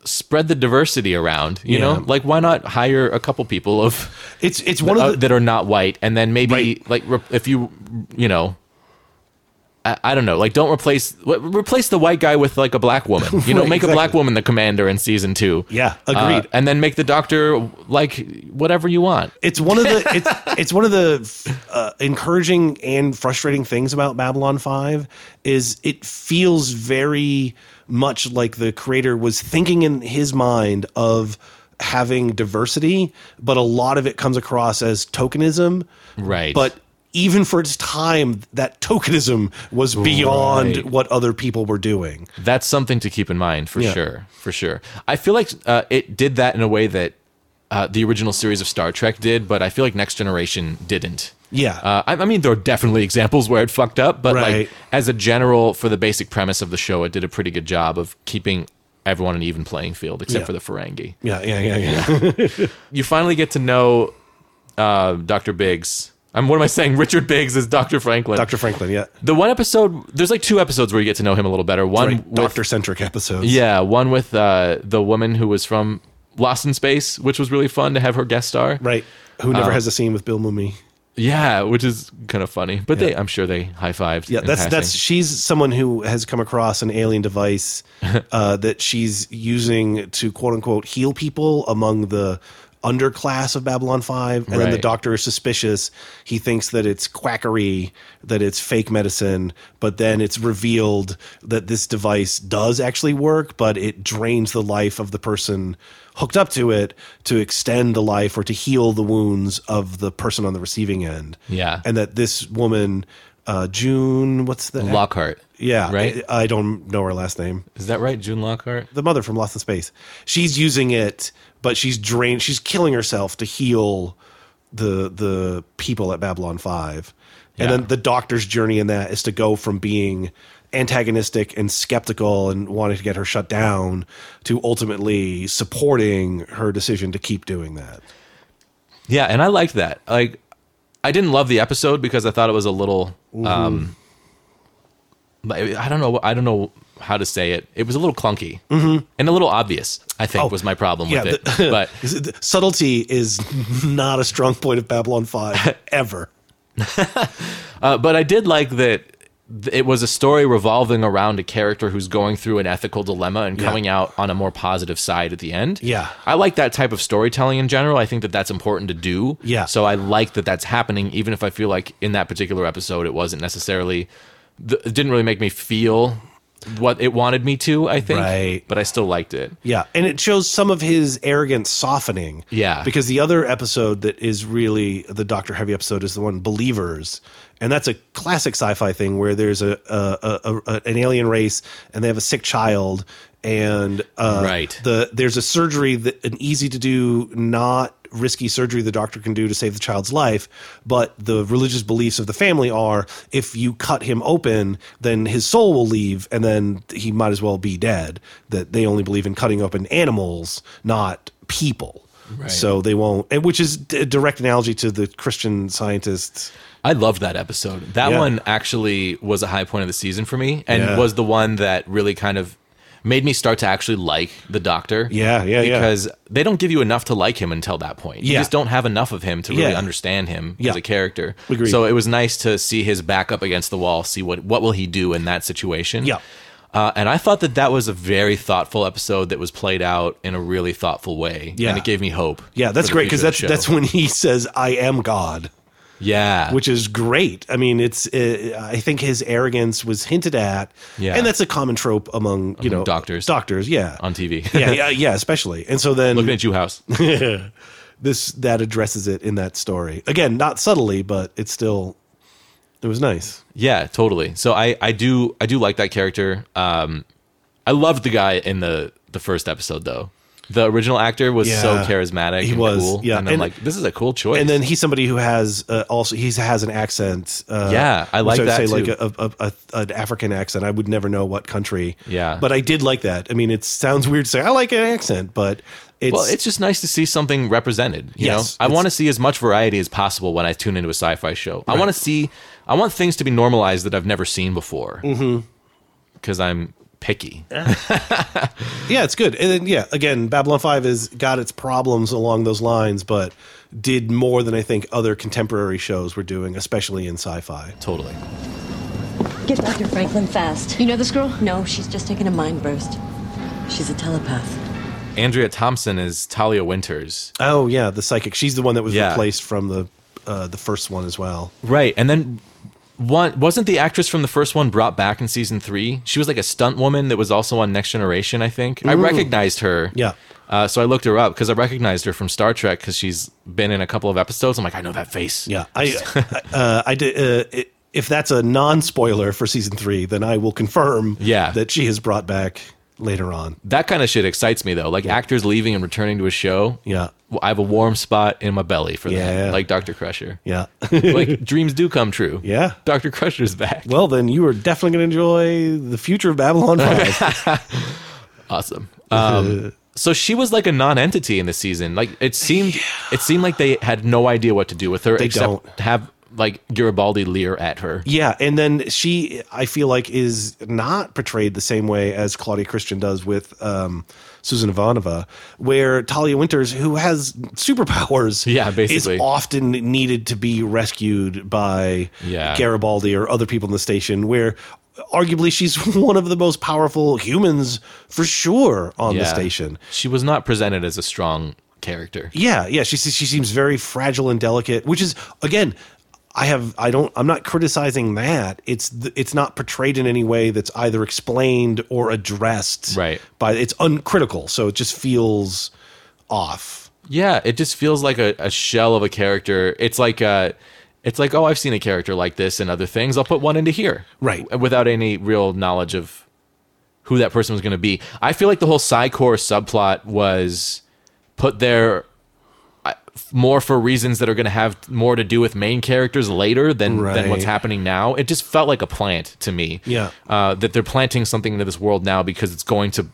[SPEAKER 1] spread the diversity around. You
[SPEAKER 3] Yeah.
[SPEAKER 1] know, like why not hire a couple people of
[SPEAKER 3] It's it's one
[SPEAKER 1] uh,
[SPEAKER 3] of the,
[SPEAKER 1] that are not white, and then maybe
[SPEAKER 3] Right.
[SPEAKER 1] like re- if you you know. I I don't know. Like, don't replace re- replace the white guy with like a black woman. You know,
[SPEAKER 3] Right,
[SPEAKER 1] make a
[SPEAKER 3] exactly.
[SPEAKER 1] black woman the commander in season two.
[SPEAKER 3] Yeah,
[SPEAKER 1] Uh,
[SPEAKER 3] agreed.
[SPEAKER 1] and then make the doctor like whatever you want.
[SPEAKER 3] it's one of the it's it's one of the uh, encouraging and frustrating things about Babylon 5 is it feels very much like the creator was thinking in his mind of having diversity but a lot of it comes across as tokenism
[SPEAKER 1] Right.
[SPEAKER 3] but even for its time that tokenism was beyond
[SPEAKER 1] Right.
[SPEAKER 3] what other people were doing
[SPEAKER 1] that's something to keep in mind for
[SPEAKER 3] Yeah.
[SPEAKER 1] sure. For sure. I feel like uh, it did that in a way that uh, the original series of Star Trek did, but I feel like Next Generation didn't.
[SPEAKER 3] Yeah.
[SPEAKER 1] Uh, I, I mean, there are definitely examples where it fucked up, but
[SPEAKER 3] Right.
[SPEAKER 1] like as a general, for the basic premise of the show, it did a pretty good job of keeping everyone an even playing field, except
[SPEAKER 3] Yeah.
[SPEAKER 1] for the Ferengi.
[SPEAKER 3] yeah yeah yeah yeah
[SPEAKER 1] You finally get to know uh, Dr. Biggs. I'm, what am I saying? Richard Biggs is Dr. Franklin.
[SPEAKER 3] Dr. Franklin yeah
[SPEAKER 1] The one episode, there's like two episodes where you get to know him a little better. One
[SPEAKER 3] right.
[SPEAKER 1] with-
[SPEAKER 3] doctor centric episodes
[SPEAKER 1] yeah, one with uh, the woman who was from Lost in Space, which was really fun to have her guest star.
[SPEAKER 3] right who
[SPEAKER 1] Uh,
[SPEAKER 3] never has a scene with Bill Mumy
[SPEAKER 1] Yeah, which is kind of funny. But they, I'm sure they high fived.
[SPEAKER 3] Yeah, that's that's she's someone who has come across an alien device uh, that she's using to quote unquote heal people among the underclass of Babylon Five, and then the
[SPEAKER 1] Right.
[SPEAKER 3] doctor is suspicious. He thinks that it's quackery, that it's fake medicine, but then it's revealed that this device does actually work, but it drains the life of the person hooked up to it to extend the life or to heal the wounds of the person on the receiving end
[SPEAKER 1] Yeah.
[SPEAKER 3] and that this woman uh june what's the
[SPEAKER 1] Lockhart.
[SPEAKER 3] yeah
[SPEAKER 1] right?
[SPEAKER 3] I, I don't know her last name
[SPEAKER 1] Is that right, June Lockhart?
[SPEAKER 3] the mother from lost in space she's using it but she's drained she's killing herself to heal the the people at babylon 5 and
[SPEAKER 1] Yeah.
[SPEAKER 3] then the doctor's journey in that is to go from being antagonistic and skeptical and wanting to get her shut down to ultimately supporting her decision to keep doing that
[SPEAKER 1] Yeah, and I liked that. Like, I didn't love the episode because I thought it was a little. Um, like, I don't know. I don't know how to say it. It was a little clunky and a little obvious. I think was my problem
[SPEAKER 3] yeah,
[SPEAKER 1] with it.
[SPEAKER 3] the-
[SPEAKER 1] but
[SPEAKER 3] subtlety is not a strong point of Babylon 5 ever.
[SPEAKER 1] Uh, but I did like that th- it was a story revolving around a character who's going through an ethical dilemma and coming out on a more positive side at the end.
[SPEAKER 3] Yeah.
[SPEAKER 1] I like that type of storytelling in general. I think that that's important to do.
[SPEAKER 3] Yeah.
[SPEAKER 1] So I like that that's happening, even if I feel like in that particular episode, it wasn't necessarily, th- it didn't really make me feel what it wanted me to, I think.
[SPEAKER 3] Right.
[SPEAKER 1] But I still liked it.
[SPEAKER 3] Yeah, and it shows some of his arrogance softening.
[SPEAKER 1] Yeah.
[SPEAKER 3] because the other episode that is really the Doctor Heavy episode is the one Believers, and that's a classic sci-fi thing where there's a, a, a, a an alien race and they have a sick child, and uh,
[SPEAKER 1] Right.
[SPEAKER 3] the there's a surgery that an easy to do not risky surgery the doctor can do to save the child's life but the religious beliefs of the family are if you cut him open then his soul will leave and then he might as well be dead that they only believe in cutting open animals not people so they won't and which is a direct analogy to the christian scientists
[SPEAKER 1] I loved that episode. That
[SPEAKER 3] Yeah.
[SPEAKER 1] one actually was a high point of the season for me and
[SPEAKER 3] Yeah.
[SPEAKER 1] was the one that really kind of made me start to actually like the doctor.
[SPEAKER 3] Yeah, yeah, yeah.
[SPEAKER 1] Because they don't give you enough to like him until that point. You
[SPEAKER 3] Yeah.
[SPEAKER 1] just don't have enough of him to really
[SPEAKER 3] Yeah.
[SPEAKER 1] understand him
[SPEAKER 3] Yeah.
[SPEAKER 1] as a character.
[SPEAKER 3] Agreed.
[SPEAKER 1] So it was nice to see his back up against the wall, see what what will he do in that situation.
[SPEAKER 3] Yeah.
[SPEAKER 1] Uh, and I thought that that was a very thoughtful episode that was played out in a really thoughtful way.
[SPEAKER 3] Yeah.
[SPEAKER 1] And it gave me hope.
[SPEAKER 3] yeah that's
[SPEAKER 1] for the
[SPEAKER 3] great because
[SPEAKER 1] future of
[SPEAKER 3] that's
[SPEAKER 1] the show.
[SPEAKER 3] that's when he says i am god
[SPEAKER 1] Yeah.
[SPEAKER 3] which is great. I mean, it's uh, I think his arrogance was hinted at,
[SPEAKER 1] Yeah.
[SPEAKER 3] and that's a common trope among you
[SPEAKER 1] Among
[SPEAKER 3] know
[SPEAKER 1] doctors.
[SPEAKER 3] doctors, yeah,
[SPEAKER 1] on TV.
[SPEAKER 3] yeah, yeah, yeah, especially. And so then
[SPEAKER 1] Looking at you, house.
[SPEAKER 3] this that addresses it in that story again, not subtly, but it's still it was nice.
[SPEAKER 1] Yeah, totally. So I I do I do like that character. Um, I loved the guy in the the first episode though. The original actor was so
[SPEAKER 3] Yeah.
[SPEAKER 1] charismatic.
[SPEAKER 3] He
[SPEAKER 1] and
[SPEAKER 3] was,
[SPEAKER 1] cool.
[SPEAKER 3] yeah.
[SPEAKER 1] And I'm
[SPEAKER 3] And-
[SPEAKER 1] like, this is a cool choice.
[SPEAKER 3] And then he's somebody who has uh, also he has an accent. Uh,
[SPEAKER 1] Yeah, I like
[SPEAKER 3] which
[SPEAKER 1] that,
[SPEAKER 3] would say
[SPEAKER 1] too.
[SPEAKER 3] like a, a, a, an African accent. I would never know what country.
[SPEAKER 1] Yeah.
[SPEAKER 3] but I did like that. I mean, it sounds weird to say I like an accent, but it's
[SPEAKER 1] well, it's just nice to see something represented. You
[SPEAKER 3] Yes,
[SPEAKER 1] know, I
[SPEAKER 3] it's-
[SPEAKER 1] want to see as much variety as possible when I tune into a sci-fi show. I want to see, I want things to be normalized that I've never seen before. Because
[SPEAKER 3] Mm-hmm.
[SPEAKER 1] I'm picky.
[SPEAKER 3] Yeah, it's good. And then, yeah, again, Babylon 5 has got its problems along those lines, but did more than I think other contemporary shows were doing, especially in sci fi.
[SPEAKER 1] Totally.
[SPEAKER 9] Get Dr. Franklin fast.
[SPEAKER 6] You know this girl?
[SPEAKER 9] No, she's just taking a mind burst. She's a telepath.
[SPEAKER 1] Andrea Thompson is Talia Winters.
[SPEAKER 3] Oh, yeah, the psychic. She's the one that was
[SPEAKER 1] Yeah.
[SPEAKER 3] replaced from the uh, the first one as well.
[SPEAKER 1] Right, and then one wasn't the actress from the first one brought back in season three. She was like a stunt woman that was also on Next Generation. I think I recognized her.
[SPEAKER 3] Yeah.
[SPEAKER 1] Uh, so I looked her up because I recognized her from Star Trek because she's been in a couple of episodes. I'm like, I know that face.
[SPEAKER 3] Yeah, I, I- uh, I did. Uh, i if that's a non spoiler for season three, then I will confirm
[SPEAKER 1] Yeah.
[SPEAKER 3] that she is brought back later on.
[SPEAKER 1] That kind of shit excites me though. Like actors leaving and returning to a show.
[SPEAKER 3] Yeah.
[SPEAKER 1] I have a warm spot in my belly for
[SPEAKER 3] Yeah.
[SPEAKER 1] that. Like Dr. Crusher.
[SPEAKER 3] Yeah.
[SPEAKER 1] like dreams do come true.
[SPEAKER 3] Yeah.
[SPEAKER 1] Dr. Crusher's back.
[SPEAKER 3] well, then you are definitely going to enjoy the future of Babylon 5.
[SPEAKER 1] awesome. Um, so she was like a non-entity in the season. Like it seemed, it seemed like they had no idea what to do with her
[SPEAKER 3] They
[SPEAKER 1] except
[SPEAKER 3] don't.
[SPEAKER 1] have like Garibaldi leer at her.
[SPEAKER 3] Yeah, and then she, I feel like, is not portrayed the same way as Claudia Christian does with um, Susan Ivanova, where Talia Winters, who has superpowers,
[SPEAKER 1] Yeah, basically.
[SPEAKER 3] is often needed to be rescued by
[SPEAKER 1] Yeah.
[SPEAKER 3] Garibaldi or other people in the station, where arguably she's one of the most powerful humans for sure on the
[SPEAKER 1] Yeah.
[SPEAKER 3] station.
[SPEAKER 1] She was not presented as a strong character.
[SPEAKER 3] Yeah, yeah. She se- she seems very fragile and delicate, which is again, I have I don't I'm not criticizing that. It's th- it's not portrayed in any way that's either explained or addressed.
[SPEAKER 1] Right.
[SPEAKER 3] By it's uncritical, so it just feels off.
[SPEAKER 1] Yeah, it just feels like a, a shell of a character. It's like uh it's like oh, I've seen a character like this and other things. I'll put one into here,
[SPEAKER 3] Right.
[SPEAKER 1] w- without any real knowledge of who that person was going to be. I feel like the whole Psycor subplot was put there uh, f- more for reasons that are going to have more to do with main characters later than than
[SPEAKER 3] Right.
[SPEAKER 1] what's happening now. It just felt like a plant to me.
[SPEAKER 3] Yeah.
[SPEAKER 1] uh, that they're planting something into this world now because it's going to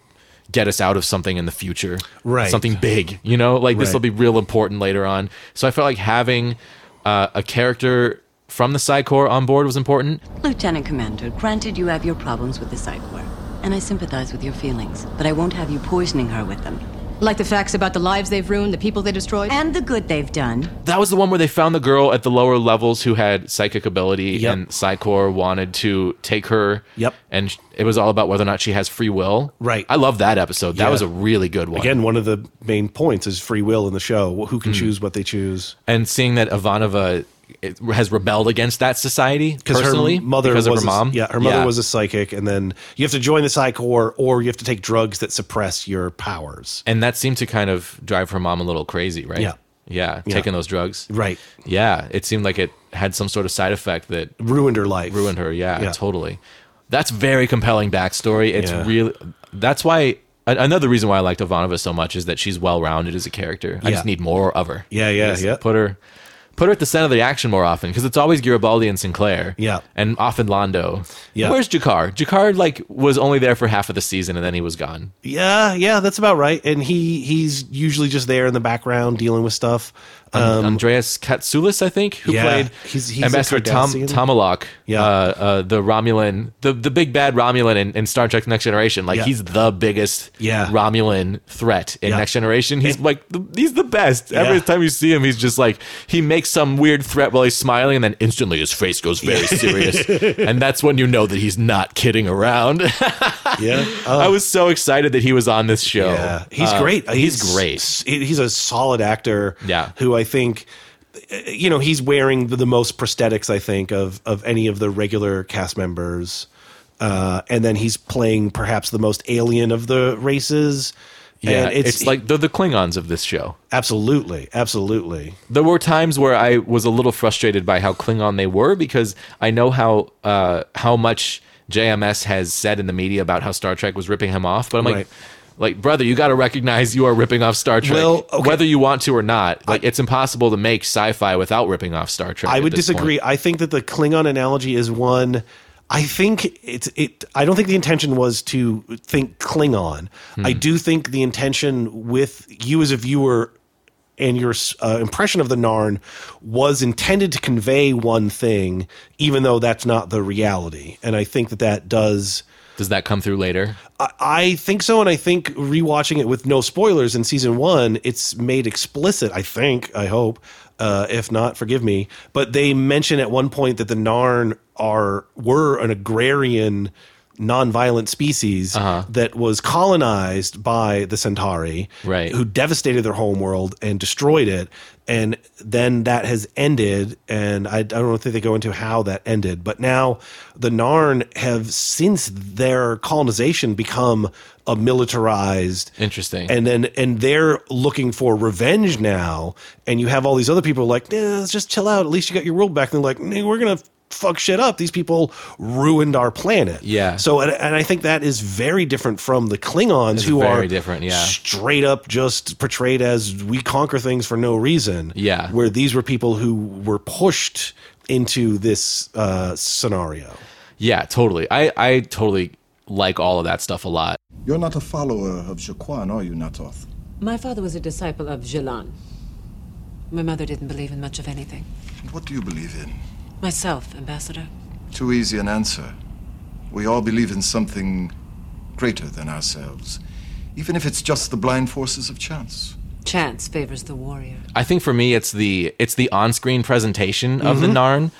[SPEAKER 1] get us out of something in the future
[SPEAKER 3] Right.
[SPEAKER 1] something big you know like this
[SPEAKER 3] Right.
[SPEAKER 1] will be real important later on so i felt like having uh, a character from the psycor on board was important
[SPEAKER 9] Lieutenant Commander, granted you have your problems with the Psychor, and I sympathize with your feelings, but I won't have you poisoning her with them.
[SPEAKER 6] Like the facts about the lives they've ruined, the people they destroyed.
[SPEAKER 9] And the good they've done.
[SPEAKER 1] that was the one where they found the girl at the lower levels who had psychic ability
[SPEAKER 3] Yep.
[SPEAKER 1] and psycor wanted to take her
[SPEAKER 3] Yep.
[SPEAKER 1] and sh- it was all about whether or not she has free will
[SPEAKER 3] Right.
[SPEAKER 1] i love that episode that
[SPEAKER 3] Yeah.
[SPEAKER 1] was a really good one
[SPEAKER 3] Again, one of the main points is free will in the show. Who can choose what they choose?
[SPEAKER 1] and seeing that ivanova it- has rebelled against that society personally
[SPEAKER 3] her mother
[SPEAKER 1] because of
[SPEAKER 3] was
[SPEAKER 1] her mom
[SPEAKER 3] A, yeah, her mother was a psychic, and then you have to join the psychor, or you have to take drugs that suppress your powers.
[SPEAKER 1] and that seemed to kind of drive her mom a little crazy, right?
[SPEAKER 3] Yeah.
[SPEAKER 1] Yeah,
[SPEAKER 3] Yeah.
[SPEAKER 1] taking those drugs.
[SPEAKER 3] Right,
[SPEAKER 1] Yeah, it seemed like it had some sort of side effect that
[SPEAKER 3] ruined her life.
[SPEAKER 1] ruined her. Yeah,
[SPEAKER 3] Yeah.
[SPEAKER 1] totally. That's very compelling backstory. It's
[SPEAKER 3] Yeah.
[SPEAKER 1] really that's why a- another reason why I liked Ivanova so much is that she's well rounded as a character. I
[SPEAKER 3] Yeah.
[SPEAKER 1] just need more of her.
[SPEAKER 3] Yeah, yeah,
[SPEAKER 1] Just
[SPEAKER 3] yeah.
[SPEAKER 1] Put her put her at the center of the action more often because it's always Garibaldi and Sinclair.
[SPEAKER 3] Yeah.
[SPEAKER 1] and often Londo.
[SPEAKER 3] Yeah.
[SPEAKER 1] where's Jakar? Jakar like was only there for half of the season and then he was gone.
[SPEAKER 3] Yeah, yeah, that's about right. And he he's usually just there in the background dealing with stuff. Uh,
[SPEAKER 1] um, Andreas Katsoulis, I think, who
[SPEAKER 3] Yeah.
[SPEAKER 1] played
[SPEAKER 3] He's- he's a
[SPEAKER 1] Ambassador Tom
[SPEAKER 3] Cardassian.
[SPEAKER 1] Tomalak,
[SPEAKER 3] Yeah.
[SPEAKER 1] uh, uh, the Romulan, the the big bad Romulan in, in Star Trek: Next Generation. Like
[SPEAKER 3] Yeah.
[SPEAKER 1] he's the biggest
[SPEAKER 3] Yeah.
[SPEAKER 1] Romulan threat in
[SPEAKER 3] Yeah.
[SPEAKER 1] Next Generation. He's like the, he's the best. Every
[SPEAKER 3] Yeah.
[SPEAKER 1] time you see him, he's just like he makes some weird threat while he's smiling, and then instantly his face goes very serious, and that's when you know that he's not kidding around.
[SPEAKER 3] Yeah,
[SPEAKER 1] I was so excited that he was on this show.
[SPEAKER 3] Um, yeah, he's
[SPEAKER 1] Oh, Uh,
[SPEAKER 3] great.
[SPEAKER 1] He's, great.
[SPEAKER 3] s- He's a solid actor.
[SPEAKER 1] Yeah.
[SPEAKER 3] who I think eh, you know he's wearing the, the most prosthetics I think of of any of the regular cast members, uh, and then he's playing perhaps the most alien of the races.
[SPEAKER 1] Yeah,
[SPEAKER 3] and
[SPEAKER 1] it's, like they're the Klingons of this show.
[SPEAKER 3] absolutely, absolutely.
[SPEAKER 1] There were times where I was a little frustrated by how Klingon they were because I know how uh, how much JMS has said in the media about how Star Trek was ripping him off, but I'm like.
[SPEAKER 3] Right.
[SPEAKER 1] Like brother, you got to recognize you are ripping off Star Trek,
[SPEAKER 3] Well, okay.
[SPEAKER 1] whether you want to or not. Like it's impossible to make sci-fi without ripping off Star Trek.
[SPEAKER 3] I
[SPEAKER 1] at
[SPEAKER 3] would
[SPEAKER 1] this point.
[SPEAKER 3] disagree. I think that the Klingon analogy is one. I think it's it. I don't think the intention was to think Klingon. I
[SPEAKER 1] Hmm.
[SPEAKER 3] do think the intention with you as a viewer and your uh, impression of the Narn was intended to convey one thing, even though that's not the reality. And I think that that does.
[SPEAKER 1] Does that come through later?
[SPEAKER 3] I- I think so, and I think rewatching it with no spoilers in season one, it's made explicit. I think, I hope. Uh, if not, forgive me. But they mention at one point that the Narn are were an agrarian, non-violent species that was colonized by the Centauri,
[SPEAKER 1] Right.
[SPEAKER 3] Who devastated their home world and destroyed it. And then that has ended. And I, I don't think they go into how that ended. But now the Narn have, since their colonization, become a militarized.
[SPEAKER 1] Interesting.
[SPEAKER 3] And then and they're looking for revenge now. And you have all these other people like, "Nah, let's just chill out. At least you got your world back. And they're like, "Nah, we're gonna fuck shit up. These people ruined our planet.
[SPEAKER 1] Yeah.
[SPEAKER 3] So and, and I think that is very different from the Klingons who
[SPEAKER 1] very
[SPEAKER 3] are
[SPEAKER 1] different, yeah.
[SPEAKER 3] straight up just portrayed as we conquer things for no reason.
[SPEAKER 1] Yeah.
[SPEAKER 3] Where these were people who were pushed into this uh, scenario.
[SPEAKER 1] Yeah, totally. I, I totally like all of that stuff a lot.
[SPEAKER 10] You're not a follower of Jaquan, are you, Natoth?
[SPEAKER 9] My father was a disciple of Jalan. My mother didn't believe in much of anything.
[SPEAKER 10] What do you believe in?
[SPEAKER 9] Myself, Ambassador.
[SPEAKER 10] Too easy an answer. We all believe in something greater than ourselves, even if it's just the blind forces of chance.
[SPEAKER 9] Chance favors the warrior.
[SPEAKER 1] I think for me, it's the it's the on screen presentation of
[SPEAKER 3] Mm-hmm.
[SPEAKER 1] the Narn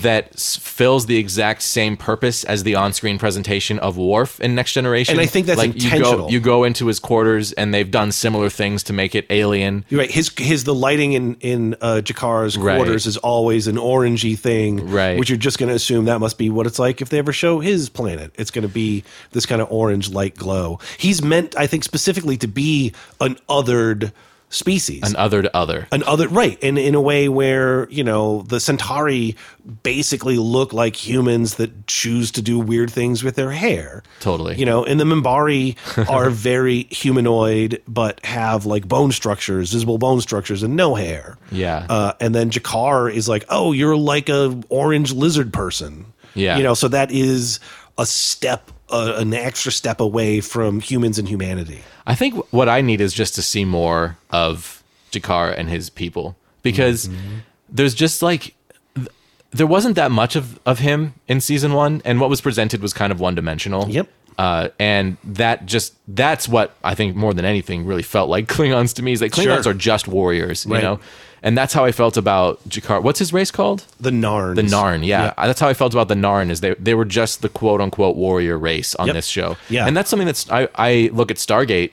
[SPEAKER 1] that s- fills the exact same purpose as the on screen presentation of Worf in Next Generation.
[SPEAKER 3] And I think that's
[SPEAKER 1] You go,
[SPEAKER 3] intentional.
[SPEAKER 1] you go into his quarters, and they've done similar things to make it alien.
[SPEAKER 3] You're right. His his the lighting in in uh, Jakar's
[SPEAKER 1] Right.
[SPEAKER 3] quarters is always an orangey thing,
[SPEAKER 1] Right.
[SPEAKER 3] Which you're just going to assume that must be what it's like if they ever show his planet. It's going to be this kind of orange light glow. He's meant, I think, specifically to be an othered species,
[SPEAKER 1] An other to other.
[SPEAKER 3] an other right and in a way where you know the centauri basically look like humans that choose to do weird things with their hair
[SPEAKER 1] Totally.
[SPEAKER 3] you know and the mimbari are very humanoid but have like bone structures visible bone structures and no hair
[SPEAKER 1] Yeah.
[SPEAKER 3] uh, and then jakar is like oh you're like a orange lizard person
[SPEAKER 1] Yeah.
[SPEAKER 3] you know so that is a step uh, an extra step away from humans and humanity
[SPEAKER 1] I think wh- what I need is just to see more of Jakar and his people because
[SPEAKER 3] Mm-hmm.
[SPEAKER 1] there's just like th- there wasn't that much of of him in season one, and what was presented was kind of one dimensional.
[SPEAKER 3] Yep.
[SPEAKER 1] Uh, and that just that's what I think more than anything really felt like Klingons to me is that Klingons
[SPEAKER 3] Sure.
[SPEAKER 1] are just warriors, you
[SPEAKER 3] Right.
[SPEAKER 1] know, and that's how I felt about Jakar. What's his race called?
[SPEAKER 3] the narn
[SPEAKER 1] The Narn, yeah. Uh, that's how I felt about the Narn. Is they they were just the quote unquote warrior race on
[SPEAKER 3] Yep.
[SPEAKER 1] this show,
[SPEAKER 3] Yeah.
[SPEAKER 1] And that's something that's I I look at Stargate,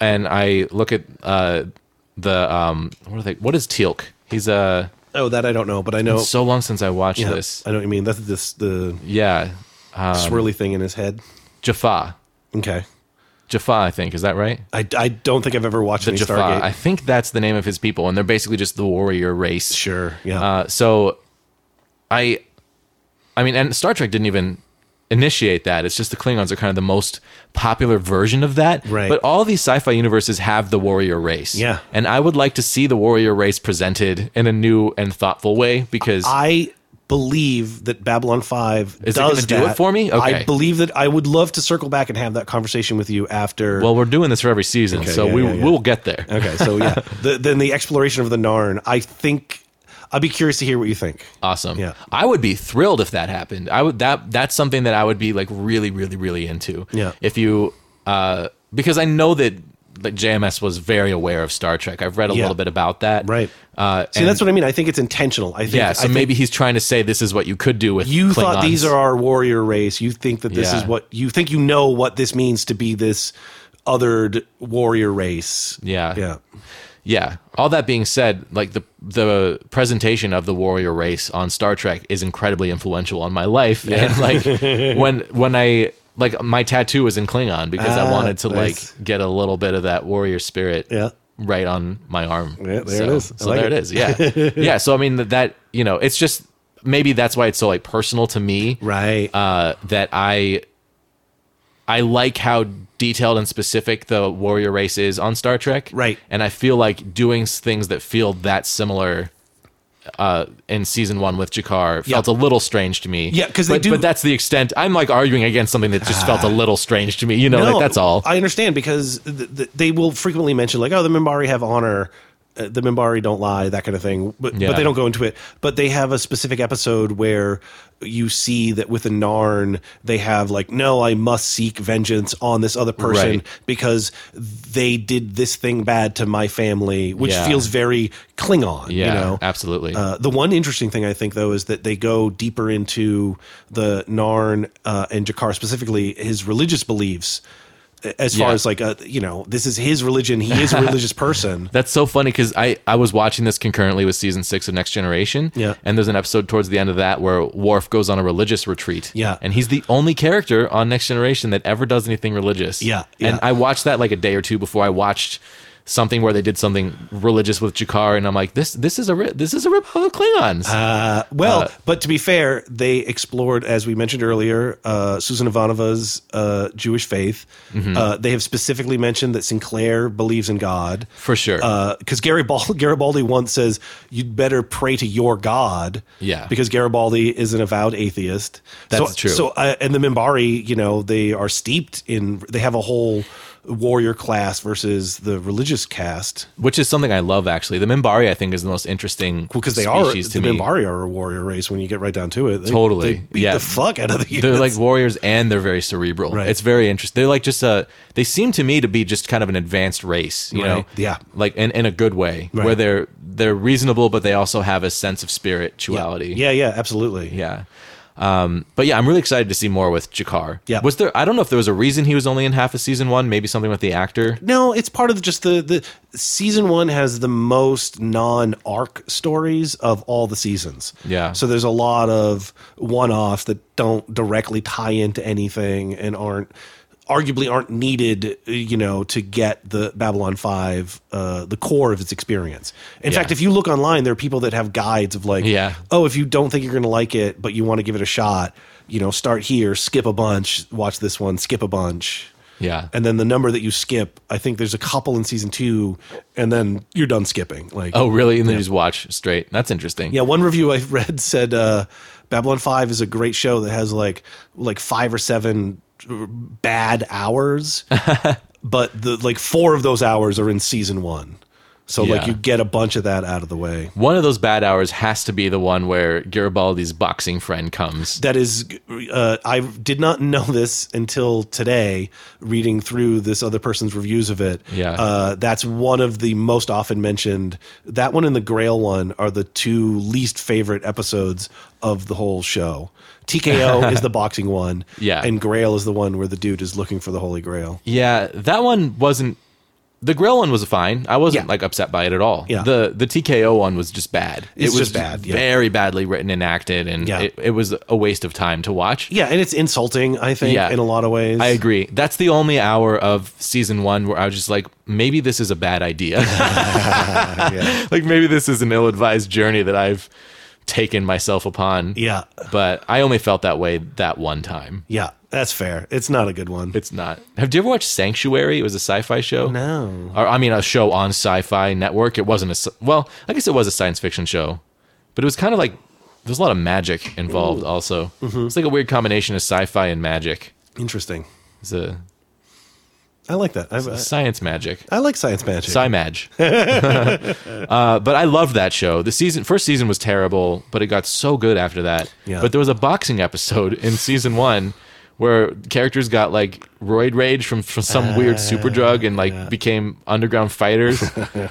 [SPEAKER 1] and I look at uh the um what are they? What is Teal'c? He's a
[SPEAKER 3] oh that i don't know but i know
[SPEAKER 1] uh, so long since I watched
[SPEAKER 3] Yeah,
[SPEAKER 1] this.
[SPEAKER 3] I know what you mean. That's this the
[SPEAKER 1] Yeah, Um,
[SPEAKER 3] swirly thing in his head.
[SPEAKER 1] Jaffa,
[SPEAKER 3] Okay.
[SPEAKER 1] Jaffa. I think is that right?
[SPEAKER 3] I, I don't think I've ever watched
[SPEAKER 1] The
[SPEAKER 3] any
[SPEAKER 1] Jaffa.
[SPEAKER 3] Stargate.
[SPEAKER 1] I think that's the name of his people, and they're basically just the warrior race.
[SPEAKER 3] sure. Yeah.
[SPEAKER 1] Uh, so I I mean and Star Trek didn't even initiate that. It's just the Klingons are kind of the most popular version of that.
[SPEAKER 3] Right.
[SPEAKER 1] But all these sci-fi universes have the warrior race.
[SPEAKER 3] Yeah.
[SPEAKER 1] And I would like to see the warrior race presented in a new and thoughtful way because
[SPEAKER 3] I believe that Babylon 5
[SPEAKER 1] Is it gonna
[SPEAKER 3] does
[SPEAKER 1] do it
[SPEAKER 3] that.
[SPEAKER 1] for me?
[SPEAKER 3] I
[SPEAKER 1] Okay.
[SPEAKER 3] believe that I would love to circle back and have that conversation with you after.
[SPEAKER 1] well, we're doing this for every season,
[SPEAKER 3] Okay,
[SPEAKER 1] so
[SPEAKER 3] yeah,
[SPEAKER 1] we
[SPEAKER 3] yeah, yeah.
[SPEAKER 1] will get there.
[SPEAKER 3] okay. So, yeah. the, then the exploration of the Narn, I think. I'd be curious to hear what you think.
[SPEAKER 1] Awesome.
[SPEAKER 3] Yeah.
[SPEAKER 1] I would be thrilled if that happened. I would that that's something that I would be like really, really, really into.
[SPEAKER 3] Yeah.
[SPEAKER 1] If you uh because I know that like JMS was very aware of Star Trek. I've read a
[SPEAKER 3] Yeah.
[SPEAKER 1] little bit about that.
[SPEAKER 3] Right.
[SPEAKER 1] Uh
[SPEAKER 3] See, that's what I mean. I think it's intentional. I think.
[SPEAKER 1] yeah, so
[SPEAKER 3] I think
[SPEAKER 1] maybe he's trying to say this is what you could do with
[SPEAKER 3] you thought these
[SPEAKER 1] Klingons.
[SPEAKER 3] are our warrior race. You think that this
[SPEAKER 1] Yeah.
[SPEAKER 3] is what you think you know what this means to be this othered warrior race.
[SPEAKER 1] Yeah.
[SPEAKER 3] Yeah.
[SPEAKER 1] Yeah. All that being said, like the the presentation of the warrior race on Star Trek is incredibly influential on my life. And like when when I like my tattoo was in Klingon because I
[SPEAKER 3] Ah,
[SPEAKER 1] wanted to
[SPEAKER 3] nice.
[SPEAKER 1] like get a little bit of that warrior spirit.
[SPEAKER 3] Yeah.
[SPEAKER 1] Right on my arm.
[SPEAKER 3] Yeah, there it
[SPEAKER 1] so,
[SPEAKER 3] is. I
[SPEAKER 1] So
[SPEAKER 3] like
[SPEAKER 1] there
[SPEAKER 3] it.
[SPEAKER 1] it is. Yeah. yeah. So I mean that, that you know it's just maybe that's why it's so like personal to me.
[SPEAKER 3] Right.
[SPEAKER 1] Uh, that I I like how detailed and specific the warrior race is on Star Trek.
[SPEAKER 3] Right.
[SPEAKER 1] And I feel like doing s- things that feel that similar uh, in season one with Jakar felt a
[SPEAKER 3] Yeah.
[SPEAKER 1] little strange to me.
[SPEAKER 3] Yeah, 'cause they
[SPEAKER 1] but,
[SPEAKER 3] do- Ah.
[SPEAKER 1] but that's the extent. I'm like arguing against something that just felt a little strange to me. You know, like that's all.
[SPEAKER 3] I understand because th- th- they will frequently mention like, oh, the Mimbari have honor. uh, The Mimbari don't lie, that kind of thing, but,
[SPEAKER 1] Yeah.
[SPEAKER 3] but they don't go into it. But they have a specific episode where you see that with a Narn, they have like, no, I must seek vengeance on this other person
[SPEAKER 1] Right.
[SPEAKER 3] because they did this thing bad to my family, which
[SPEAKER 1] Yeah.
[SPEAKER 3] feels very Klingon.
[SPEAKER 1] yeah,
[SPEAKER 3] you know,
[SPEAKER 1] absolutely.
[SPEAKER 3] uh, the one interesting thing I think, though, is that they go deeper into the Narn uh, and Jakar specifically his religious beliefs, as far
[SPEAKER 1] Yeah.
[SPEAKER 3] as like uh you know, this is his religion. He is a religious person.
[SPEAKER 1] That's so funny because I, I was watching this concurrently with season six of Next Generation.
[SPEAKER 3] Yeah.
[SPEAKER 1] And there's an episode towards the end of that where Worf goes on a religious retreat.
[SPEAKER 3] Yeah.
[SPEAKER 1] And he's the only character on Next Generation that ever does anything religious.
[SPEAKER 3] Yeah, yeah.
[SPEAKER 1] And I watched that like a day or two before I watched something where they did something religious with Jakar, and I'm like, this this is a ri- this is a rip of Klingons.
[SPEAKER 3] Uh, well, but to be fair, they explored, as we mentioned earlier, uh, Susan Ivanova's uh, Jewish faith.
[SPEAKER 1] Mm-hmm.
[SPEAKER 3] Uh, they have specifically mentioned that Sinclair believes in God.
[SPEAKER 1] For sure.
[SPEAKER 3] Because Gary Bal- Garibaldi once says, you'd better pray to your God.
[SPEAKER 1] Yeah.
[SPEAKER 3] Because Garibaldi is an avowed atheist.
[SPEAKER 1] That's
[SPEAKER 3] so,
[SPEAKER 1] true.
[SPEAKER 3] So, uh, and the Mimbari, you know, they are steeped in, they have a whole warrior class versus the religious caste.
[SPEAKER 1] which is something I love actually. The Mimbari I think is the most interesting
[SPEAKER 3] Because they are
[SPEAKER 1] species
[SPEAKER 3] the
[SPEAKER 1] to me.
[SPEAKER 3] Mimbari are a warrior race when you get right down to it. They-
[SPEAKER 1] Totally.
[SPEAKER 3] they beat
[SPEAKER 1] Yeah.
[SPEAKER 3] the fuck out of the.
[SPEAKER 1] they're like
[SPEAKER 3] units.
[SPEAKER 1] warriors and they're very cerebral.
[SPEAKER 3] Right.
[SPEAKER 1] It's very interesting. They're like just a. They seem to me to be just kind of an advanced race. You
[SPEAKER 3] Right.
[SPEAKER 1] know.
[SPEAKER 3] Yeah.
[SPEAKER 1] Like in, in a good way,
[SPEAKER 3] Right.
[SPEAKER 1] where they're they're reasonable, but they also have a sense of spirituality.
[SPEAKER 3] yeah, yeah, absolutely.
[SPEAKER 1] Yeah. Um, but yeah, I'm really excited to see more with Jakar.
[SPEAKER 3] Yeah.
[SPEAKER 1] Was there? I don't know if there was a reason he was only in half of season one. Maybe something with the actor.
[SPEAKER 3] No, it's part of just the the season one has the most non arc stories of all the seasons.
[SPEAKER 1] Yeah.
[SPEAKER 3] So there's a lot of one offs that don't directly tie into anything and aren't arguably aren't needed, you know, to get the Babylon Five uh, the core of its experience. In
[SPEAKER 1] Yeah.
[SPEAKER 3] fact, if you look online, there are people that have guides of like,
[SPEAKER 1] Yeah.
[SPEAKER 3] oh, if you don't think you're going to like it, but you want to give it a shot, you know, start here, skip a bunch, watch this one, skip a bunch.
[SPEAKER 1] Yeah.
[SPEAKER 3] And then the number that you skip, I think there's a couple in season two, and then you're done skipping. Like,
[SPEAKER 1] oh, really? And then you just watch straight. That's interesting.
[SPEAKER 3] yeah, one review I read said uh, Babylon Five is a great show that has like like five or seven bad hours, but the like four of those hours are in season one, so like
[SPEAKER 1] Yeah.
[SPEAKER 3] you get a bunch of that out of the way.
[SPEAKER 1] One of those bad hours has to be the one where Garibaldi's boxing friend comes.
[SPEAKER 3] That is, uh, I did not know this until today, reading through this other person's reviews of it.
[SPEAKER 1] Yeah.
[SPEAKER 3] Uh, that's one of the most often mentioned. That one and the Grail one are the two least favorite episodes of the whole show. TKO is the boxing one.
[SPEAKER 1] Yeah.
[SPEAKER 3] And Grail is the one where the dude is looking for the Holy Grail.
[SPEAKER 1] Yeah, that one wasn't. The grill one was fine. I wasn't
[SPEAKER 3] Yeah.
[SPEAKER 1] like upset by it at all.
[SPEAKER 3] Yeah.
[SPEAKER 1] The the TKO one was just bad.
[SPEAKER 3] It's
[SPEAKER 1] it was
[SPEAKER 3] just bad, yeah.
[SPEAKER 1] Very badly written and acted, and
[SPEAKER 3] Yeah.
[SPEAKER 1] it, it was a waste of time to watch.
[SPEAKER 3] Yeah. And it's insulting, I think,
[SPEAKER 1] Yeah.
[SPEAKER 3] in a lot of ways.
[SPEAKER 1] I agree. That's the only hour of season one where I was just like, maybe this is a bad idea. Like maybe this is an ill advised journey that I've taken myself upon.
[SPEAKER 3] Yeah.
[SPEAKER 1] But I only felt that way that one time.
[SPEAKER 3] Yeah. That's fair. It's not a good one.
[SPEAKER 1] It's not. Have you ever watched Sanctuary? It was a sci-fi show.
[SPEAKER 3] No.
[SPEAKER 1] Or I mean, a show on Sci-Fi Network. It wasn't a sci- well. I guess it was a science fiction show, but it was kind of like there's a lot of magic involved. Also, it's like a weird combination of sci-fi and magic.
[SPEAKER 3] Interesting.
[SPEAKER 1] It's a
[SPEAKER 3] I like that. I, I,
[SPEAKER 1] science magic.
[SPEAKER 3] I like science magic.
[SPEAKER 1] Sci-Mag. uh, but I loved that show. The season first season was terrible, but it got so good after that.
[SPEAKER 3] Yeah.
[SPEAKER 1] But there was a boxing episode in season one where characters got like roid rage from, from some
[SPEAKER 3] Ah,
[SPEAKER 1] weird super drug and like became underground fighters.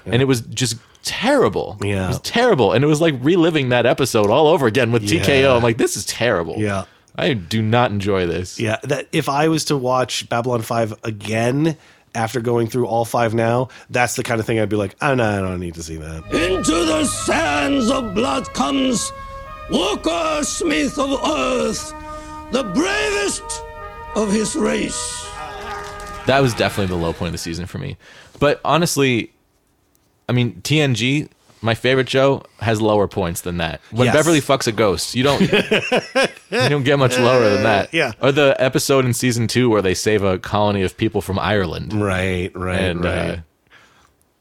[SPEAKER 1] and it was just terrible.
[SPEAKER 3] Yeah.
[SPEAKER 1] It was terrible. And it was like reliving that episode all over again with TKO. I'm like, this is terrible.
[SPEAKER 3] Yeah.
[SPEAKER 1] I do not enjoy this.
[SPEAKER 3] Yeah, that if I was to watch Babylon 5 again after going through all five now, that's the kind of thing I'd be like, oh, no, I don't need to see that.
[SPEAKER 11] Into the sands of blood comes Walker Smith of Earth, the bravest of his race.
[SPEAKER 1] That was definitely the low point of the season for me. But honestly, I mean, TNG, my favorite show, has lower points than that. When
[SPEAKER 3] Yes.
[SPEAKER 1] Beverly fucks a ghost, you don't you don't get much lower than that.
[SPEAKER 3] Yeah.
[SPEAKER 1] Or the episode in season two where they save a colony of people from Ireland.
[SPEAKER 3] Right, right,
[SPEAKER 1] and,
[SPEAKER 3] right.
[SPEAKER 1] Uh,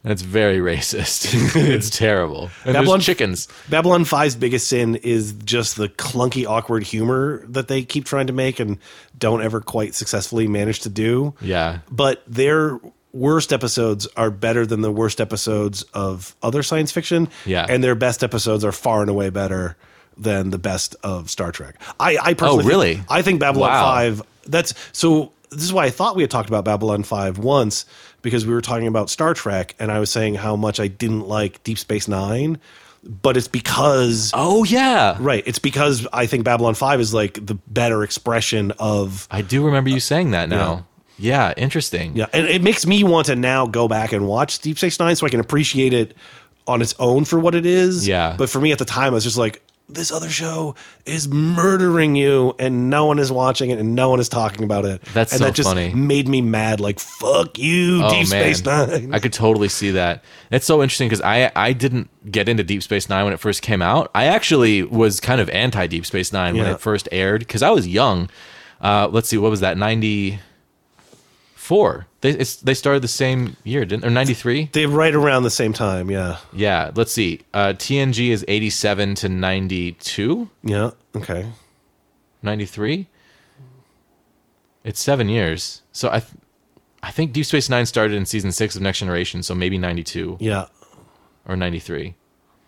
[SPEAKER 1] that's very racist. it's terrible. And there's chickens.
[SPEAKER 3] Babylon 5's biggest sin is just the clunky, awkward humor that they keep trying to make and don't ever quite successfully manage to do.
[SPEAKER 1] Yeah.
[SPEAKER 3] But their worst episodes are better than the worst episodes of other science fiction.
[SPEAKER 1] Yeah.
[SPEAKER 3] And their best episodes are far and away better than the best of Star Trek. I, I personally think-
[SPEAKER 1] Oh, really?
[SPEAKER 3] I think Babylon
[SPEAKER 1] Wow.
[SPEAKER 3] 5 that's so this is why I thought we had talked about Babylon 5 once because we were talking about Star Trek and I was saying how much I didn't like Deep Space 9 but it's because
[SPEAKER 1] Oh yeah.
[SPEAKER 3] Right, it's because I think Babylon 5 is like the better expression of
[SPEAKER 1] I do remember you saying that now. Yeah, interesting.
[SPEAKER 3] Yeah, and it makes me want to now go back and watch Deep Space Nine so I can appreciate it on its own for what it is.
[SPEAKER 1] Yeah.
[SPEAKER 3] But for me at the time, I was just like, this other show is murdering you, and no one is watching it, and no one is talking about it.
[SPEAKER 1] That's
[SPEAKER 3] and
[SPEAKER 1] so
[SPEAKER 3] that just
[SPEAKER 1] funny. Oh,
[SPEAKER 3] made me mad. Like, fuck you, Deep Space Nine.
[SPEAKER 1] I could totally see that. It's so interesting because I I didn't get into Deep Space Nine when it first came out. I actually was kind of anti Deep Space Nine when
[SPEAKER 3] Yeah.
[SPEAKER 1] it first aired because I was young. Uh, let's see, what was that? Ninety four. They it's, they started the same year, didn't or ninety three?
[SPEAKER 3] They're right around the same time. Yeah.
[SPEAKER 1] Yeah. Let's see. Uh, TNG is eighty seven to ninety two.
[SPEAKER 3] Yeah. Okay.
[SPEAKER 1] 93 it's seven years so i th- i think deep space nine started in season six of next generation so maybe 92
[SPEAKER 3] Yeah.
[SPEAKER 1] or 93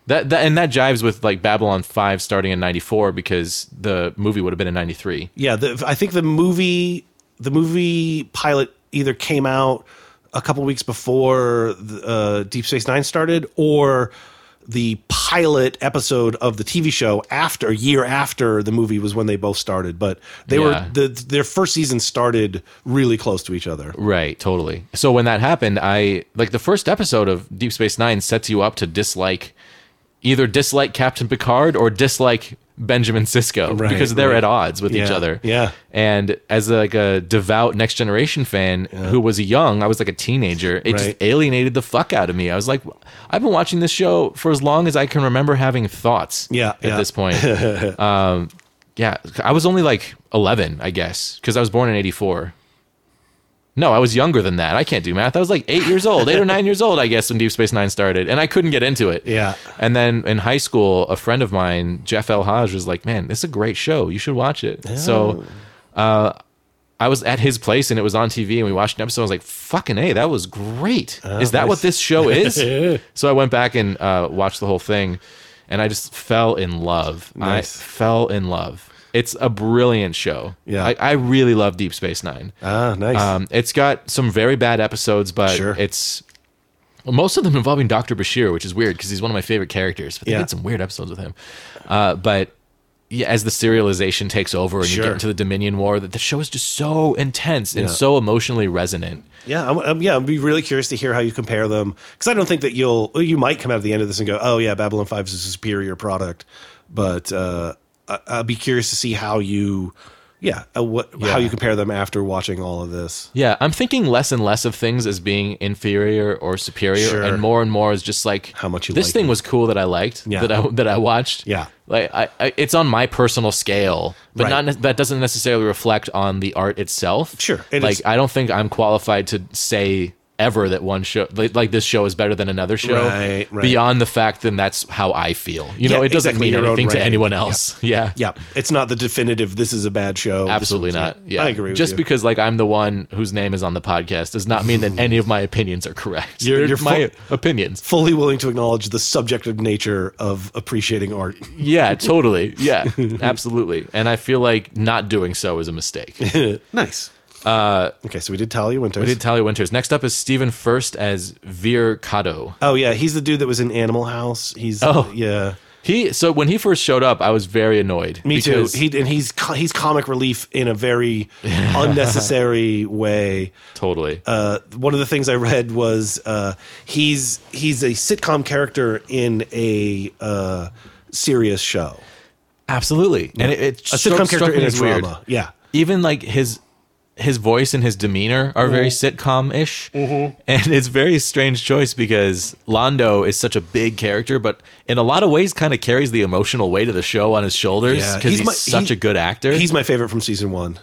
[SPEAKER 1] that, that and that jives with like babylon 5 starting in 94 because the movie would have been in 93
[SPEAKER 3] Yeah, the, I think the movie the movie pilot either came out a couple weeks before the, uh, Deep Space Nine started, or the pilot episode of the TV show after a year after the movie was when they both started. But they
[SPEAKER 1] Yeah.
[SPEAKER 3] were the, their first season started really close to each other.
[SPEAKER 1] right totally so when that happened i like the first episode of deep space nine sets you up to dislike either dislike captain picard or dislike benjamin sisko
[SPEAKER 3] Right,
[SPEAKER 1] because they're
[SPEAKER 3] right.
[SPEAKER 1] at odds with each
[SPEAKER 3] Yeah,
[SPEAKER 1] other
[SPEAKER 3] yeah.
[SPEAKER 1] And as like a devout Next Generation fan who was young, I was like a teenager. It just
[SPEAKER 3] Right.
[SPEAKER 1] alienated the fuck out of me. I was like, I've been watching this show for as long as I can remember having thoughts.
[SPEAKER 3] Yeah,
[SPEAKER 1] at
[SPEAKER 3] yeah.
[SPEAKER 1] this point, um, yeah, I was only like eleven, I guess, because I was born in '84. No, I was younger than that. I can't do math. I was like eight years old, eight or nine years old, I guess, when Deep Space Nine started, and I couldn't get into it.
[SPEAKER 3] Yeah.
[SPEAKER 1] And then in high school, a friend of mine, Jeff El Haj, was like, "Man, this is a great show. You should watch it." So, uh,
[SPEAKER 3] Oh.
[SPEAKER 1] I was at his place, and it was on TV, and we watched an episode. I was like, "Fucking a, that was great.
[SPEAKER 3] Oh,
[SPEAKER 1] is that what this show is?" so I went back and uh, watched the whole thing, and I just fell in love.
[SPEAKER 3] Nice.
[SPEAKER 1] I fell in love. It's a brilliant show.
[SPEAKER 3] Yeah.
[SPEAKER 1] I, I really love Deep Space Nine.
[SPEAKER 3] Ah, nice.
[SPEAKER 1] Um, it's got some very bad episodes, but
[SPEAKER 3] Sure.
[SPEAKER 1] it's well, most of them involving Doctor Bashir, which is weird because he's one of my favorite characters. But they
[SPEAKER 3] Yeah.
[SPEAKER 1] did some weird episodes with him. Uh, but yeah, as the serialization takes over and you get
[SPEAKER 3] Sure.
[SPEAKER 1] into the Dominion War, that the show is just so intense and
[SPEAKER 3] Yeah.
[SPEAKER 1] so emotionally resonant.
[SPEAKER 3] Yeah, I'm, I'm, yeah, I'd be really curious to hear how you compare them because I don't think that you'll well, you might come out at the end of this and go, oh yeah, Babylon Five is a superior product, but uh, I, I'd be curious to see how you, yeah, uh, what how you compare them after watching all of this.
[SPEAKER 1] Yeah, I'm thinking less and less of things as being inferior or superior,
[SPEAKER 3] Sure.
[SPEAKER 1] and more and more is just like
[SPEAKER 3] How much you
[SPEAKER 1] this
[SPEAKER 3] like
[SPEAKER 1] thing
[SPEAKER 3] it.
[SPEAKER 1] was cool that I liked
[SPEAKER 3] Yeah.
[SPEAKER 1] that I that I watched.
[SPEAKER 3] Yeah.
[SPEAKER 1] like I, I it's on my personal scale, but
[SPEAKER 3] Right.
[SPEAKER 1] not ne- that doesn't necessarily reflect on the art itself.
[SPEAKER 3] Sure, it
[SPEAKER 1] like
[SPEAKER 3] is-
[SPEAKER 1] I don't think I'm qualified to say ever that one show like, like this show is better than another show
[SPEAKER 3] Right, right.
[SPEAKER 1] beyond the fact then that's how I feel. You know,
[SPEAKER 3] Yeah,
[SPEAKER 1] it doesn't
[SPEAKER 3] exactly,
[SPEAKER 1] mean
[SPEAKER 3] your own
[SPEAKER 1] anything to
[SPEAKER 3] range.
[SPEAKER 1] anyone else. Yeah,
[SPEAKER 3] Yeah, it's not the definitive. This is a bad show. This
[SPEAKER 1] Absolutely
[SPEAKER 3] one's
[SPEAKER 1] not. Yeah,
[SPEAKER 3] I agree. With
[SPEAKER 1] Just
[SPEAKER 3] you.
[SPEAKER 1] because like I'm the one whose name is on the podcast does not mean that any of my opinions are correct.
[SPEAKER 3] You're-
[SPEAKER 1] They're
[SPEAKER 3] you're
[SPEAKER 1] my
[SPEAKER 3] fu-
[SPEAKER 1] opinions.
[SPEAKER 3] fully willing to acknowledge the subjective nature of appreciating art.
[SPEAKER 1] Yeah, totally. Yeah, absolutely. And I feel like not doing so is a mistake.
[SPEAKER 3] nice. Uh, okay, so we did Talia Winters.
[SPEAKER 1] we did Talia Winters. Next up is Stephen First as Veer Cotto.
[SPEAKER 3] oh yeah, he's the dude that was in Animal House. He's
[SPEAKER 1] Oh.
[SPEAKER 3] yeah.
[SPEAKER 1] He so when he first showed up, I was very annoyed.
[SPEAKER 3] Me
[SPEAKER 1] because-
[SPEAKER 3] too. He and he's co- he's comic relief in a very unnecessary way.
[SPEAKER 1] Totally.
[SPEAKER 3] Uh, one of the things I read was uh, he's he's a sitcom character in a uh, serious show.
[SPEAKER 1] Absolutely, and it, it
[SPEAKER 3] a
[SPEAKER 1] struck-
[SPEAKER 3] sitcom
[SPEAKER 1] struck
[SPEAKER 3] character
[SPEAKER 1] me
[SPEAKER 3] in a
[SPEAKER 1] as weird.
[SPEAKER 3] drama. Yeah.
[SPEAKER 1] even like his his voice and his demeanor are very
[SPEAKER 3] Mm-hmm.
[SPEAKER 1] sitcom ish, and it's very strange choice because Londo is such a big character, but in a lot of ways, kind of carries the emotional weight of the show on his shoulders
[SPEAKER 3] Yeah,
[SPEAKER 1] because
[SPEAKER 3] he's
[SPEAKER 1] he's,
[SPEAKER 3] my-
[SPEAKER 1] such
[SPEAKER 3] he-
[SPEAKER 1] a good actor.
[SPEAKER 3] He's my favorite from season one.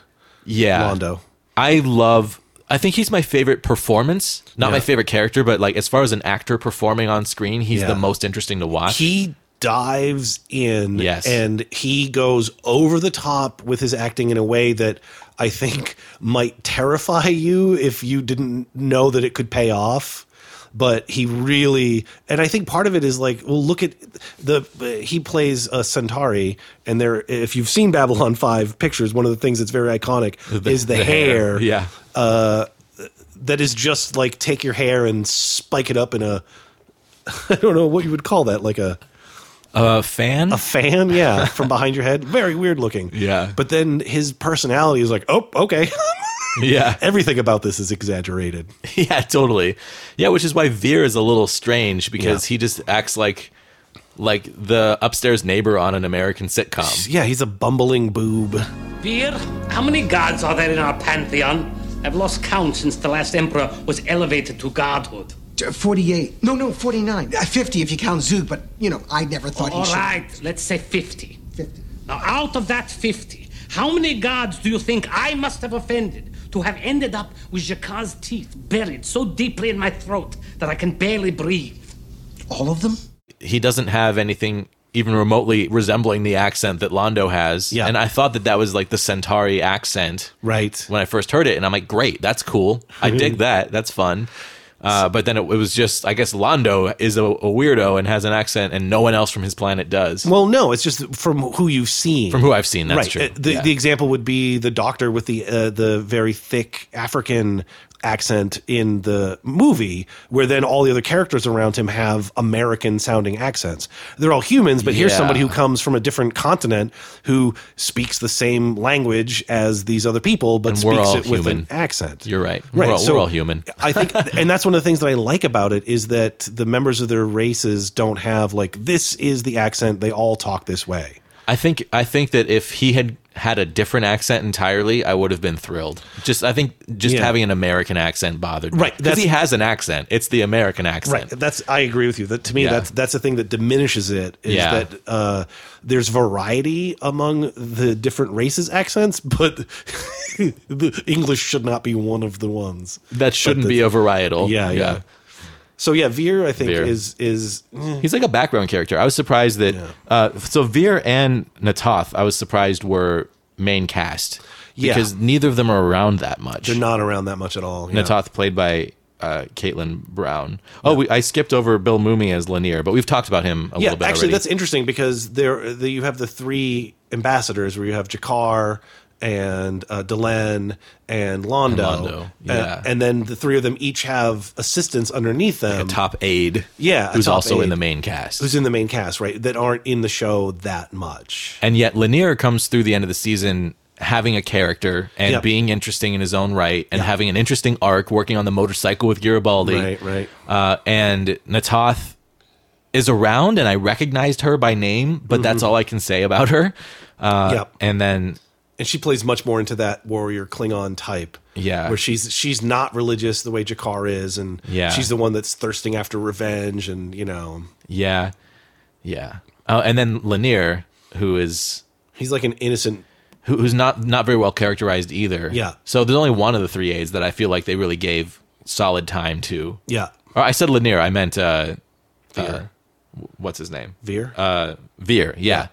[SPEAKER 1] yeah,
[SPEAKER 3] Londo.
[SPEAKER 1] I love. I think he's my favorite performance, not my
[SPEAKER 3] Yeah.
[SPEAKER 1] favorite character, but like as far as an actor performing on screen, he's
[SPEAKER 3] Yeah.
[SPEAKER 1] the most interesting to watch.
[SPEAKER 3] He dives in
[SPEAKER 1] Yes.
[SPEAKER 3] and he goes over the top with his acting in a way that I think might terrify you if you didn't know that it could pay off. But he really, and I think part of it is like, well, look at the he plays a Centauri, and there. If you've seen Babylon Five pictures, one of the things that's very iconic is the, hair.
[SPEAKER 1] yeah.
[SPEAKER 3] uh, that is just like take your hair and spike it up in a I don't know what you would call that, like a
[SPEAKER 1] a fan,
[SPEAKER 3] a fan, yeah, from behind your head, very weird looking.
[SPEAKER 1] Yeah.
[SPEAKER 3] But then his personality is like, oh, okay,
[SPEAKER 1] yeah,
[SPEAKER 3] everything about this is exaggerated.
[SPEAKER 1] yeah, totally. Yeah, which is why Veer is a little strange because he just acts like like the upstairs neighbor on an American sitcom.
[SPEAKER 3] Yeah, he's a bumbling boob.
[SPEAKER 12] Beer, how many gods are there in our pantheon? I've lost count since the last emperor was elevated to godhood.
[SPEAKER 13] 48. No, no, 49. Uh, 50 if you count Zug, but, you know, I never thought he
[SPEAKER 12] All
[SPEAKER 13] should.
[SPEAKER 12] right, let's say 50. 50. Now, out of that 50, how many gods do you think I must have offended to have ended up with Jacquard's teeth buried so deeply in my throat that I can barely breathe?
[SPEAKER 13] All of them?
[SPEAKER 1] He doesn't have anything even remotely resembling the accent that Londo has. Yeah. And I thought that that was like the Centauri accent.
[SPEAKER 3] Right.
[SPEAKER 1] When I first heard it. And I'm like, great, that's cool. I dig that. That's fun. Uh, but then it, it was just, I guess Londo is a, a weirdo and has an accent and no one else from his planet does.
[SPEAKER 3] Well, no, it's just from who you've seen.
[SPEAKER 1] From who I've seen, that's
[SPEAKER 3] right.
[SPEAKER 1] true.
[SPEAKER 3] Uh, The,
[SPEAKER 1] Yeah.
[SPEAKER 3] the example would be the doctor with the uh, the very thick African accent in the movie, where then all the other characters around him have American sounding accents. They're all humans, but here's
[SPEAKER 1] Yeah.
[SPEAKER 3] somebody who comes from a different continent who speaks the same language as these other people, but
[SPEAKER 1] And we're
[SPEAKER 3] speaks
[SPEAKER 1] all
[SPEAKER 3] it with an
[SPEAKER 1] human.
[SPEAKER 3] accent.
[SPEAKER 1] You're right.
[SPEAKER 3] Right,
[SPEAKER 1] We're all,
[SPEAKER 3] so-
[SPEAKER 1] we're all human.
[SPEAKER 3] I think, and that's one of the things that I like about it is that the members of their races don't have like this is the accent they all talk this way.
[SPEAKER 1] I think I think that if he had had a different accent entirely, I would have been thrilled. Just I think just
[SPEAKER 3] Yeah.
[SPEAKER 1] having an American accent bothered me.
[SPEAKER 3] Right,
[SPEAKER 1] because
[SPEAKER 3] that's-
[SPEAKER 1] he has an accent. It's the American accent.
[SPEAKER 3] Right. That's I agree with you. That to me
[SPEAKER 1] Yeah.
[SPEAKER 3] that's that's the thing that diminishes it is
[SPEAKER 1] Yeah.
[SPEAKER 3] that uh, there's variety among the different races accents, but the English should not be one of the ones.
[SPEAKER 1] That shouldn't be a varietal.
[SPEAKER 3] Yeah, yeah. So yeah, Veer I think
[SPEAKER 1] Veer.
[SPEAKER 3] is is
[SPEAKER 1] He's like a background character. I was surprised that uh, so Veer and Natoth, I was surprised were main cast
[SPEAKER 3] Yeah.
[SPEAKER 1] because neither of them are around that much.
[SPEAKER 3] they're not around that much at all. yeah.
[SPEAKER 1] Natoth played by uh, Caitlin Brown. Oh, we, I skipped over Bill Mooney as Lanier, but we've talked about him a
[SPEAKER 3] yeah,
[SPEAKER 1] little bit
[SPEAKER 3] actually,
[SPEAKER 1] already.
[SPEAKER 3] that's interesting because there the, you have the three ambassadors where you have Jakar and uh, Delenn and Londo,
[SPEAKER 1] And Londo,
[SPEAKER 3] Uh,
[SPEAKER 1] yeah.
[SPEAKER 3] and then the three of them each have assistants underneath them.
[SPEAKER 1] a top aide.
[SPEAKER 3] Um, yeah, a
[SPEAKER 1] who's
[SPEAKER 3] top
[SPEAKER 1] also in
[SPEAKER 3] aide.
[SPEAKER 1] the main cast.
[SPEAKER 3] who's in the main cast, right? That aren't in the show that much.
[SPEAKER 1] And yet Lanier comes through the end of the season having a character and
[SPEAKER 3] Yep.
[SPEAKER 1] being interesting in his own right and having an interesting arc working on the motorcycle with Garibaldi.
[SPEAKER 3] Right, right.
[SPEAKER 1] Uh, and Natoth is around and I recognized her by name, but that's all I can say about her. Uh,
[SPEAKER 3] Mm-hmm. Yep.
[SPEAKER 1] And then,
[SPEAKER 3] And she plays much more into that warrior Klingon type.
[SPEAKER 1] Yeah.
[SPEAKER 3] Where she's she's not religious the way Jakar is, and
[SPEAKER 1] Yeah.
[SPEAKER 3] she's the one that's thirsting after revenge and you know
[SPEAKER 1] yeah, yeah. Uh, and then Lanier, who is
[SPEAKER 3] he's like an innocent
[SPEAKER 1] who, who's not not very well characterized either.
[SPEAKER 3] Yeah.
[SPEAKER 1] So there's only one of the three aides that I feel like they really gave solid time to.
[SPEAKER 3] Yeah.
[SPEAKER 1] Or I said Lanier. I meant uh, Veer. what's his name?
[SPEAKER 3] Veer?
[SPEAKER 1] Uh, Veer. Yeah.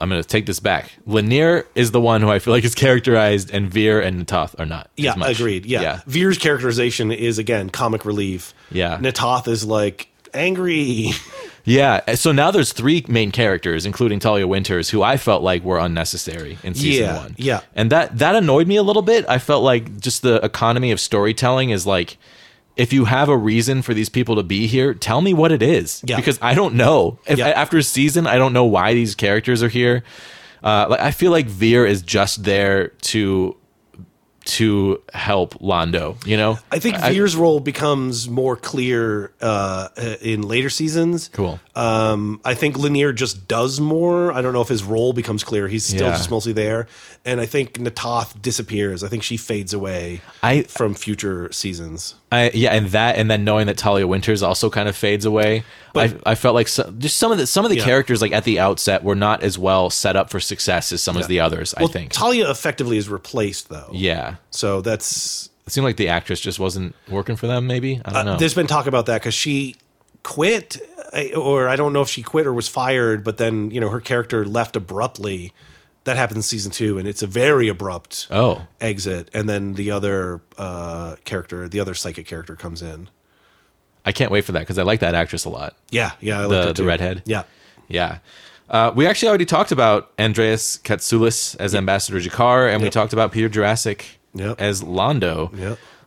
[SPEAKER 1] I'm gonna take this back. Lanier is the one who I feel like is characterized, and Veer and Natoth are not.
[SPEAKER 3] Yeah,
[SPEAKER 1] as much.
[SPEAKER 3] agreed. Yeah.
[SPEAKER 1] Yeah.
[SPEAKER 3] Veer's characterization is again comic relief.
[SPEAKER 1] Yeah.
[SPEAKER 3] Natoth is like angry.
[SPEAKER 1] Yeah. uh, So now there's three main characters, including Talia Winters, who I felt like were unnecessary in season
[SPEAKER 3] Yeah,
[SPEAKER 1] one.
[SPEAKER 3] yeah.
[SPEAKER 1] And that that annoyed me a little bit. I felt like just the economy of storytelling is like if you have a reason for these people to be here, tell me what it is.
[SPEAKER 3] Yeah.
[SPEAKER 1] Because I don't know. If
[SPEAKER 3] Yeah.
[SPEAKER 1] after a season, I don't know why these characters are here. Uh, like I feel like Veer is just there to to help Londo. You know,
[SPEAKER 3] I think Veer's role becomes more clear uh, in later seasons.
[SPEAKER 1] Cool.
[SPEAKER 3] Um, I think Lanier just does more. I don't know if his role becomes clear. He's still
[SPEAKER 1] Yeah.
[SPEAKER 3] just mostly there. And I think Natath disappears. I think she fades away
[SPEAKER 1] I-
[SPEAKER 3] from future seasons.
[SPEAKER 1] I, yeah, and that, and then knowing that Talia Winters also kind of fades away, I, I felt like so, just some of the some of the
[SPEAKER 3] Yeah.
[SPEAKER 1] characters like at the outset were not as well set up for success as some
[SPEAKER 3] Yeah.
[SPEAKER 1] of the others. I think,
[SPEAKER 3] Talia effectively is replaced, though.
[SPEAKER 1] yeah.
[SPEAKER 3] So that's
[SPEAKER 1] it seemed like the actress just wasn't working for them. Maybe I don't
[SPEAKER 3] Uh,
[SPEAKER 1] know.
[SPEAKER 3] There's been talk about that because she quit, I- or I don't know if she quit or was fired, but then you know her character left abruptly. That happened in season two, and it's a very abrupt
[SPEAKER 1] Oh.
[SPEAKER 3] exit. And then the other uh, character, the other psychic character, comes in.
[SPEAKER 1] I can't wait for that because I like that actress a lot.
[SPEAKER 3] Yeah, yeah, I
[SPEAKER 1] the,
[SPEAKER 3] liked it
[SPEAKER 1] the
[SPEAKER 3] too.
[SPEAKER 1] redhead.
[SPEAKER 3] Yeah.
[SPEAKER 1] yeah. Uh, we actually already talked about Andreas Katsoulis as Ambassador Jakar, and we talked about Peter Jurassic as Londo.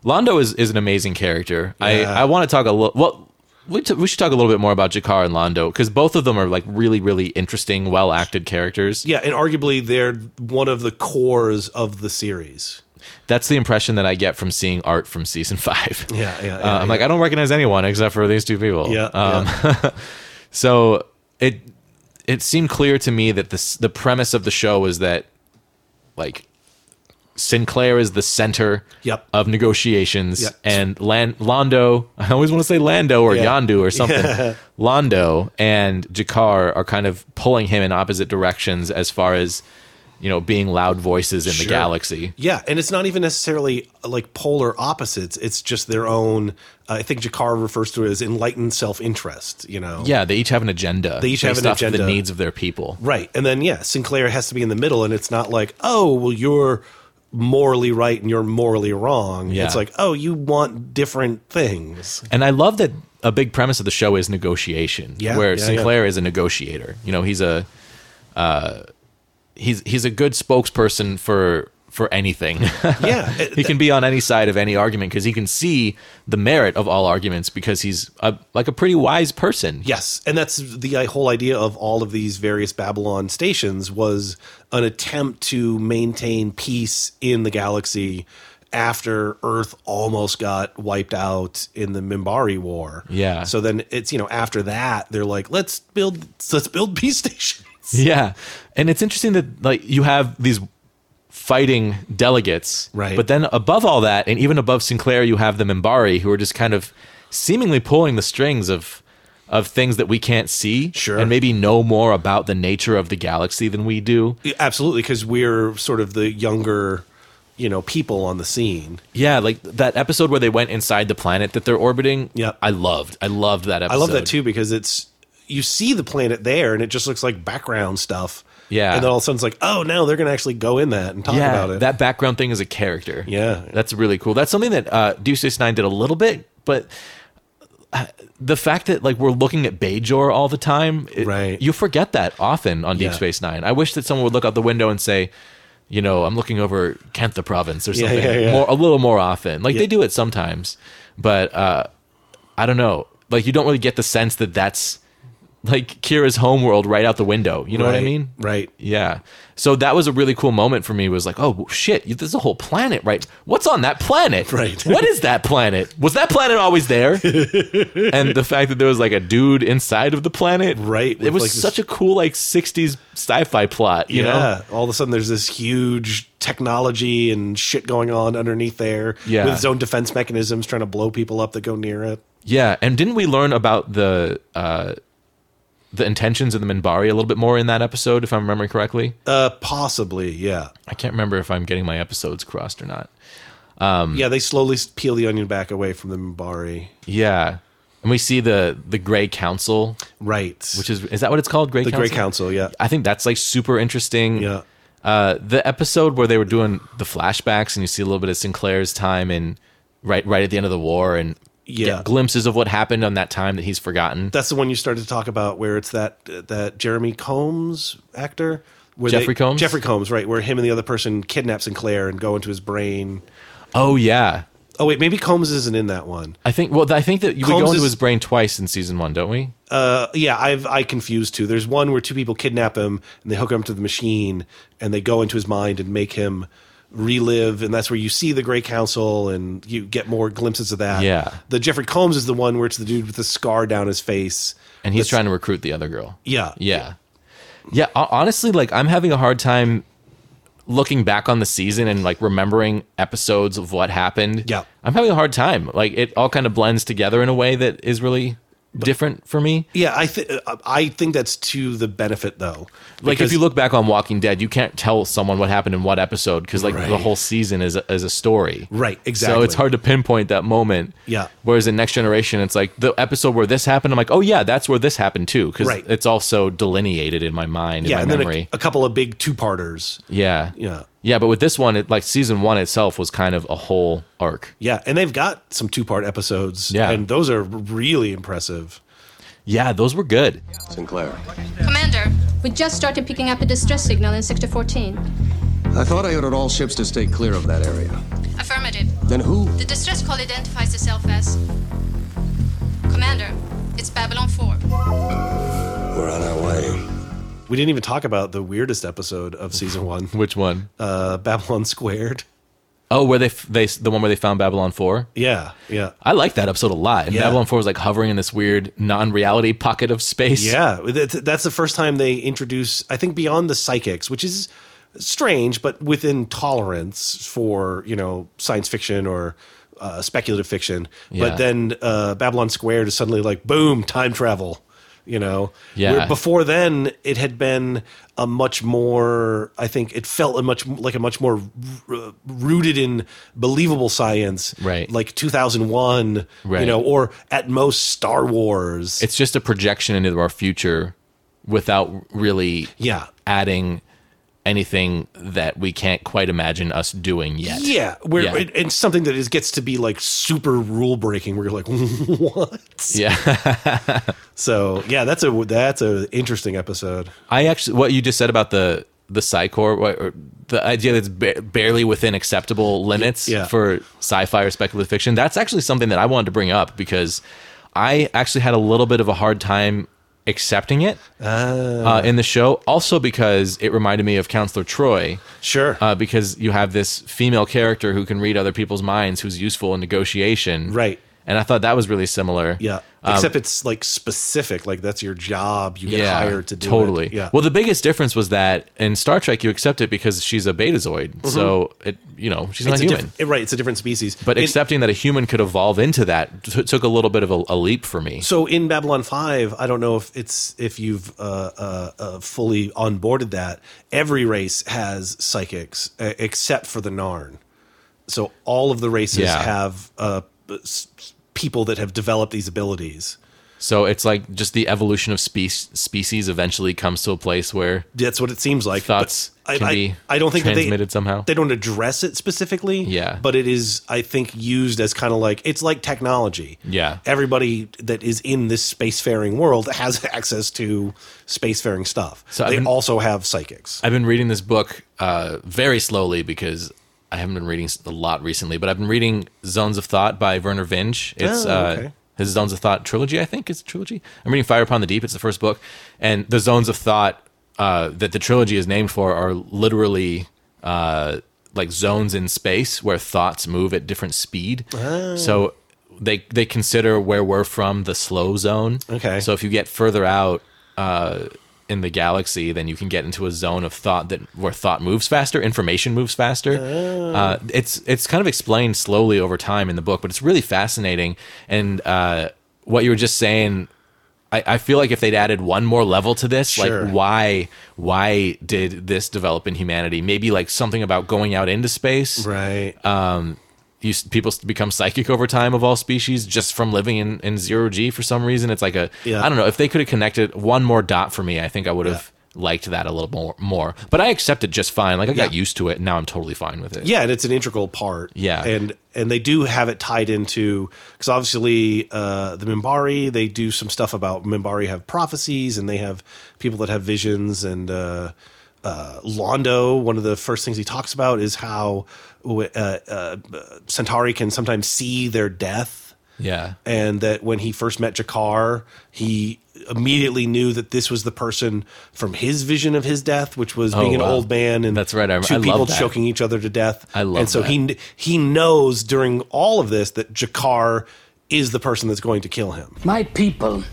[SPEAKER 1] Londo is, is an amazing character.
[SPEAKER 3] Yeah.
[SPEAKER 1] I, I want to talk a little. Well, we, t- we should talk a little bit more about Jakar and Londo because both of them are like really, really interesting, well acted characters.
[SPEAKER 3] Yeah, and arguably they're one of the cores of the series.
[SPEAKER 1] That's the impression that I get from seeing art from season five.
[SPEAKER 3] Yeah, yeah,
[SPEAKER 1] Uh,
[SPEAKER 3] yeah,
[SPEAKER 1] I'm like, I don't recognize anyone except for these two people.
[SPEAKER 3] Yeah,
[SPEAKER 1] Um, so it it seemed clear to me that this the premise of the show was that like Sinclair is the center
[SPEAKER 3] Yep.
[SPEAKER 1] of negotiations,
[SPEAKER 3] Yep.
[SPEAKER 1] and Lan- Londo. I always want to say Lando or
[SPEAKER 3] Yeah.
[SPEAKER 1] Yandu or something.
[SPEAKER 3] Yeah.
[SPEAKER 1] Londo and Jakar are kind of pulling him in opposite directions as far as you know being loud voices in
[SPEAKER 3] Sure.
[SPEAKER 1] the galaxy.
[SPEAKER 3] Yeah, and it's not even necessarily uh, like polar opposites. It's just their own. I think Jakar refers to it as enlightened self-interest. You know.
[SPEAKER 1] Yeah, they each have an agenda.
[SPEAKER 3] They each have
[SPEAKER 1] based
[SPEAKER 3] an
[SPEAKER 1] off of
[SPEAKER 3] agenda.
[SPEAKER 1] The needs of their people.
[SPEAKER 3] Right. And then, yeah, Sinclair has to be in the middle, and it's not like, oh, well, you're morally right and you're morally wrong.
[SPEAKER 1] Yeah.
[SPEAKER 3] It's like, oh, you want different things.
[SPEAKER 1] And I love that a big premise of the show is negotiation.
[SPEAKER 3] Yeah,
[SPEAKER 1] where
[SPEAKER 3] yeah,
[SPEAKER 1] Sinclair is a negotiator. You know, he's a uh, he's he's a good spokesperson for for anything.
[SPEAKER 3] Yeah.
[SPEAKER 1] he can be on any side of any argument because he can see the merit of all arguments because he's a, like a pretty wise person.
[SPEAKER 3] Yes. And that's the uh, whole idea of all of these various Babylon stations was an attempt to maintain peace in the galaxy after Earth almost got wiped out in the Mimbari War.
[SPEAKER 1] Yeah.
[SPEAKER 3] So then it's, you know, after that, they're like, let's build let's build peace stations.
[SPEAKER 1] Yeah. And it's interesting that like you have these fighting delegates.
[SPEAKER 3] Right.
[SPEAKER 1] But then above all that, and even above Sinclair, you have the Mimbari who are just kind of seemingly pulling the strings of of things that we can't see. Sure. And maybe know more about the nature of the galaxy than we do.
[SPEAKER 3] Yeah, Absolutely, because we're sort of the younger, you know, people on the scene.
[SPEAKER 1] Yeah, like that episode where they went inside the planet that they're orbiting. Yeah. I loved. I loved that episode.
[SPEAKER 3] I love that too because it's you see the planet there and it just looks like background stuff.
[SPEAKER 1] Yeah.
[SPEAKER 3] and then all of a sudden it's like, oh, now they're going to actually go in that and talk
[SPEAKER 1] yeah,
[SPEAKER 3] about it.
[SPEAKER 1] That background thing is a character.
[SPEAKER 3] Yeah.
[SPEAKER 1] That's really cool. That's something that uh, Deus Ex Nine did a little bit, but uh, the fact that like we're looking at Bajor all the time, it- You forget that often on Deep
[SPEAKER 3] Yeah.
[SPEAKER 1] Space Nine. I wish that someone would look out the window and say, you know, I'm looking over Kentha Province or
[SPEAKER 3] Yeah,
[SPEAKER 1] something
[SPEAKER 3] yeah, yeah.
[SPEAKER 1] more a little more often. Like
[SPEAKER 3] Yeah.
[SPEAKER 1] they do it sometimes, but uh, I don't know. Like you don't really get the sense that that's like Kira's homeworld right out the window. You know what I
[SPEAKER 3] Right,
[SPEAKER 1] mean?
[SPEAKER 3] Right.
[SPEAKER 1] Yeah. So that was a really cool moment for me. Was like, oh shit, you- there's a whole planet, right? What's on that planet? Right. What is that planet? Was that planet always there? and the fact that there was like a dude inside of the planet,
[SPEAKER 3] right?
[SPEAKER 1] It was
[SPEAKER 3] like, this-
[SPEAKER 1] such a cool like '60s sci-fi plot. You know?
[SPEAKER 3] yeah, all of a sudden there's this huge technology and shit going on underneath there
[SPEAKER 1] Yeah.
[SPEAKER 3] with its own defense mechanisms trying to blow people up that go near it.
[SPEAKER 1] Yeah. And didn't we learn about the uh, the intentions of the Minbari a little bit more in that episode, if I'm remembering correctly?
[SPEAKER 3] Uh, possibly, yeah.
[SPEAKER 1] I can't remember if I'm getting my episodes crossed or not. Um,
[SPEAKER 3] Yeah, they slowly s- peel the onion back away from the Mimbari.
[SPEAKER 1] Yeah. And we see the the Grey Council.
[SPEAKER 3] Right.
[SPEAKER 1] Which is is that what it's called? Grey
[SPEAKER 3] The
[SPEAKER 1] Council.
[SPEAKER 3] Grey Council, yeah.
[SPEAKER 1] I think that's like super interesting.
[SPEAKER 3] Yeah.
[SPEAKER 1] Uh, the episode where they were doing the flashbacks and you see a little bit of Sinclair's time and right right at the end of the war and
[SPEAKER 3] Yeah.
[SPEAKER 1] get glimpses of what happened on that time that he's forgotten.
[SPEAKER 3] That's the one you started to talk about, where it's that that Jeremy Combs actor, where
[SPEAKER 1] Jeffrey Combs?
[SPEAKER 3] Jeffrey Combs, right? Where him and the other person kidnap Sinclair and go into his brain.
[SPEAKER 1] Oh yeah.
[SPEAKER 3] Oh wait, maybe Combs isn't in that one.
[SPEAKER 1] I think. Well, I think that we go
[SPEAKER 3] Combs
[SPEAKER 1] into
[SPEAKER 3] is-
[SPEAKER 1] his brain twice in season one, don't we?
[SPEAKER 3] Uh, yeah, I've I confused two. There's one where two people kidnap him and they hook him to the machine and they go into his mind and make him relive, and that's where you see the Grey Council and you get more glimpses of that.
[SPEAKER 1] Yeah.
[SPEAKER 3] the Jeffrey Combs is the one where it's the dude with the scar down his face,
[SPEAKER 1] And he's trying to recruit the other girl.
[SPEAKER 3] Yeah,
[SPEAKER 1] Yeah. Yeah. ho- Honestly, like I'm having a hard time looking back on the season and like remembering episodes of what happened. Yeah. I'm having a hard time. Like it all kind of blends together in a way that is really different for me.
[SPEAKER 3] yeah. I think I think that's to the benefit though.
[SPEAKER 1] Like if
[SPEAKER 3] because-
[SPEAKER 1] you look back on Walking Dead, you can't tell someone what happened in what episode because like the
[SPEAKER 3] Right.
[SPEAKER 1] whole season is a, is a story.
[SPEAKER 3] Right,
[SPEAKER 1] So
[SPEAKER 3] exactly.
[SPEAKER 1] it's hard to pinpoint that moment.
[SPEAKER 3] Yeah.
[SPEAKER 1] Whereas in Next Generation, it's like the episode where this happened. I'm like, oh yeah, that's where this happened too because
[SPEAKER 3] Right.
[SPEAKER 1] it's also delineated in my mind,
[SPEAKER 3] yeah,
[SPEAKER 1] in
[SPEAKER 3] and
[SPEAKER 1] my
[SPEAKER 3] then
[SPEAKER 1] memory.
[SPEAKER 3] a, a couple of big two parters.
[SPEAKER 1] Yeah.
[SPEAKER 3] Yeah.
[SPEAKER 1] Yeah, but with this one, it like season one itself was kind of a whole arc.
[SPEAKER 3] Yeah, and they've got some two part episodes.
[SPEAKER 1] Yeah.
[SPEAKER 3] and those are really impressive.
[SPEAKER 1] Yeah, those were good.
[SPEAKER 3] Sinclair.
[SPEAKER 14] Commander, we just started picking up a distress signal in Sector 14.
[SPEAKER 2] I thought I ordered all ships to stay clear of that area.
[SPEAKER 14] Affirmative.
[SPEAKER 2] Then who?
[SPEAKER 14] The distress call identifies itself as. Commander, it's Babylon 4.
[SPEAKER 3] We're on our way. We didn't even talk about the weirdest episode of season one.
[SPEAKER 1] Which one?
[SPEAKER 3] Uh, Babylon Squared.
[SPEAKER 1] Oh, where they f- they the one where they found Babylon Four.
[SPEAKER 3] Yeah, yeah.
[SPEAKER 1] I like that episode a lot. And
[SPEAKER 3] Yeah.
[SPEAKER 1] Babylon Four was like hovering in this weird non-reality pocket of space.
[SPEAKER 3] Yeah, that's, that's the first time they introduce, I think, Beyond the Psychics, which is strange, but within tolerance for, you know, science fiction or uh, speculative fiction.
[SPEAKER 1] Yeah.
[SPEAKER 3] But then uh, Babylon Squared is suddenly like, boom, time travel, you know?
[SPEAKER 1] Yeah.
[SPEAKER 3] before then, it had been a much more, I think it felt a much like a much more r- rooted in believable science. Right. Like 2001,
[SPEAKER 1] Right.
[SPEAKER 3] you know, or at most Star Wars.
[SPEAKER 1] It's just a projection into our future without really
[SPEAKER 3] Yeah.
[SPEAKER 1] adding anything that we can't quite imagine us doing yet.
[SPEAKER 3] Yeah, where
[SPEAKER 1] Yeah.
[SPEAKER 3] It, and something that is gets to be like super rule breaking, where you're like, what?
[SPEAKER 1] yeah.
[SPEAKER 3] So yeah, that's a that's a interesting episode.
[SPEAKER 1] I actually, what you just said about the the psychor, what- or the idea that's ba- barely within acceptable limits
[SPEAKER 3] Yeah.
[SPEAKER 1] for sci-fi or speculative fiction. That's actually something that I wanted to bring up because I actually had a little bit of a hard time accepting it
[SPEAKER 3] Ah.
[SPEAKER 1] uh, in the show. Also because it reminded me of Counselor Troy.
[SPEAKER 3] Sure.
[SPEAKER 1] Uh, because you have this female character who can read other people's minds, who's useful in negotiation. Right. And I thought that was really similar.
[SPEAKER 3] Yeah,
[SPEAKER 1] Um,
[SPEAKER 3] except it's like specific, like that's your job. You get hired to do
[SPEAKER 1] totally.
[SPEAKER 3] it. Yeah,
[SPEAKER 1] Well, the biggest difference was that in Star Trek you accept it because she's a betazoid,
[SPEAKER 3] Mhm.
[SPEAKER 1] so it you know she's
[SPEAKER 3] It's
[SPEAKER 1] not
[SPEAKER 3] a
[SPEAKER 1] human.
[SPEAKER 3] diff- right, it's a different species.
[SPEAKER 1] but
[SPEAKER 3] In-
[SPEAKER 1] accepting that a human could evolve into that t- took a little bit of a, a leap for me.
[SPEAKER 3] So in Babylon Five, I don't know if it's if you've uh, uh, uh, fully onboarded that. Every race has psychics uh, except for the Narn. So all of the races
[SPEAKER 1] Yeah.
[SPEAKER 3] have uh, s- s- people that have developed these abilities.
[SPEAKER 1] So it's like just the evolution of spe- species eventually comes to a place where
[SPEAKER 3] that's what it seems like.
[SPEAKER 1] Thoughts
[SPEAKER 3] I,
[SPEAKER 1] can
[SPEAKER 3] I-
[SPEAKER 1] be
[SPEAKER 3] I don't think that
[SPEAKER 1] transmitted
[SPEAKER 3] they,
[SPEAKER 1] somehow.
[SPEAKER 3] They don't address it specifically.
[SPEAKER 1] Yeah.
[SPEAKER 3] But it is, I think, used as kind of like it's like technology.
[SPEAKER 1] Yeah.
[SPEAKER 3] Everybody that is in this spacefaring world has access to spacefaring stuff.
[SPEAKER 1] So I've
[SPEAKER 3] they
[SPEAKER 1] been-
[SPEAKER 3] also have psychics.
[SPEAKER 1] I've been reading this book uh, very slowly because I haven't been reading a lot recently, but I've been reading Zones of Thought by Werner Vinge. It's
[SPEAKER 15] Oh,
[SPEAKER 1] uh,
[SPEAKER 15] okay.
[SPEAKER 1] his Zones of Thought trilogy, I think. It's a trilogy. I'm reading Fire Upon the Deep. It's the first book. And the Zones of Thought uh, that the trilogy is named for are literally uh, like zones in space where thoughts move at different speed.
[SPEAKER 15] Oh.
[SPEAKER 1] So they they consider where we're from the slow zone.
[SPEAKER 3] Okay.
[SPEAKER 1] So if you get further out uh, in the galaxy, then you can get into a zone of thought that where thought moves faster, information moves faster.
[SPEAKER 3] Oh.
[SPEAKER 1] Uh, it's it's kind of explained slowly over time in the book, but it's really fascinating. And uh, what you were just saying. I, I feel like if they'd added one more level to this,
[SPEAKER 3] Sure.
[SPEAKER 1] like why why did this develop in humanity? Maybe like something about going out into space,
[SPEAKER 3] right?
[SPEAKER 1] Um, you s- people s- become psychic over time of all species just from living in, in zero g for some reason. It's like a
[SPEAKER 15] Yeah.
[SPEAKER 1] I don't know if they could have connected one more dot for me. I think I would have liked that a little more more. But I accept it just fine. Like I got used to it, and now I'm totally fine with it.
[SPEAKER 3] Yeah, and it's an integral part.
[SPEAKER 1] Yeah.
[SPEAKER 3] and and they do have it tied into because obviously uh, the Mimbari they do some stuff about Mimbari have prophecies and they have people that have visions and uh, uh, Londo, one of the first things he talks about is how uh, uh, Centauri can sometimes see their death,
[SPEAKER 1] Yeah.
[SPEAKER 3] and that when he first met Jakar, he immediately knew that this was the person from his vision of his death, which was
[SPEAKER 1] Oh,
[SPEAKER 3] being an
[SPEAKER 1] wow.
[SPEAKER 3] old man and
[SPEAKER 1] That's right. I rem-
[SPEAKER 3] two
[SPEAKER 1] I love
[SPEAKER 3] people
[SPEAKER 1] that.
[SPEAKER 3] choking each other to death.
[SPEAKER 1] I love
[SPEAKER 3] And so he kn- he knows during all of this that Jakar is the person that's going to kill him.
[SPEAKER 15] My people,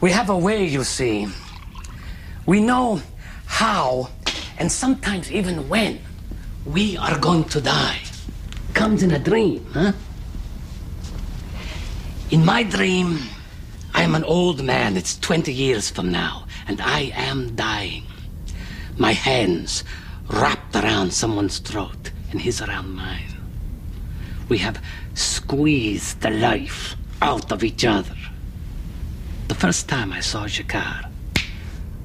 [SPEAKER 15] we have a way, you see. We know how, and sometimes even when, we are going to die. Comes in a dream, huh? In my dream, I am an old man. It's 20 years from now, and I am dying. My hands wrapped around someone's throat, and his around mine. We have squeezed the life out of each other. The first time I saw Jakar,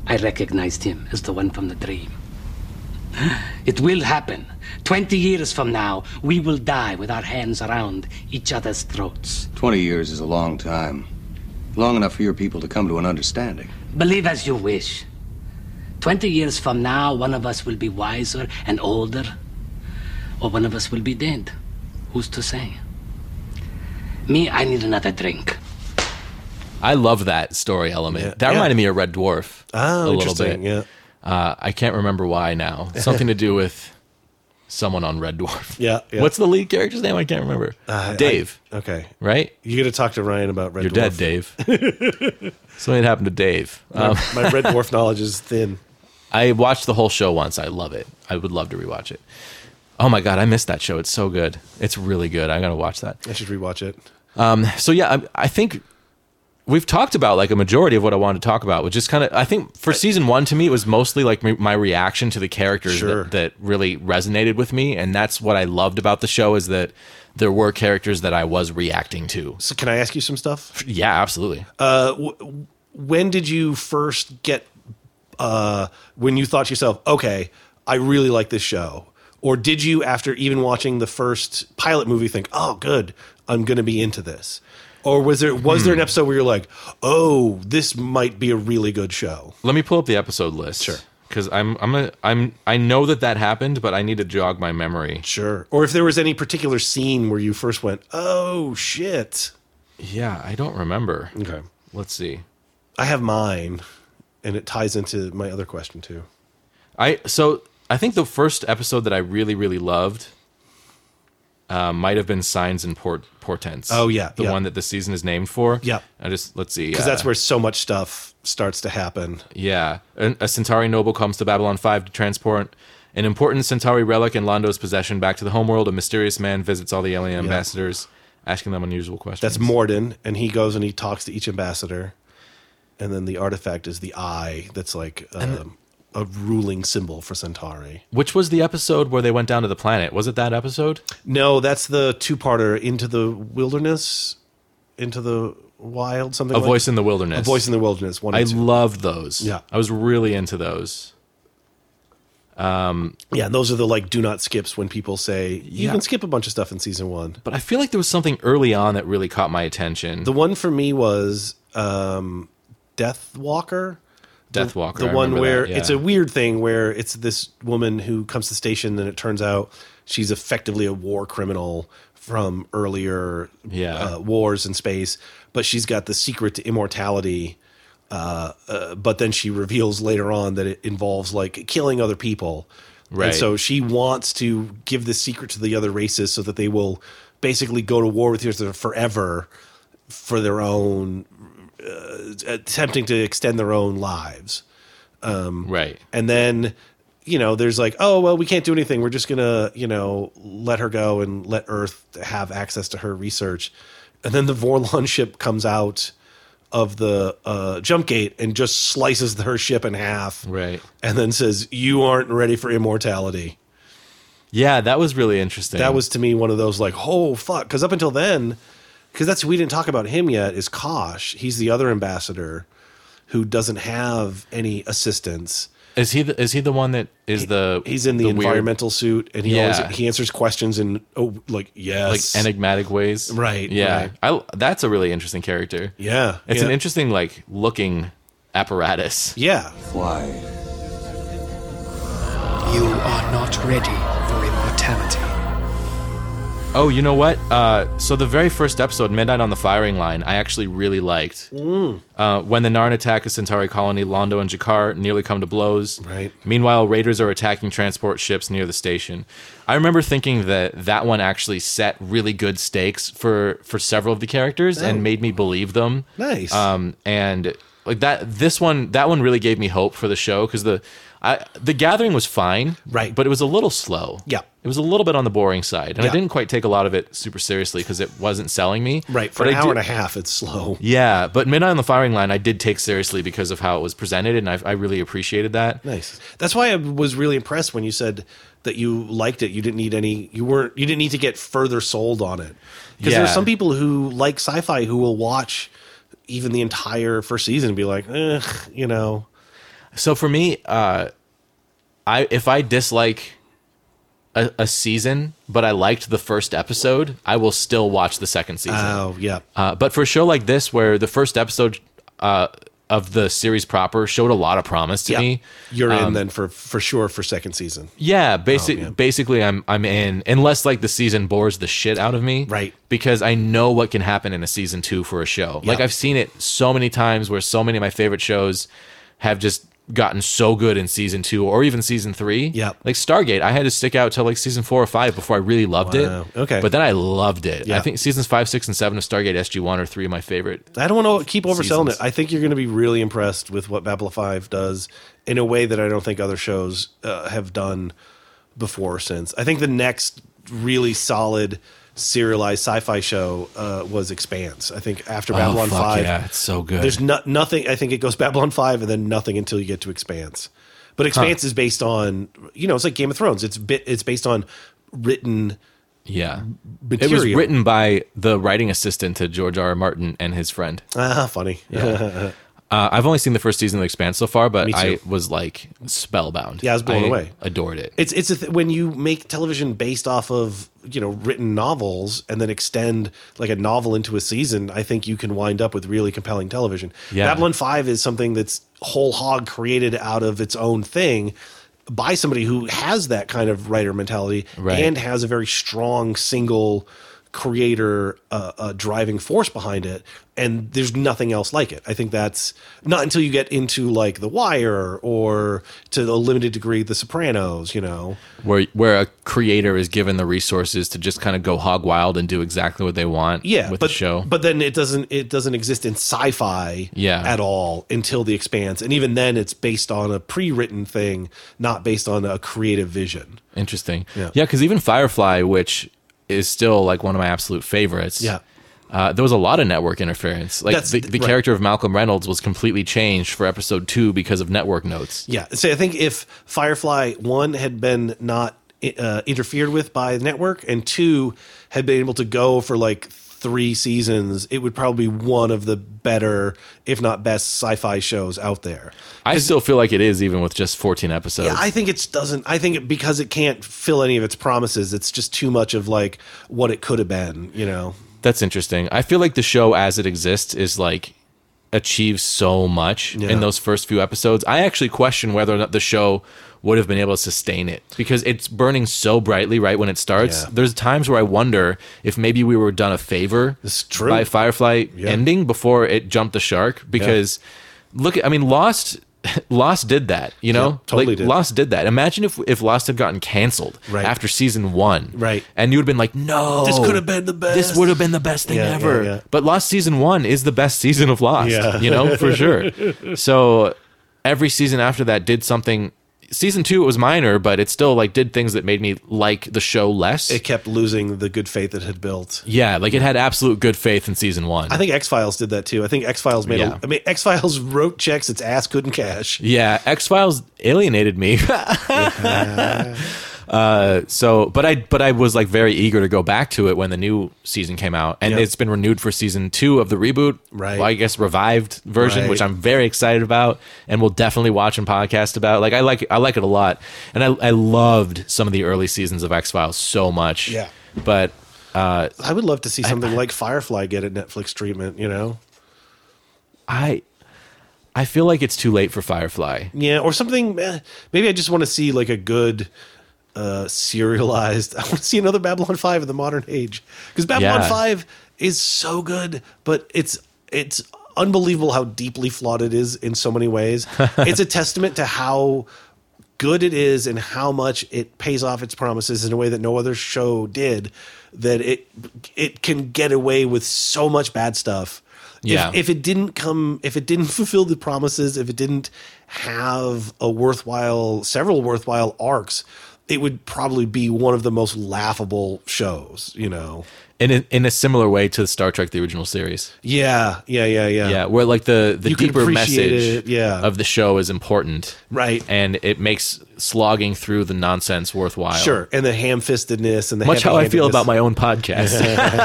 [SPEAKER 15] I recognized him as the one from the dream. It will happen. Twenty years from now, we will die with our hands around each other's throats.
[SPEAKER 7] 20 years is a long time. Long enough for your people to come to an understanding.
[SPEAKER 15] Believe as you wish. Twenty years from now, one of us will be wiser and older, or one of us will be dead. Who's to say? Me, I need another drink.
[SPEAKER 1] I love that story element. That
[SPEAKER 15] Yeah.
[SPEAKER 1] reminded me of Red Dwarf
[SPEAKER 3] Oh,
[SPEAKER 1] a little bit.
[SPEAKER 3] interesting, yeah.
[SPEAKER 1] Uh, I can't remember why now. Something to do with someone on Red Dwarf.
[SPEAKER 3] Yeah, yeah.
[SPEAKER 1] What's the lead character's name? I can't remember.
[SPEAKER 3] Uh, I-
[SPEAKER 1] Dave.
[SPEAKER 3] okay.
[SPEAKER 1] Right?
[SPEAKER 3] You got to talk to Ryan about Red
[SPEAKER 1] You're dead,
[SPEAKER 3] Dwarf.
[SPEAKER 1] Dave. Something happened to Dave.
[SPEAKER 3] My- my Red Dwarf knowledge is thin.
[SPEAKER 1] I watched the whole show once. I love it. I would love to rewatch it. Oh my god, I missed that show. It's so good. It's really good. I gotta watch that.
[SPEAKER 3] I should rewatch it.
[SPEAKER 1] Um, so yeah, I, I think we've talked about like a majority of what I wanted to talk about, which is kind of I think for season one to me it was mostly like my, my reaction to the characters
[SPEAKER 3] Sure.
[SPEAKER 1] that, that really resonated with me, and that's what I loved about the show is that there were characters that I was reacting to.
[SPEAKER 3] So can I ask you some stuff?
[SPEAKER 1] Yeah, absolutely.
[SPEAKER 3] Uh, w- when did you first get uh, when you thought to yourself, okay, I really like this show? Or did you, after even watching the first pilot movie, think, oh, good, I'm going to be into this? Or was there was there an episode where you're like, oh, this might be a really good show?
[SPEAKER 1] Let me pull up the episode list. Sure. Because I'm I'm a, I'm I know that that happened, but I need to jog my memory.
[SPEAKER 3] Sure. Or if there was any particular scene where you first went, oh shit.
[SPEAKER 1] Yeah, I don't remember.
[SPEAKER 3] Okay.
[SPEAKER 1] Let's see.
[SPEAKER 3] I have mine, and it ties into my other question too.
[SPEAKER 1] I so I think the first episode that I really really loved uh, might have been Signs and Port- Portents.
[SPEAKER 3] Oh, yeah,
[SPEAKER 1] the
[SPEAKER 3] yeah.
[SPEAKER 1] one that the season is named for.
[SPEAKER 3] Yeah.
[SPEAKER 1] I just let's see
[SPEAKER 3] Because
[SPEAKER 1] uh,
[SPEAKER 3] that's where so much stuff starts to happen.
[SPEAKER 1] Yeah. An- A Centauri noble comes to Babylon 5 to transport an important Centauri relic in Londo's possession back to the homeworld. A mysterious man visits all the alien ambassadors, asking them unusual questions.
[SPEAKER 3] That's Morden, and he goes and he talks to each ambassador, and then the artifact is the eye that's like
[SPEAKER 1] And-
[SPEAKER 3] um, a ruling symbol for Centauri.
[SPEAKER 1] Which was the episode where they went down to the planet? Was it that episode?
[SPEAKER 3] No, that's the two-parter into the wilderness, into the wild, something.
[SPEAKER 1] A
[SPEAKER 3] like-
[SPEAKER 1] Voice in the Wilderness.
[SPEAKER 3] A voice in the wilderness. One.
[SPEAKER 1] I
[SPEAKER 3] and two.
[SPEAKER 1] loved those.
[SPEAKER 3] Yeah.
[SPEAKER 1] I was really into those. Um,
[SPEAKER 3] yeah, and those are the like do not skips when people say you
[SPEAKER 1] Yeah.
[SPEAKER 3] can skip a bunch of stuff in season one.
[SPEAKER 1] But I feel like there was something early on that really caught my attention.
[SPEAKER 3] The one for me was um, Death Walker.
[SPEAKER 1] Death Walker,
[SPEAKER 3] The
[SPEAKER 1] I
[SPEAKER 3] one
[SPEAKER 1] remember
[SPEAKER 3] where
[SPEAKER 1] that, yeah.
[SPEAKER 3] it's a weird thing where it's this woman who comes to the station and it turns out she's effectively a war criminal from earlier
[SPEAKER 1] Yeah.
[SPEAKER 3] uh, wars in space, but she's got the secret to immortality. Uh, uh, but then she reveals later on that it involves like killing other people.
[SPEAKER 1] Right.
[SPEAKER 3] And so she wants to give this secret to the other races so that they will basically go to war with each other forever for their own uh, attempting to extend their own lives. Um,
[SPEAKER 1] right.
[SPEAKER 3] And then, you know, there's like, oh, well, we can't do anything. We're just going to, you know, let her go and let Earth have access to her research. And then the Vorlon ship comes out of the uh, jump gate and just slices her ship in half.
[SPEAKER 1] Right.
[SPEAKER 3] And then says, you aren't ready for immortality.
[SPEAKER 1] Yeah, that was really interesting.
[SPEAKER 3] That was to me one of those like, oh fuck, because up until then, because that's we didn't talk about him yet is Kosh. He's the other ambassador who doesn't have any assistance.
[SPEAKER 1] Is he the, is he the one that is the
[SPEAKER 3] He's in the,
[SPEAKER 1] weird-
[SPEAKER 3] environmental suit, and he
[SPEAKER 1] Yeah.
[SPEAKER 3] always he answers questions in oh like yes,
[SPEAKER 1] like enigmatic ways.
[SPEAKER 3] Right,
[SPEAKER 1] Yeah.
[SPEAKER 3] right.
[SPEAKER 1] I, that's a really interesting character.
[SPEAKER 3] Yeah,
[SPEAKER 1] It's an
[SPEAKER 3] yeah.
[SPEAKER 1] interesting like looking apparatus.
[SPEAKER 3] Yeah.
[SPEAKER 1] Why?
[SPEAKER 16] You are not ready for immortality.
[SPEAKER 1] Oh, you know what? Uh, so the very first episode, Midnight on the Firing Line, I actually really liked.
[SPEAKER 3] Mm.
[SPEAKER 1] Uh, when the Narn attack a Centauri colony, Londo and Jakar nearly come to blows. Right. Meanwhile, raiders are attacking transport ships near the station. I remember thinking that that one actually set really good stakes for for several of the characters
[SPEAKER 3] Oh.
[SPEAKER 1] and made me believe them.
[SPEAKER 3] Nice.
[SPEAKER 1] Um, and like that, this one, that one really gave me hope for the show because the. I, the gathering was fine, right? But it was a little slow. Yeah, it was a little bit on the boring side, and I
[SPEAKER 3] Yeah.
[SPEAKER 1] didn't quite take a lot of it super seriously because it wasn't selling me.
[SPEAKER 3] Right. For
[SPEAKER 1] But
[SPEAKER 3] an
[SPEAKER 1] I
[SPEAKER 3] hour
[SPEAKER 1] did-
[SPEAKER 3] and a half, it's slow.
[SPEAKER 1] yeah, but Midnight on the Firing Line I did take seriously because of how it was presented, and I, I really appreciated that.
[SPEAKER 3] Nice. That's why I was really impressed when you said that you liked it. You didn't need any. You weren't. You didn't need to get further sold on it because
[SPEAKER 1] Yeah.
[SPEAKER 3] there's some people who like sci-fi who will watch even the entire first season and be like, eh, you know.
[SPEAKER 1] So for me, uh, I if I dislike a, a season, but I liked the first episode, I will still watch the second season.
[SPEAKER 3] Oh, yeah.
[SPEAKER 1] Uh, but for a show like this, where the first episode uh, of the series proper showed a lot of promise to
[SPEAKER 3] Yeah.
[SPEAKER 1] me,
[SPEAKER 3] You're in
[SPEAKER 1] um,
[SPEAKER 3] then for for sure for second season.
[SPEAKER 1] Yeah,
[SPEAKER 3] Oh,
[SPEAKER 1] basic, basically, I'm I'm in unless like the season bores the shit out of me, right? Because I know what can happen in a season two for a show. Like
[SPEAKER 3] Yeah.
[SPEAKER 1] I've seen it so many times where so many of my favorite shows have just gotten so good in season two or even season three. Yeah, like Stargate, I had to stick out till like season four or five before I really loved
[SPEAKER 3] Wow.
[SPEAKER 1] it.
[SPEAKER 3] Okay.
[SPEAKER 1] but then I loved it. I
[SPEAKER 3] Yeah.
[SPEAKER 1] think seasons five, six, and seven of Stargate SG One are three of my favorite.
[SPEAKER 3] I don't want to keep overselling
[SPEAKER 1] Seasons.
[SPEAKER 3] it. I think you're going to be really impressed with what Babylon 5 does in a way that I don't think other shows uh, have done before or since. I think the next really solid serialized sci-fi show uh, was Expanse. I think after
[SPEAKER 1] Oh,
[SPEAKER 3] Babylon
[SPEAKER 1] fuck
[SPEAKER 3] 5.
[SPEAKER 1] yeah, it's so good.
[SPEAKER 3] There's no, nothing I think it goes Babylon 5 and then nothing until you get to Expanse. But Expanse is based on, you know, it's like Game of Thrones. It's bit it's based on written
[SPEAKER 1] Yeah, it was
[SPEAKER 3] Material.
[SPEAKER 1] written by the writing assistant to George R. R. Martin and his friend.
[SPEAKER 3] ah funny.
[SPEAKER 1] Yeah. Uh, I've only seen the first season of The Expanse so far, but
[SPEAKER 3] Me too.
[SPEAKER 1] I was like spellbound.
[SPEAKER 3] Yeah, I was blown away.
[SPEAKER 1] Adored it.
[SPEAKER 3] It's it's a th- when you make television based off of you know written novels and then extend like a novel into a season. I think you can wind up with really compelling television.
[SPEAKER 1] Yeah.
[SPEAKER 3] Babylon Five is something that's whole hog created out of its own thing by somebody who has that kind of writer mentality
[SPEAKER 1] Right.
[SPEAKER 3] and has a very strong single creator uh, uh, driving force behind it and there's nothing else like it i think that's not until you get into like the wire or to a limited degree the sopranos you know
[SPEAKER 1] Where where a creator is given the resources to just kind of go hog wild and do exactly what they want.
[SPEAKER 3] yeah
[SPEAKER 1] with
[SPEAKER 3] but
[SPEAKER 1] the show.
[SPEAKER 3] but then it doesn't it doesn't exist in sci-fi
[SPEAKER 1] Yeah.
[SPEAKER 3] at all until the expanse and even then it's based on a pre-written thing not based on a creative vision
[SPEAKER 1] Interesting.
[SPEAKER 3] Yeah.
[SPEAKER 1] Yeah, because even Firefly, which is still like one of my absolute favorites.
[SPEAKER 3] Yeah.
[SPEAKER 1] Uh, there was a lot of network interference. Like
[SPEAKER 3] That's
[SPEAKER 1] the,
[SPEAKER 3] th-
[SPEAKER 1] the
[SPEAKER 3] right.
[SPEAKER 1] character of Malcolm Reynolds was completely changed for episode two because of network notes.
[SPEAKER 3] Yeah. So I think if Firefly one had been not uh, interfered with by the network, and two had been able to go for like three seasons, it would probably be one of the better, if not best, sci-fi shows out there.
[SPEAKER 1] I still feel like it is even with just 14 episodes.
[SPEAKER 3] Yeah, I think it's doesn't. I think it, because it can't fill any of its promises, it's just too much of like what it could have been. You know.
[SPEAKER 1] That's interesting. I feel like the show as it exists is like achieves so much in those first few episodes. I actually question whether or not the show would have been able to sustain it because it's burning so brightly right when it starts.
[SPEAKER 3] Yeah.
[SPEAKER 1] There's times where I wonder if maybe we were done a favor
[SPEAKER 3] true.
[SPEAKER 1] by Firefly ending before it jumped the shark because look at I mean Lost Lost did that, you know?
[SPEAKER 3] totally
[SPEAKER 1] like,
[SPEAKER 3] did.
[SPEAKER 1] Lost did that. Imagine if if Lost had gotten canceled
[SPEAKER 3] Right.
[SPEAKER 1] after season 1. Right. And you would have been like, "No.
[SPEAKER 3] This could have been the best.
[SPEAKER 1] This would have been the best thing
[SPEAKER 3] Yeah, yeah,
[SPEAKER 1] ever."
[SPEAKER 3] yeah.
[SPEAKER 1] But Lost season one is the best season of Lost,
[SPEAKER 3] Yeah.
[SPEAKER 1] you know, for sure. So every season after that did something. Season two, it was minor, but it still like did things that made me like the show less.
[SPEAKER 3] It kept losing the good faith it had built.
[SPEAKER 1] yeah, like it had absolute good faith in season one.
[SPEAKER 3] I think X Files did that too. I think X Files made.
[SPEAKER 1] Yeah.
[SPEAKER 3] A, I mean, X Files wrote checks its ass couldn't cash.
[SPEAKER 1] yeah, X Files alienated me. Uh, so, but I, but I was like very eager to go back to it when the new season came out, and
[SPEAKER 3] Yep.
[SPEAKER 1] it's been renewed for season two of the reboot,
[SPEAKER 3] Right.
[SPEAKER 1] well, I guess revived version,
[SPEAKER 3] Right.
[SPEAKER 1] which I'm very excited about, and we'll definitely watch and podcast about. Like I like, I like it a lot, and I, I loved some of the early seasons of X Files so much.
[SPEAKER 3] Yeah.
[SPEAKER 1] but uh,
[SPEAKER 3] I would love to see something like Firefly get a Netflix treatment, you know?
[SPEAKER 1] I I feel like it's too late for Firefly.
[SPEAKER 3] Yeah, or something. eh, Maybe I just want to see like a good uh, serialized. I want to see another Babylon Five in the modern age because Babylon
[SPEAKER 1] Yeah.
[SPEAKER 3] Five is so good, but it's it's unbelievable how deeply flawed it is in so many ways. it's a testament to how good it is and how much it pays off its promises in a way that no other show did. That it it can get away with so much bad stuff. If-
[SPEAKER 1] Yeah.
[SPEAKER 3] if it didn't come if it didn't fulfill the promises if it didn't have a worthwhile several worthwhile arcs it would probably be one of the most laughable shows you know
[SPEAKER 1] In a, in a similar way to Star Trek the original series.
[SPEAKER 3] yeah yeah yeah yeah
[SPEAKER 1] Yeah, where like the the
[SPEAKER 3] You can
[SPEAKER 1] deeper
[SPEAKER 3] appreciate
[SPEAKER 1] message
[SPEAKER 3] it, yeah.
[SPEAKER 1] of the show is important,
[SPEAKER 3] right?
[SPEAKER 1] And it makes slogging through the nonsense worthwhile.
[SPEAKER 3] sure and the ham-fistedness and the
[SPEAKER 1] much how I feel about
[SPEAKER 3] heavy-handedness.
[SPEAKER 1] my own podcast.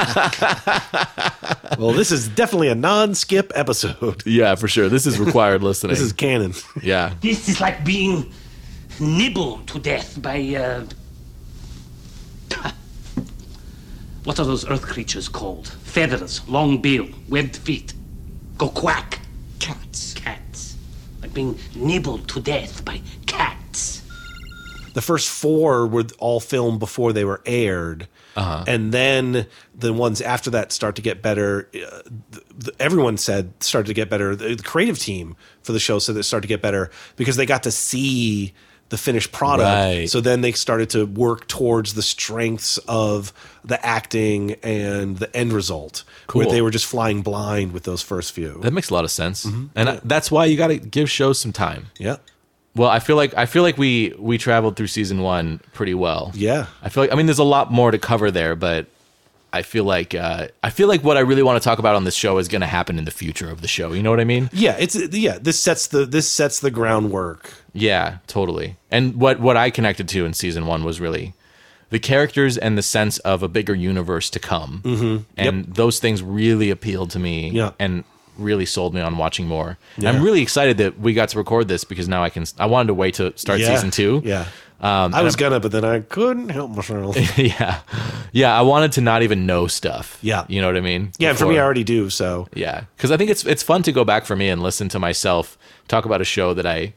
[SPEAKER 3] well this is definitely a non-skip episode
[SPEAKER 1] yeah, for sure. This is required listening.
[SPEAKER 3] this is canon
[SPEAKER 1] yeah.
[SPEAKER 12] This is like being nibbled to death by. Uh, what are those earth creatures called? Feathers, long bill, webbed feet. Go quack. Cats. Cats. Like being nibbled to death by cats.
[SPEAKER 3] the first four were all filmed before they were aired
[SPEAKER 1] Uh-huh.
[SPEAKER 3] and then the ones after that start to get better Uh, th- th- everyone said started to get better the, the creative team for the show said it started to get better because they got to see the finished product
[SPEAKER 1] Right.
[SPEAKER 3] so then they started to work towards the strengths of the acting and the end result where
[SPEAKER 1] Cool.
[SPEAKER 3] they were just flying blind with those first few
[SPEAKER 1] That makes a lot of sense,
[SPEAKER 3] Mm-hmm.
[SPEAKER 1] and I, that's why you got to give shows some time.
[SPEAKER 3] Yeah.
[SPEAKER 1] Well, I feel like I feel like we we traveled through season one pretty well.
[SPEAKER 3] Yeah.
[SPEAKER 1] I feel like I mean there's a lot more to cover there, but I feel like uh, I feel like what I really want to talk about on this show is going to happen in the future of the show. You know what I mean?
[SPEAKER 3] yeah it's yeah this sets the this sets the groundwork
[SPEAKER 1] Yeah, totally. And what what I connected to in season one was really the characters and the sense of a bigger universe to come.
[SPEAKER 3] Mhm.
[SPEAKER 1] And those things really appealed to me.
[SPEAKER 3] Yeah.
[SPEAKER 1] And really sold me on watching more. And
[SPEAKER 3] Yeah.
[SPEAKER 1] I'm really excited that we got to record this because now I can. I wanted to wait to start
[SPEAKER 3] Yeah.
[SPEAKER 1] season two.
[SPEAKER 3] Yeah.
[SPEAKER 1] Um,
[SPEAKER 3] i was
[SPEAKER 1] and
[SPEAKER 3] gonna but then i couldn't help myself
[SPEAKER 1] I'm- yeah, yeah. I wanted to not even know stuff.
[SPEAKER 3] Yeah.
[SPEAKER 1] you know what I mean.
[SPEAKER 3] Yeah, for me, I
[SPEAKER 1] Before-
[SPEAKER 3] already do. So
[SPEAKER 1] yeah, because I think it's it's fun to go back for me and listen to myself talk about a show that I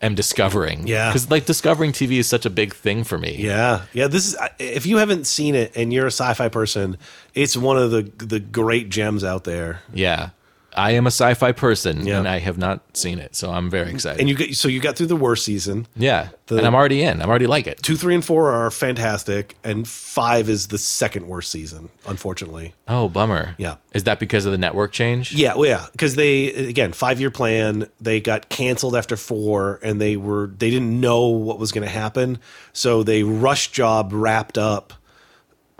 [SPEAKER 1] am discovering.
[SPEAKER 3] Yeah.
[SPEAKER 1] because like discovering TV is such a big thing for me.
[SPEAKER 3] yeah, yeah. This is if you haven't seen it and you're a sci-fi person, it's one of the the great gems out there.
[SPEAKER 1] yeah. I am a sci-fi person, and I have not seen it, so I'm very excited.
[SPEAKER 3] And you get so you got through the worst season.
[SPEAKER 1] yeah,
[SPEAKER 3] The-
[SPEAKER 1] and I'm already in. I'm already like it.
[SPEAKER 3] Two, three, and four are fantastic, and five is the second worst season, unfortunately.
[SPEAKER 1] Oh, bummer.
[SPEAKER 3] Yeah.
[SPEAKER 1] is that because of the network change?
[SPEAKER 3] Yeah, well, yeah, because they again five year plan. They got canceled after four, and they were they didn't know what was going to happen, so they rush job wrapped up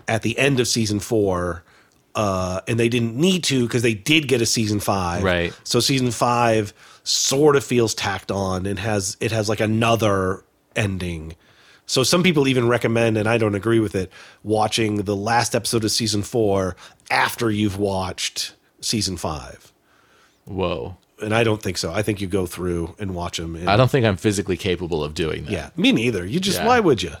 [SPEAKER 3] at the end of season four, uh, and they didn't need to because they did get a season five.
[SPEAKER 1] Right.
[SPEAKER 3] So season five sort of feels tacked on and has it has like another ending. So some people even recommend, and I don't agree with it, watching the last episode of season four after you've watched season five.
[SPEAKER 1] Whoa.
[SPEAKER 3] And I don't think so. I think you go through and watch them.
[SPEAKER 1] I don't think I'm physically capable of doing that.
[SPEAKER 3] Yeah, me neither. You just
[SPEAKER 1] Yeah.
[SPEAKER 3] why would you?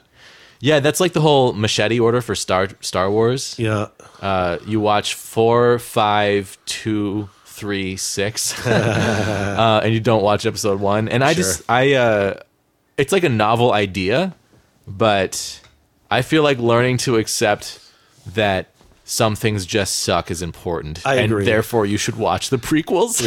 [SPEAKER 1] Yeah, that's like the whole machete order for Star Star Wars.
[SPEAKER 3] Yeah.
[SPEAKER 1] Uh, you watch four, five, two, three, six, uh, and you don't watch episode one. And I just,
[SPEAKER 3] Sure.
[SPEAKER 1] I, uh, it's like a novel idea, but I feel like learning to accept that some things just suck is important.
[SPEAKER 3] I
[SPEAKER 1] and
[SPEAKER 3] agree.
[SPEAKER 1] Therefore, you should watch the prequels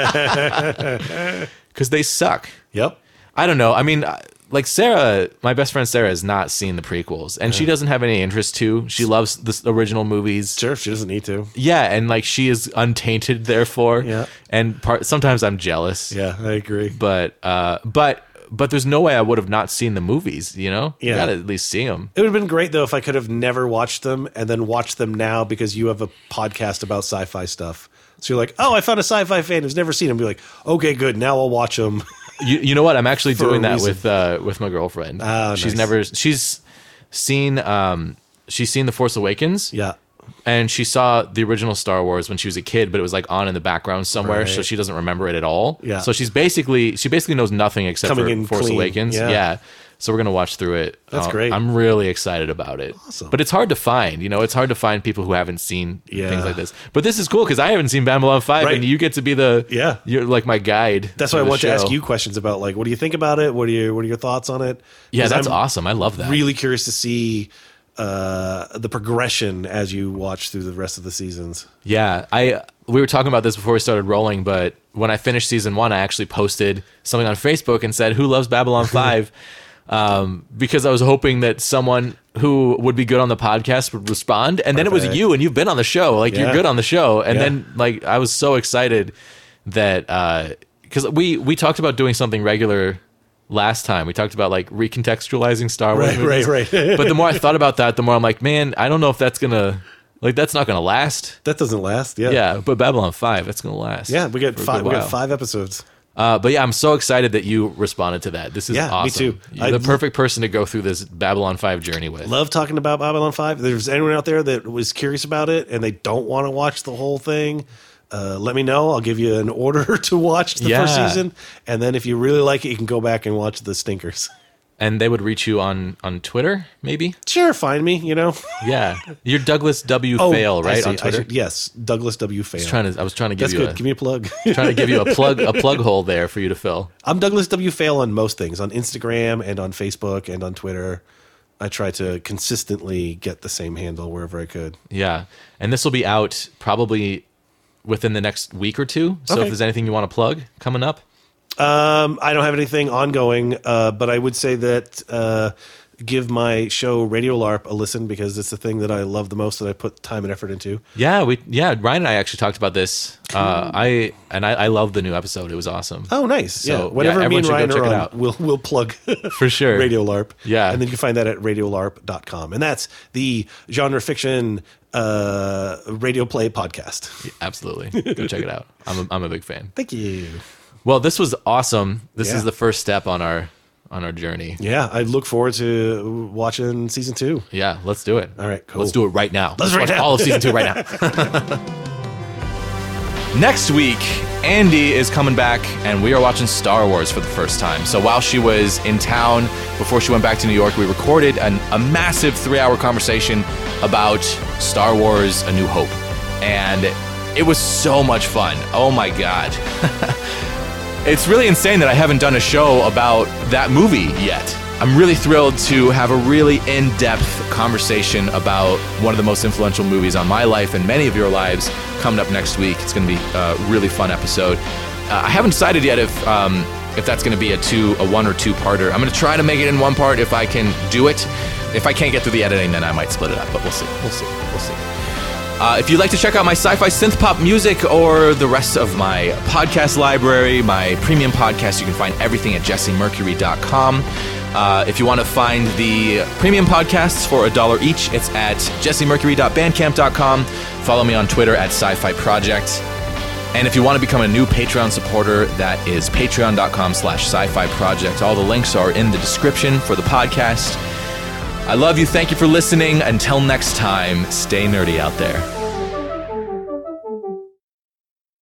[SPEAKER 1] because they suck.
[SPEAKER 3] Yep.
[SPEAKER 1] I don't know. I mean, I- like Sarah, my best friend Sarah has not seen the prequels, and she
[SPEAKER 3] Yeah.
[SPEAKER 1] doesn't have any interest to. She loves the original movies.
[SPEAKER 3] Sure, she doesn't need to.
[SPEAKER 1] Yeah, and like she is untainted, therefore. Yeah. And part sometimes I'm jealous.
[SPEAKER 3] Yeah, I agree.
[SPEAKER 1] But uh, but but there's no way I would have not seen the movies. You know, you
[SPEAKER 3] Yeah.
[SPEAKER 1] gotta at least see them.
[SPEAKER 3] It would have been great though if I could have never watched them and then watched them now because you have a podcast about sci-fi stuff. So you're like, oh, I found a sci-fi fan who's never seen them. Be like, okay, good. Now I'll watch them.
[SPEAKER 1] You, you know what? I'm actually
[SPEAKER 3] For a
[SPEAKER 1] doing that
[SPEAKER 3] reason.
[SPEAKER 1] with uh, with my girlfriend.
[SPEAKER 3] Oh,
[SPEAKER 1] she's
[SPEAKER 3] nice.
[SPEAKER 1] never she's seen um she's seen the Force Awakens.
[SPEAKER 3] Yeah.
[SPEAKER 1] And she saw the original Star Wars when she was a kid, but it was like on in the background somewhere, so
[SPEAKER 3] Right.
[SPEAKER 1] she doesn't remember it at all.
[SPEAKER 3] Yeah.
[SPEAKER 1] So she's basically she basically knows nothing except
[SPEAKER 3] Coming
[SPEAKER 1] for
[SPEAKER 3] in
[SPEAKER 1] Force
[SPEAKER 3] clean.
[SPEAKER 1] Awakens.
[SPEAKER 3] Yeah.
[SPEAKER 1] yeah. So we're gonna watch through it. Uh,
[SPEAKER 3] That's great.
[SPEAKER 1] I'm really excited about it.
[SPEAKER 3] Awesome.
[SPEAKER 1] But it's hard to find. You know, it's hard to find people who haven't seen
[SPEAKER 3] Yeah.
[SPEAKER 1] things like this. But this is cool because I haven't seen Babylon Five,
[SPEAKER 3] Right.
[SPEAKER 1] and you get to be the
[SPEAKER 3] yeah.
[SPEAKER 1] You're like my guide.
[SPEAKER 3] That's
[SPEAKER 1] for
[SPEAKER 3] why I
[SPEAKER 1] the
[SPEAKER 3] want to ask
[SPEAKER 1] show.
[SPEAKER 3] you questions about like what do you think about it? What are your what are your thoughts on it?
[SPEAKER 1] Yeah,
[SPEAKER 3] 'Cause
[SPEAKER 1] that's
[SPEAKER 3] I'm
[SPEAKER 1] awesome. I love that.
[SPEAKER 3] Really curious to see uh, the progression as you watch through the rest of the seasons.
[SPEAKER 1] Yeah, I we were talking about this before we started rolling, but when I finished season one, I actually posted something on Facebook and said, "Who loves Babylon 5? um, because I was hoping that someone who would be good on the podcast would respond, and then it was
[SPEAKER 3] Perfect.
[SPEAKER 1] you, and you've been on the show, like
[SPEAKER 3] Yeah.
[SPEAKER 1] you're good on the show, and
[SPEAKER 3] Yeah.
[SPEAKER 1] then like I was so excited that because we we talked about doing something regular last time, we talked about like recontextualizing Star Wars,
[SPEAKER 3] Right, right,
[SPEAKER 1] movies.
[SPEAKER 3] right.
[SPEAKER 1] but the more I thought about that, the more I'm like, man, I don't know if that's gonna like that's not gonna last.
[SPEAKER 3] That doesn't last. Yeah.
[SPEAKER 1] Yeah, but Babylon Five, that's gonna last.
[SPEAKER 3] Yeah, we got
[SPEAKER 1] for a
[SPEAKER 3] five
[SPEAKER 1] good
[SPEAKER 3] we
[SPEAKER 1] while.
[SPEAKER 3] got five episodes.
[SPEAKER 1] Uh, but yeah, I'm so excited that you responded to that. This is
[SPEAKER 3] Yeah, me
[SPEAKER 1] awesome.
[SPEAKER 3] too.
[SPEAKER 1] You're
[SPEAKER 3] I-
[SPEAKER 1] the perfect person to go through this Babylon Five journey with.
[SPEAKER 3] Love talking about Babylon 5. If there's anyone out there that was curious about it and they don't want to watch the whole thing, uh, let me know. I'll give you an order to watch the first
[SPEAKER 1] Yeah.
[SPEAKER 3] season. And then if you really like it, you can go back and watch the stinkers.
[SPEAKER 1] And they would reach you on on Twitter, maybe.
[SPEAKER 3] Sure, find me, you know.
[SPEAKER 1] Yeah, you're Douglas W. Fail,
[SPEAKER 3] Oh, I
[SPEAKER 1] right
[SPEAKER 3] see.
[SPEAKER 1] on
[SPEAKER 3] I
[SPEAKER 1] Twitter.
[SPEAKER 3] should- yes, Douglas W. Fail.
[SPEAKER 1] I was trying to. I was trying to give
[SPEAKER 3] That's
[SPEAKER 1] you
[SPEAKER 3] good. give me a plug.
[SPEAKER 1] a trying to give you a plug a plug hole there for you to fill.
[SPEAKER 3] I'm Douglas W. Fail on most things on Instagram and on Facebook and on Twitter. I try to consistently get the same handle wherever I could.
[SPEAKER 1] Yeah, and this will be out probably within the next week or two. So if
[SPEAKER 3] Okay.
[SPEAKER 1] there's anything you want to plug coming up,
[SPEAKER 3] Um, I don't have anything ongoing, uh, but I would say that uh, give my show Radio LARP a listen because it's the thing that I love the most that I put time and effort into.
[SPEAKER 1] Yeah, we yeah Ryan and I actually talked about this. Uh, I and I, I love the new episode. It was awesome.
[SPEAKER 3] Mm. Oh, nice. yeah. Whenever me
[SPEAKER 1] everyone
[SPEAKER 3] and
[SPEAKER 1] should go
[SPEAKER 3] Ryan
[SPEAKER 1] check
[SPEAKER 3] are
[SPEAKER 1] it
[SPEAKER 3] on,
[SPEAKER 1] out.
[SPEAKER 3] we'll, we'll plug
[SPEAKER 1] for sure.
[SPEAKER 3] Radio LARP.
[SPEAKER 1] Yeah.
[SPEAKER 3] And then you can find that at radiolarp.com. And that's the genre fiction uh, radio play podcast.
[SPEAKER 1] Absolutely, go check it out. I'm a, I'm a big fan.
[SPEAKER 3] Thank you.
[SPEAKER 1] Well, this was awesome. This
[SPEAKER 3] Yeah.
[SPEAKER 1] is the first step on our on our journey.
[SPEAKER 3] Yeah, I look forward to watching season two.
[SPEAKER 1] Yeah, let's do it.
[SPEAKER 3] All right, cool.
[SPEAKER 1] Let's do it right now.
[SPEAKER 3] Let's right
[SPEAKER 1] watch
[SPEAKER 3] now.
[SPEAKER 1] all of season two right now. Next week, Andy is coming back, and we are watching Star Wars for the first time. So while she was in town, before she went back to New York, we recorded an, a massive three hour conversation about Star Wars A New Hope. And it was so much fun. Oh my God. It's really insane that I haven't done a show about that movie yet. I'm really thrilled to have a really in depth conversation about one of the most influential movies on my life and many of your lives coming up next week. It's going to be a really fun episode. Uh, I haven't decided yet if. Um, if that's going to be a two, a one or two parter, I'm going to try to make it in one part if I can do it. If I can't get through the editing, then I might split it up. But we'll see. We'll see. We'll see. Uh, if you'd like to check out my sci fi synth pop music or the rest of my podcast library, my premium podcast, you can find everything at jessemercury.com. Uh, if you want to find the premium podcasts for a dollar each, it's at jessemercury.bandcamp.com. Follow me on Twitter at sci fi project. And if you want to become a new Patreon supporter, that is patreon.com slash sci-fi project. All the links are in the description for the podcast. I love you. Thank you for listening. Until next time, stay nerdy out there.